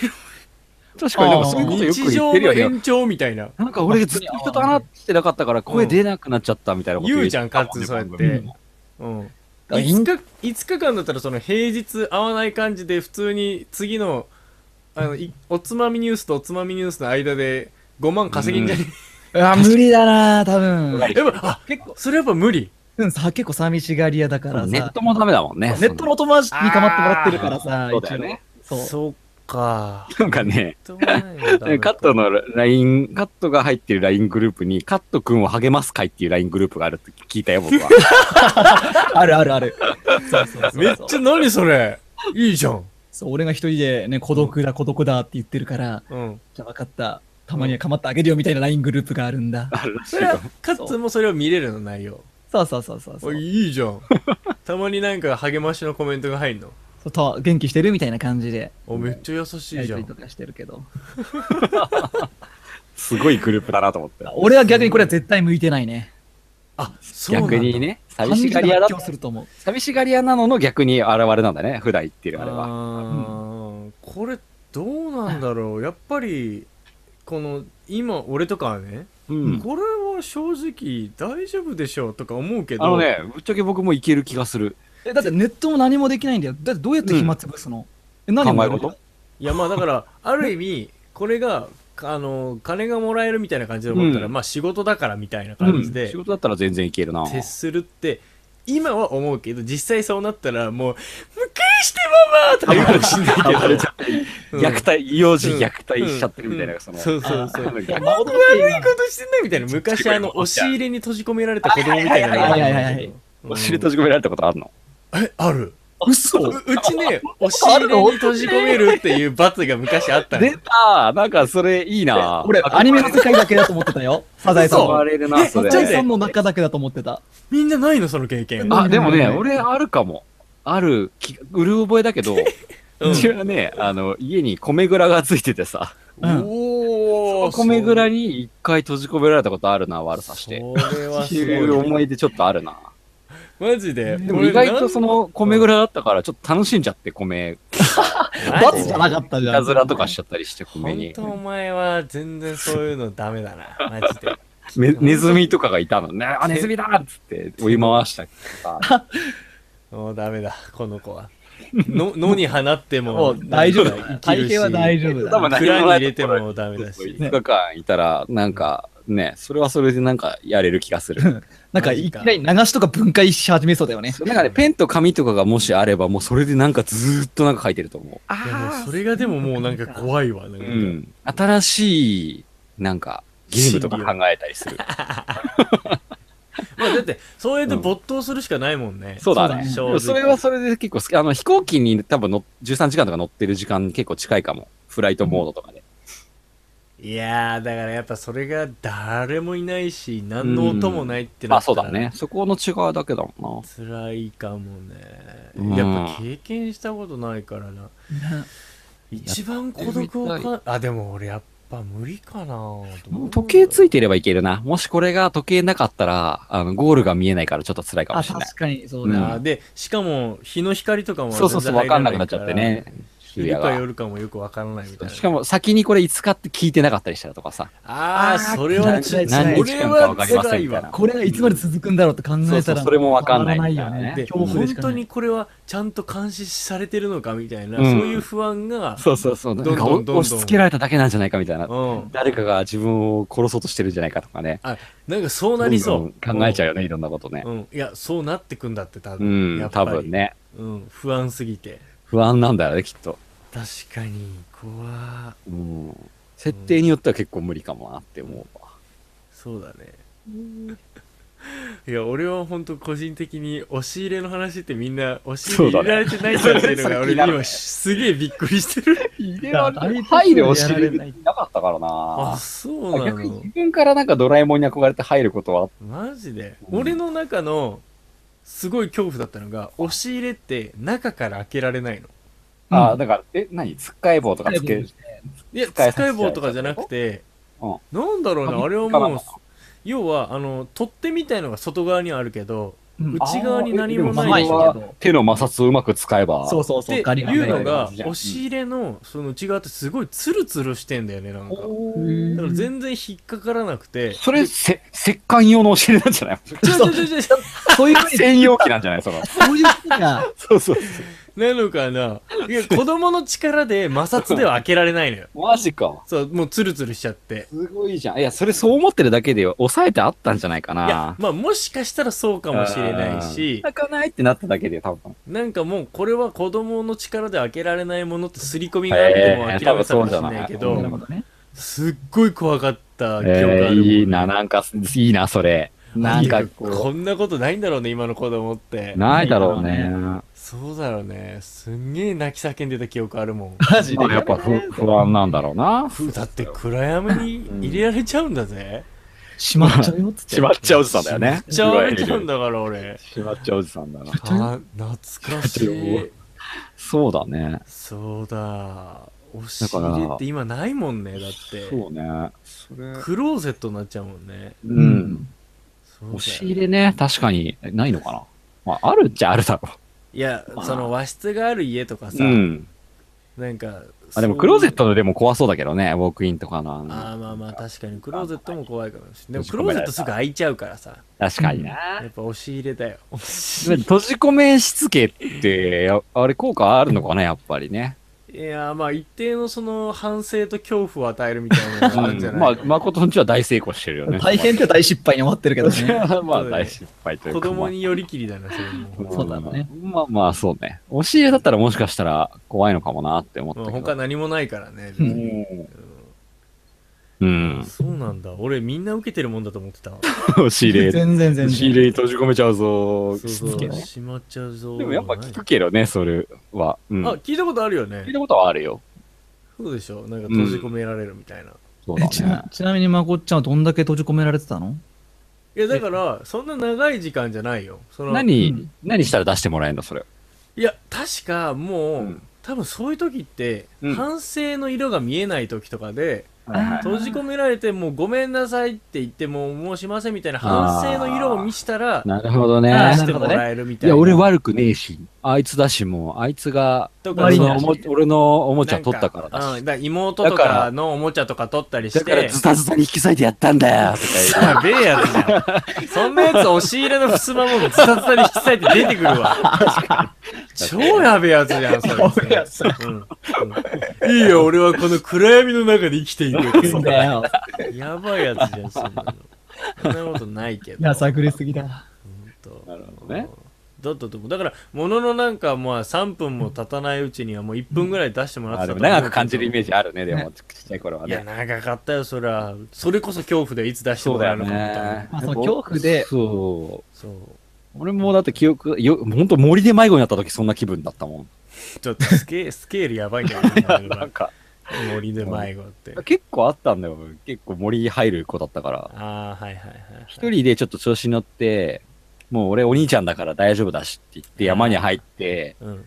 確かに、で [LAUGHS] もそういう
の、
ことよ
日
く言っ
常
てる
の
よね。
延長みたいな
なんか俺ずっと人と話してなかったから声出なくなっちゃったみたいなこと
言うじ
て
ゃんカッツンそうやっ
う
て
ん、
うん
あいいん
5日5日間だったらその平日会わない感じで普通に次のあのいおつまみニュースとおつまみニュースの間で5万稼ぎんじゃね
うわ、無理だな、多分。
え、 [LAUGHS] やっぱあ
結構、
それやっぱ無理
うん、さ、結構寂しがり屋だからさ。
ネットもダメだもんね。
ネットのお友達にかまってもらってるからさ、
そうだよね。
一応。そう。
っか
なんかね、
ともないんだ [LAUGHS]
えカットの LINE、カットが入ってる LINE グループに、カットくんを励ます会っていう LINE グループがあるって聞いたよ、僕は。
[LAUGHS]
あるあるある。そうそうそうそう
めっちゃ何それいいじゃん
そう、俺が一人でね、孤独だ、孤独だって言ってるから、
うん
じゃあ分かった。たまにはかまってあげるよみたいな LINE グループがあるんだ。
あるらしい
それはカッツンもそれを見れるの内容
そうそうそうそうそ
お
う。
いいじゃ
[LAUGHS]
んたまになんか励ましのコメントが入んの
そうと元気してるみたいな感じで、
おめっちゃ優し
や
い
り
じゃ
と
ん
りとかしてるけど。
すごいグループだなと思って。
俺は逆にこれは絶対向いてないね。
あそうなんだ
逆にね、寂しがり屋だ
感情で発狂すると思う。
寂しがり屋なのの逆に現れなんだね、普段言ってるあれは。
ーこれどうなんだろうやっぱりこの今俺とかはね、
うん。
これは正直大丈夫でしょうとか思うけど
あのね、ぶっちゃけ僕もいける気がする。
え、だってネットも何もできないんだよ。だってどうやって暇つぶすの、え、何もやる
考え事
いやまあだから
[LAUGHS]
ある意味これがあの金がもらえるみたいな感じで思ったら、
うん
まあ仕事だからみたいな感じで、
仕事だったら全然いけるな。
徹するって今は思うけど実際そうなったら
[LAUGHS]
もう「むくしてママ!」とか言うかもしんないけ
暴れ
ど
ちゃったり、
うん
虐待、幼児虐待しちゃってるみたいな、その。
そうそうそう
なんか
孫とか
悪いことしてないみたいな昔
[LAUGHS]
あの押し入れに閉じ込められた子供みたいなのがあるんだけど
はいはいはいはい
うん
お尻閉じ込められたことあるの
えあ
[LAUGHS]
る
嘘
ううちね押し入れに閉じ込めるっていう罰が昔あったの
出たなんかそれいいな
俺、アニメの世界だけだと思ってたよ。サザエさん
そう
は。
れるな、そ
サ
れ
ザエさんの中だけだと思ってた。
みんなないのその経験
あ、でも
う
ね、
ん
俺あるかも。ある気が、うる覚えだけど、
うん
うちはね、あの、家に米蔵がついててさ、
うん
おお
米蔵に一回閉じ込められたことあるな、悪さして。
それは
っ
す
て [LAUGHS] いう
ごい
思い出ちょっとあるな。
マジで
でも意外とその米蔵だったから、ちょっと楽しんじゃって、米、
罰じゃなかった
い
じゃん。
たずらとかしちゃったりして、米
本
に
当。お前は全然そういうのダメだ
[LAUGHS]
なマジで
めネズミとかがいたのね、あ、ネズミだっつって追い回したりとか。
もうダメだこの子はの野に放って
も [LAUGHS]
も
う大丈夫だよ。
生きる
体
し
型は大丈夫だ
多分
よ。
何
蔵
も
に
な
入
い
れてもダメだし
5日間いたら、なんかね、それはそれでなんかやれる気がする。
なんかいきなり流しとか分解し始めそうだよね。
なんかね、ペンと紙とかがもしあれば、もうそれでなんかずーっとなんか書いてると思う。
いやもうそれがでももうなんか怖いわなん
う
か
ん。新しい、なんか、ゲームとか考えたりする。
まあだってそうやって没頭するしかないもんね、
[LAUGHS] そうだね。
正
で
直
もそれはそれで結構好き。あの、飛行機に多分の13時間とか乗ってる時間結構近いかも。フライトモードとかで。
いやーだからやっぱそれが誰もいないし何の音もないって
ま
な
あ
った
そう
ら、
だね。そこの違いだけだもんな。
辛いかもね、
うん
やっぱ経験したことないからな一番孤独をかあでも俺やっぱ無理かなどう
時計ついてればいけるな。もしこれが時計なかったら、あの、ゴールが見えないからちょっと辛いかも
あ、
しれない。
確かにそう
う
だ。
ん
あーでしかも日の光とかも
そうそうそう、わ
全然
か
入
ん
ら
なくなっちゃってね。昼
いる
夜
か
が。
夜かもよくわからないみたいな
しかも先にこれいつかって聞いてなかったりしたらとかさ。
ああそれは
何
ちょっ
日
と
間
それ
かわか
は
りま
辛
せん
い
みたいな
わ。
これがいつまで続くんだろうって考えた
そ
ら、
うそう、それもわかんないみたい
たま
な
らないよね
で
ね。
恐怖でし
本
か
当
ない
にこれはちゃんと監視されてるのかみたいな、
うん
そういう不安が、
そうそうそう。なん
ど
か
んどんどんどん
押し付けられただけなんじゃないかみたいな。
うん、
誰かが自分を殺そうとしてるんじゃないかとかね。
なんかそうなりそ
どん
う
どん考えちゃうよね、いろんなことね。
うん、いやそうなってくんだって多
う
分、や
ん
っ、ぱ
多
り
分ね。
うん、不安すぎて
不安なんだよね、きっと。
確かに怖
うん。設定によっては結構無理かもなって思うわ。
そうだね [LAUGHS] いや俺は本当個人的に押し入れの話ってみんな押し入れ入れられてないんだっていう
[LAUGHS]
のが
そう
俺
だね
今すげえびっくりしてる
入るお尻なかったから
あ
な。
そうな
逆に
の
自分からなんかドラえもんに憧れて入ることはあっ
マジで、
うん
俺の中のすごい恐怖だったのが押し入れって中から開けられないの
あ、
うん
だから、え、何つっかえ棒とかつける。
いや
使いさせ
使い棒とかじゃなくて
うん
なんだろう
あ
なあれは
つかな
も
か
う
った
要はあの取っ手みたいのが外側にはあるけど
うん
内側に何も
あー
ない
え
ん
でも
だ
そ
けど
れは手の摩擦をうまく使えば。
そうそう
って
そう、ガリガリ
いうの
ガリ
が
ガリ
押し入れのその内側ってすごいツルツルしてんだよねなんか
うん
だから全然引っかからなく
[LAUGHS]
て
それ、せ、石棺用のお尻なんじゃ [LAUGHS] ない
ちょちょちょちょちょ
そういうふうに、
専用機なんじゃないその。
そういうふうな、
そうそう。
[LAUGHS] なのかないや子供の力で摩擦では開けられないのよ
マジか。
そうもうツルツルしちゃって
すごいじゃん。いや、それそう思ってるだけで抑えてあったんじゃないか
いや
な。
まあもしかしたらそうかもしれないし
開かないってなっただけで多分。
なんかもうこれは子供の力で開けられないものって刷り込みがあっても諦めたかもしれないけ
う
ど、
ん
なるほどね。
すっごい怖かった記憶がある
えー、
もん
いいな、なんか、いいな、それ。なんか
こ
こ
んなことないんだろうね今の子供って
う、ないだろうね。
そうだろうねすんげえ泣き叫んでた記憶あるも [LAUGHS] ん
マジで
まあ。やっぱ不不安なんだろうな。
ふだって暗闇に入れられちゃうんだぜ
しまっちゃうよっつって。
しまっちゃうおじさんだよね。
じゃあれちゃうんだから俺
しまっちゃうおじさんだな。
あ懐かしい
そうだね。
そうだ押し入れって今ないもんねだって
そうね。それ
クローゼットになっちゃうもんね
う。
うんん。
そうだよ
押し入れね、確かにないのかな。まあ、あるっちゃあるだろ
いや
まあ
その和室がある家とか
う。
さ、
ん。
なんか
あ、でもクローゼッ
ト
トのでも怖そうだけどね、ウォークインとかのあ
あ
の。
あまあまあ確かにクローゼットも怖いかもしれないでも
閉じ
ク
込
ロ
め
ーゼ
られた
ットすぐ開いちゃうからさ
確かにな。
やっぱ押し入れ [LAUGHS] だよ
閉じ込めしつけって、やあれ効果あるのかな、やっぱりね。
いやーまあ一定のその反省と恐怖を与えるみたいなのがあるんじゃ
うん
な
ま
い、
あ、誠のちは大成功してるよね。
大変って大失敗に終わってるけどね。
まあ、大 [LAUGHS] 失敗というか。
子供によりきりだなそれ
[LAUGHS]
も、
まあ
そうだね。
まあまあ、そうね。押し入れだったらもしかしたら怖いのかもなって思った
まあ、
けど。
他何もないからね、
う
うん。
そうなんだ俺みんな受けてるもんだと思ってたわ
[LAUGHS] 押し入
全
れ。
然全然。
押し入れに閉じ込めちゃうぞ
そうそう
しつけね
閉まっちゃうぞ
でもやっぱ聞
ない
くけどね、それは。うん。
あ聞いたことあるよ
聞い
ね
たことはあるよ。
そうでしょなんか閉じ込められるみたいな、
そう
えちなちなみにまこっちゃんはどんだけ閉じ込められてたの
いやだからそんな長い時間じゃないよその
何、
うん
何したら出してもらえるのそれ。
いや確かもう、
うん
多分そういう時って、
うん
反省の色が見えない時とかで
はいはい
閉じ込められてもうごめんなさいって言ってもうもうしませんみたいな反省の色を見したら
なるほど
出
ね。
あーな
して
るほ
も
どね
らえるみ
い
たいな。
や、俺悪くねえし、あいつだし、もう、あいつが、
と
悪
俺
いん
の
だ
お
し
も俺のおもち
な
ゃ
ん
取ったからだ
う
し
ん、。だから妹と
だか
からのおもちゃとか取ったりし
だ
て。 [LAUGHS]
からズタズタに引き裂いてやったんだよとか言う
やべえやつじゃん。そんなやつ押し入れの襖もズタズタに引き裂いて出てくるわ。超やべえやつじゃん、それ。うんうんいいよ、俺はこの暗闇の中で生きていくっていう。
だよ。
[LAUGHS] やばいやつじゃん、そんなの。そんなことないけど。
やさぐれすぎだ。
ほんと
なるほどね。
だったと思う。だから、もののなんか、まあ、3分も経たないうちにはもう1分ぐらい出してもらって
あ
た
で
と
も
思う
長く感じるイメージあるね、でも、ちっちゃい頃はい
や、
ね。
長かったよ、そりゃ。それこそ恐怖でいつ出してもらえるのかみたいな。
まあその恐怖で
そう。
そう。
俺もだって記憶、よ、ほんと森で迷子になった時そんな気分だったもん。
ちょっとスケスケールやばいんだよね今の
なん
が、
か、
森で迷子って。
結構あったんだよ。結構森入る子だったから。
ああ、はいはいはい。
一人でちょっと調子に乗って、もう俺お兄ちゃんだから大丈夫だしって言って山に入って、
うん。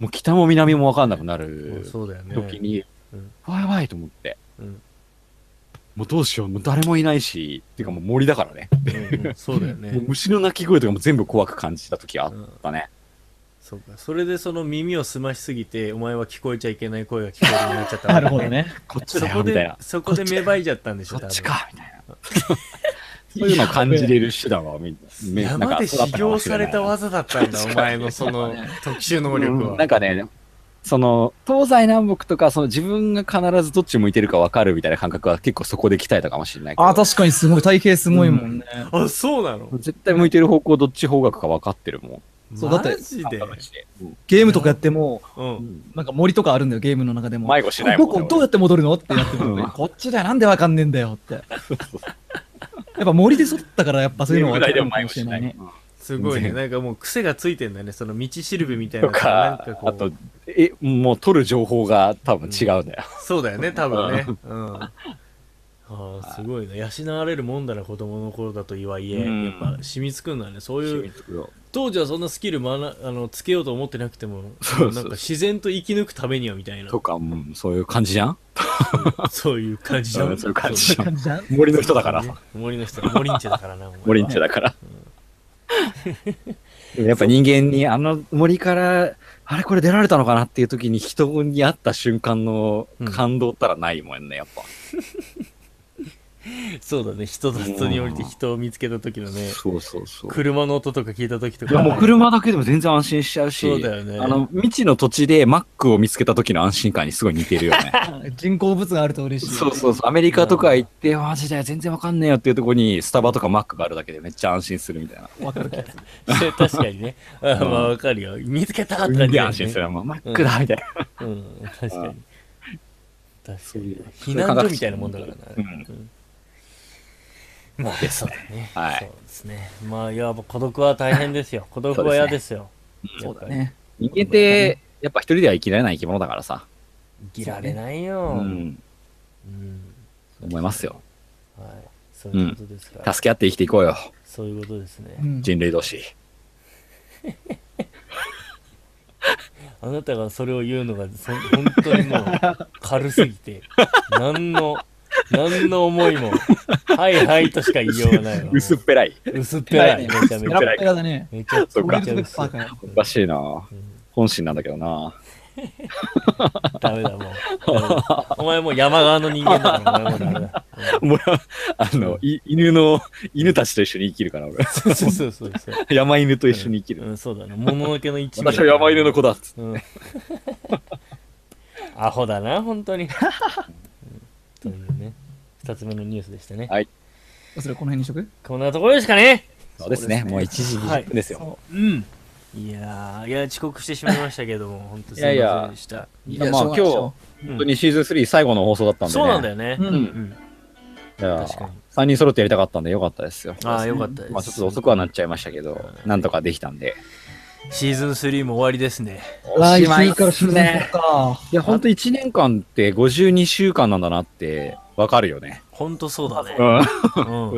もう北も南もわかんなくな
もう
る
そうだよね。
時に
うん、
わいわいと思って。
うん
もうどうしよう、もう誰もいないし、っていうかもう森だからね。
うんうんそうだよ
もう
ね。
虫の鳴き声とかも全部怖く感じた時があ
う
っ
ん
たね。
そうかそれでその耳を澄ましすぎてお前は聞こえちゃいけない声が聞こえるようになっちゃった
[LAUGHS]
なるほどね。
こっち
そ
だ
こ
よ、みたい
で
な。
そこで芽生えちゃったんでし
こ
ょ
っちか、みたいな。そういうのを感じれる手段は、みんな。
山で修行された
技
技だったんだ、お前のその特殊能力は。
なんかね、その、東西南北とか、その自分が必ずどっち向いてるか分かるみたいな感覚は結構そこで鍛えたかもしれないけど
あ、確かにすごい。体型すごいもんね。
あ、そうなの
絶対向いてる方向どっち方角か分かってるもん。
そうだって
マジで。
ゲームとかやっても、
うん。
なんか森とかあるんだよ、ゲームの中でも。
迷子しないもん
こここどうやって戻るのってやってくるんだ [LAUGHS] よ
うん
こっちだよ、なんでわかんねえんだよって。やっぱ森で育ったから、やっぱそういうの
ゲーム
は
内でも
か
迷
も
子
しれ
しな
ない
い。
ね。
すごいね。
全
なんかもう癖がついてんだね。その道しるべみたいなの
と
が。
か
なんか、こう
あと、え、もう取る情報が多分違うんだよ。
そうだよね、多分ね。うん。ああ、すごいな。養われるもんだな、子供の頃だとはいえ、
うん
やっぱ染みつくんだね。そういう、当時はそんなスキル学なあのつけようと思ってなくても、
そうそう
なんか自然と生き抜くためにはみたいな
と、か、うん、そういう感じじゃん
そういう感じだ
そういう感じじゃん。
感じじゃん
森の人だから。
森の人、森んちだからな、お前
森んちだから。 [LAUGHS] でもやっぱ人間にあの森から、あれこれ出られたのかなっていう時に人に会った瞬間の感動ったらないもんね、やっぱ。
そうだね、人と人に降りて人を見つけた時のね、
そうそうそう。
車の音とか聞いた時と
いや
か、
もう車だけでも全然安心しちゃうし、
そうだよね
あの未知の土地でマックを見つけた時の安心感にすごい似てるよね。
人工物があると嬉し
[LAUGHS]
い。
そうそうそう、アメリカとか行って、マジで全然わかんねえよっていうとこにスタバとかマックがあるだけでめっちゃ安心するみたいな。
わかる気がする
[LAUGHS] 確かにね、あまあわかるよ、見つけたって感じ
で
だよ
安心す
ね。
る。もうマックだみたいな。
うん、確かに。確か
うい
に
う。
避難所みたいなもんだからな。
うん
んまあ、そうだね。
はい
そうですね。まあ、いや、やっぱ孤独は大変ですよ。孤独は嫌ですよ。
そうだ。ね。
人間って、やっぱ一人では生きられない生き物だからさ。
生きられないよ。
う
うん。
ん。思いますよ。
はい。そういうことですから。
助け合って生きていこうよ。
そういうことですね。
うん
人類同士。
あなたがそれを言うのが、そ本当にも
[LAUGHS]
う、軽すぎて、何の、何の思いも、はいはいとしか言いようがないわ。
[LAUGHS] 薄っぺらい。
薄っぺらい。めちゃめ
ペ
ち
ラ
ゃ
ッ。ペラだね。
めちゃ
そうか
めちゃ薄い
バカよ
おかしいな本心なんだけどな
ダメだ、もう。お前もう山側の人間だから、お前もうダメだ。
俺は、あの、い犬の、犬たちと一緒に生きるから、俺。 [LAUGHS]
そうそうそうそう。
山犬と一緒に生き
う
る。
ん、そうだね。もののけの一部。
私は山犬の子だっつって。
うん。アホだな、本当に。うんというね、二つ目のニュースでしたね。
それこの辺にしとく
こんなところですかね。
そうですね。もう1時20分ですよ。
うん。いやー、いや、遅刻してしまいましたけども、本当すいませんでした。
い
い
や、
や
まあ
し
今
ょうが
日、
ない
本
本
当にシーズン3最後の放送だったんでね。
そうなんだよね。
うん
うん。
いや
確かに
3人揃ってやりたかったんでよかったですよ。
ああ、よかったです。
まあちょっと遅くはなっちゃいましたけど、なんとかできたんで。
シーズン3も終わりですね。
来週からシーズン4か。
いや、ほんと1年間って52週間なんだなってわかるよね。
ほんとそうだね。
[LAUGHS] うん。
うん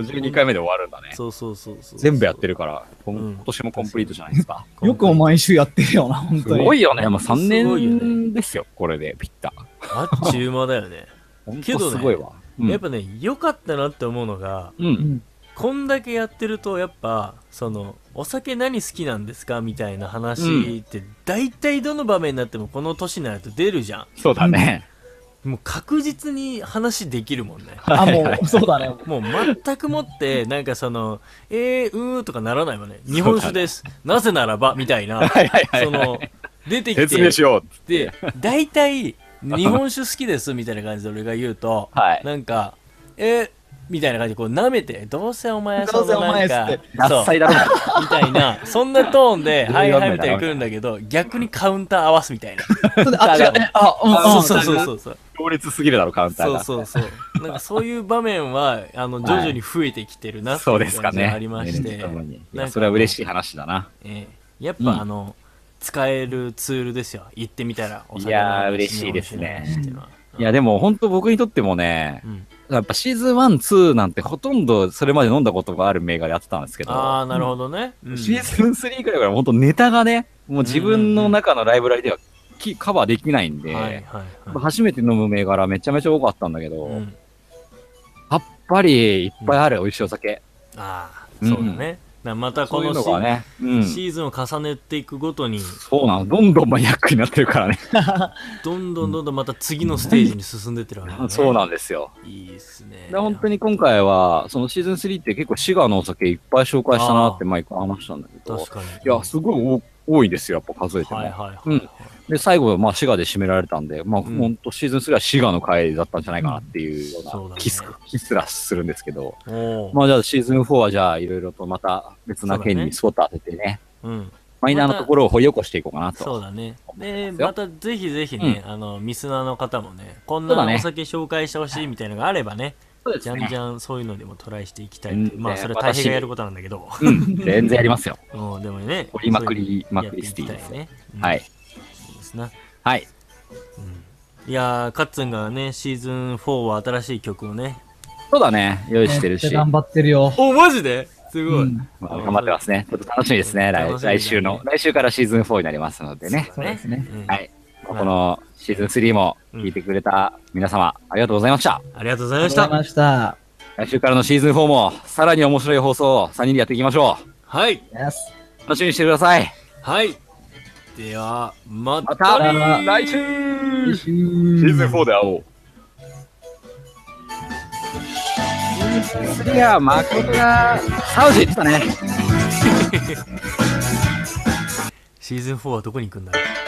52回目で終わるんだね。
そうそうそうそう。
全部やってるから、こん
うん
今年もコンプリートじゃないですか。
よくも毎週やってるよな、本
す
当に。
ごいよね。まあ3
すごいよね
年ですよ、これで、ピッタ。
あっちゅう間だよ
[LAUGHS]
ね。
ほん
けど
と
ね
すごいわ。
やっぱね、良かったなって思うのが、
うん、う。
うんん。
こんだけやってると、やっぱ、その、お酒何好きなんですかみたいな話って、大体どの場面になってもこの年になると出るじゃ
そうだね。
ん。もう確実に話できるもんね。
あ、もう、そうだね。
もう全くもって、なんかその、えー、うーとかならないわね。日本酒です。なぜならば、みたいな。
はいはいはい
その、出てきて、
説明しよう。
で、大体、日本酒好きですみたいな感じで俺が言うと、
はい
なんか、え、みたいな感じでこう舐めて、どうせお前
ど
そう
せ
の
お
な
前
ん
っつ
か
って、
ダ
そ
ッ
う
サ、いだろう
みたいな、そんなトーンで、
いろ
はいい
ろ
はいみたいに来るんだけど、逆にカウンター合わすみたいな。
それであ、違う、え、あ、う
[LAUGHS]
ん、
あ
うん
そうそうそうそうそう。
強烈すぎるだろ、カウンター
そ
が。
うそうそ
[LAUGHS]
う。なんかそういう場面は、あの、徐々に増えてきてるなって
そう
い
で
う
すか
感じ
ね。
がありまして、
年齢とともにい
なん
や
か
それは嬉しい話だな。
ええやっ
うん
ぱあの、使えるツールですよ。行ってみたら、お酒
いやー
の話
嬉しいですね
日本酒の話っていうのは。
いや、でも本当僕にとってもね
う、ん。
やっぱシーズン1、2なんてほとんどそれまで飲んだことがある銘柄やってたんですけど、
ああ、なるほどね。うん
シーズン3くらいから本当ネタがね、もう自分の中のライブラリではきカバーできないんで、
はいはい
やっぱ
はい。
初めて飲む銘柄めちゃめちゃ多かったんだけど、
うん
やっぱりいっぱいある、美味しいお酒。
ああ、
うん
そうだね。なまた
そ
こ
うい
の
う
シ
のがね、うん、
シーズンを重ねていくごとに、
そうなの、どんどんマニアックになってるからね。、
どんどんどんどんまた次のステージに進んでってるわけ、ね
そうなんですよ。
いいっすね。
で本当に今回は、そのシーズン3って結構滋賀のお酒いっぱい紹介したなって毎回話したんだけど、
確かに。
いや、すごい多多いですよ、やっぱ数えても。
はいはいはい、
う
は
ん
い
で、最後、まあ、滋賀で締められたんで、まあ、
うん
ほんとシーズン3は滋賀の回だったんじゃないかなっていうよ
そう
う
だ
な
ね
気す,、気すらするんですけど、
おー
まあ、じゃあシーズン4はじゃあ、いろいろとまた別な県
そうだね
にスポット当ててね、
うん。
マイナーなところを掘り起こしていこうかなと。
そうだね。で、
よ
またぜひぜひね、あの、ミスナーの方もね、こん
そうだ
な
ね
お酒紹介してほしいみたいなのがあればね、
そうで
じゃんじゃんそういうのでもトライしていきたい。
うん
まあ、
ね
それは大変がやることなんだけど、
うん、全然やりますよ。
うん、でもね、
掘りまくり
そう
ま
いうの
くりスティ
や
ー
っていき
ズ
たいね。うん
はい。。
いいですな。
はい。
いやー、カッツンがね、シーズン4は新しい曲をね。
そうだね。用意してる
めっ
し。
ちゃ頑張ってるよ。
お、マジですごい。
うん
まあ、頑張ってますね。ちょっと楽しみですね。
楽しみ
来
だね
来週の、来週からシーズン4になりますのでね。
そうですね。
うん
はい。ここのシーズン3も聞いてくれた皆様、ありがとうございました。
ありがとうござい
あ
ま
り
し
がとう
た。
ございました。
来週からのシーズン4も、さらに面白い放送を3人でやっていきましょう。
はい。
Yes
楽しみにしてください。
はい。では、ま
ま
た
た
ねー
来週シーズン4で会おう。シーズン3は誠がサウジ行ってたね。
シーズン4はどこに行くんだろう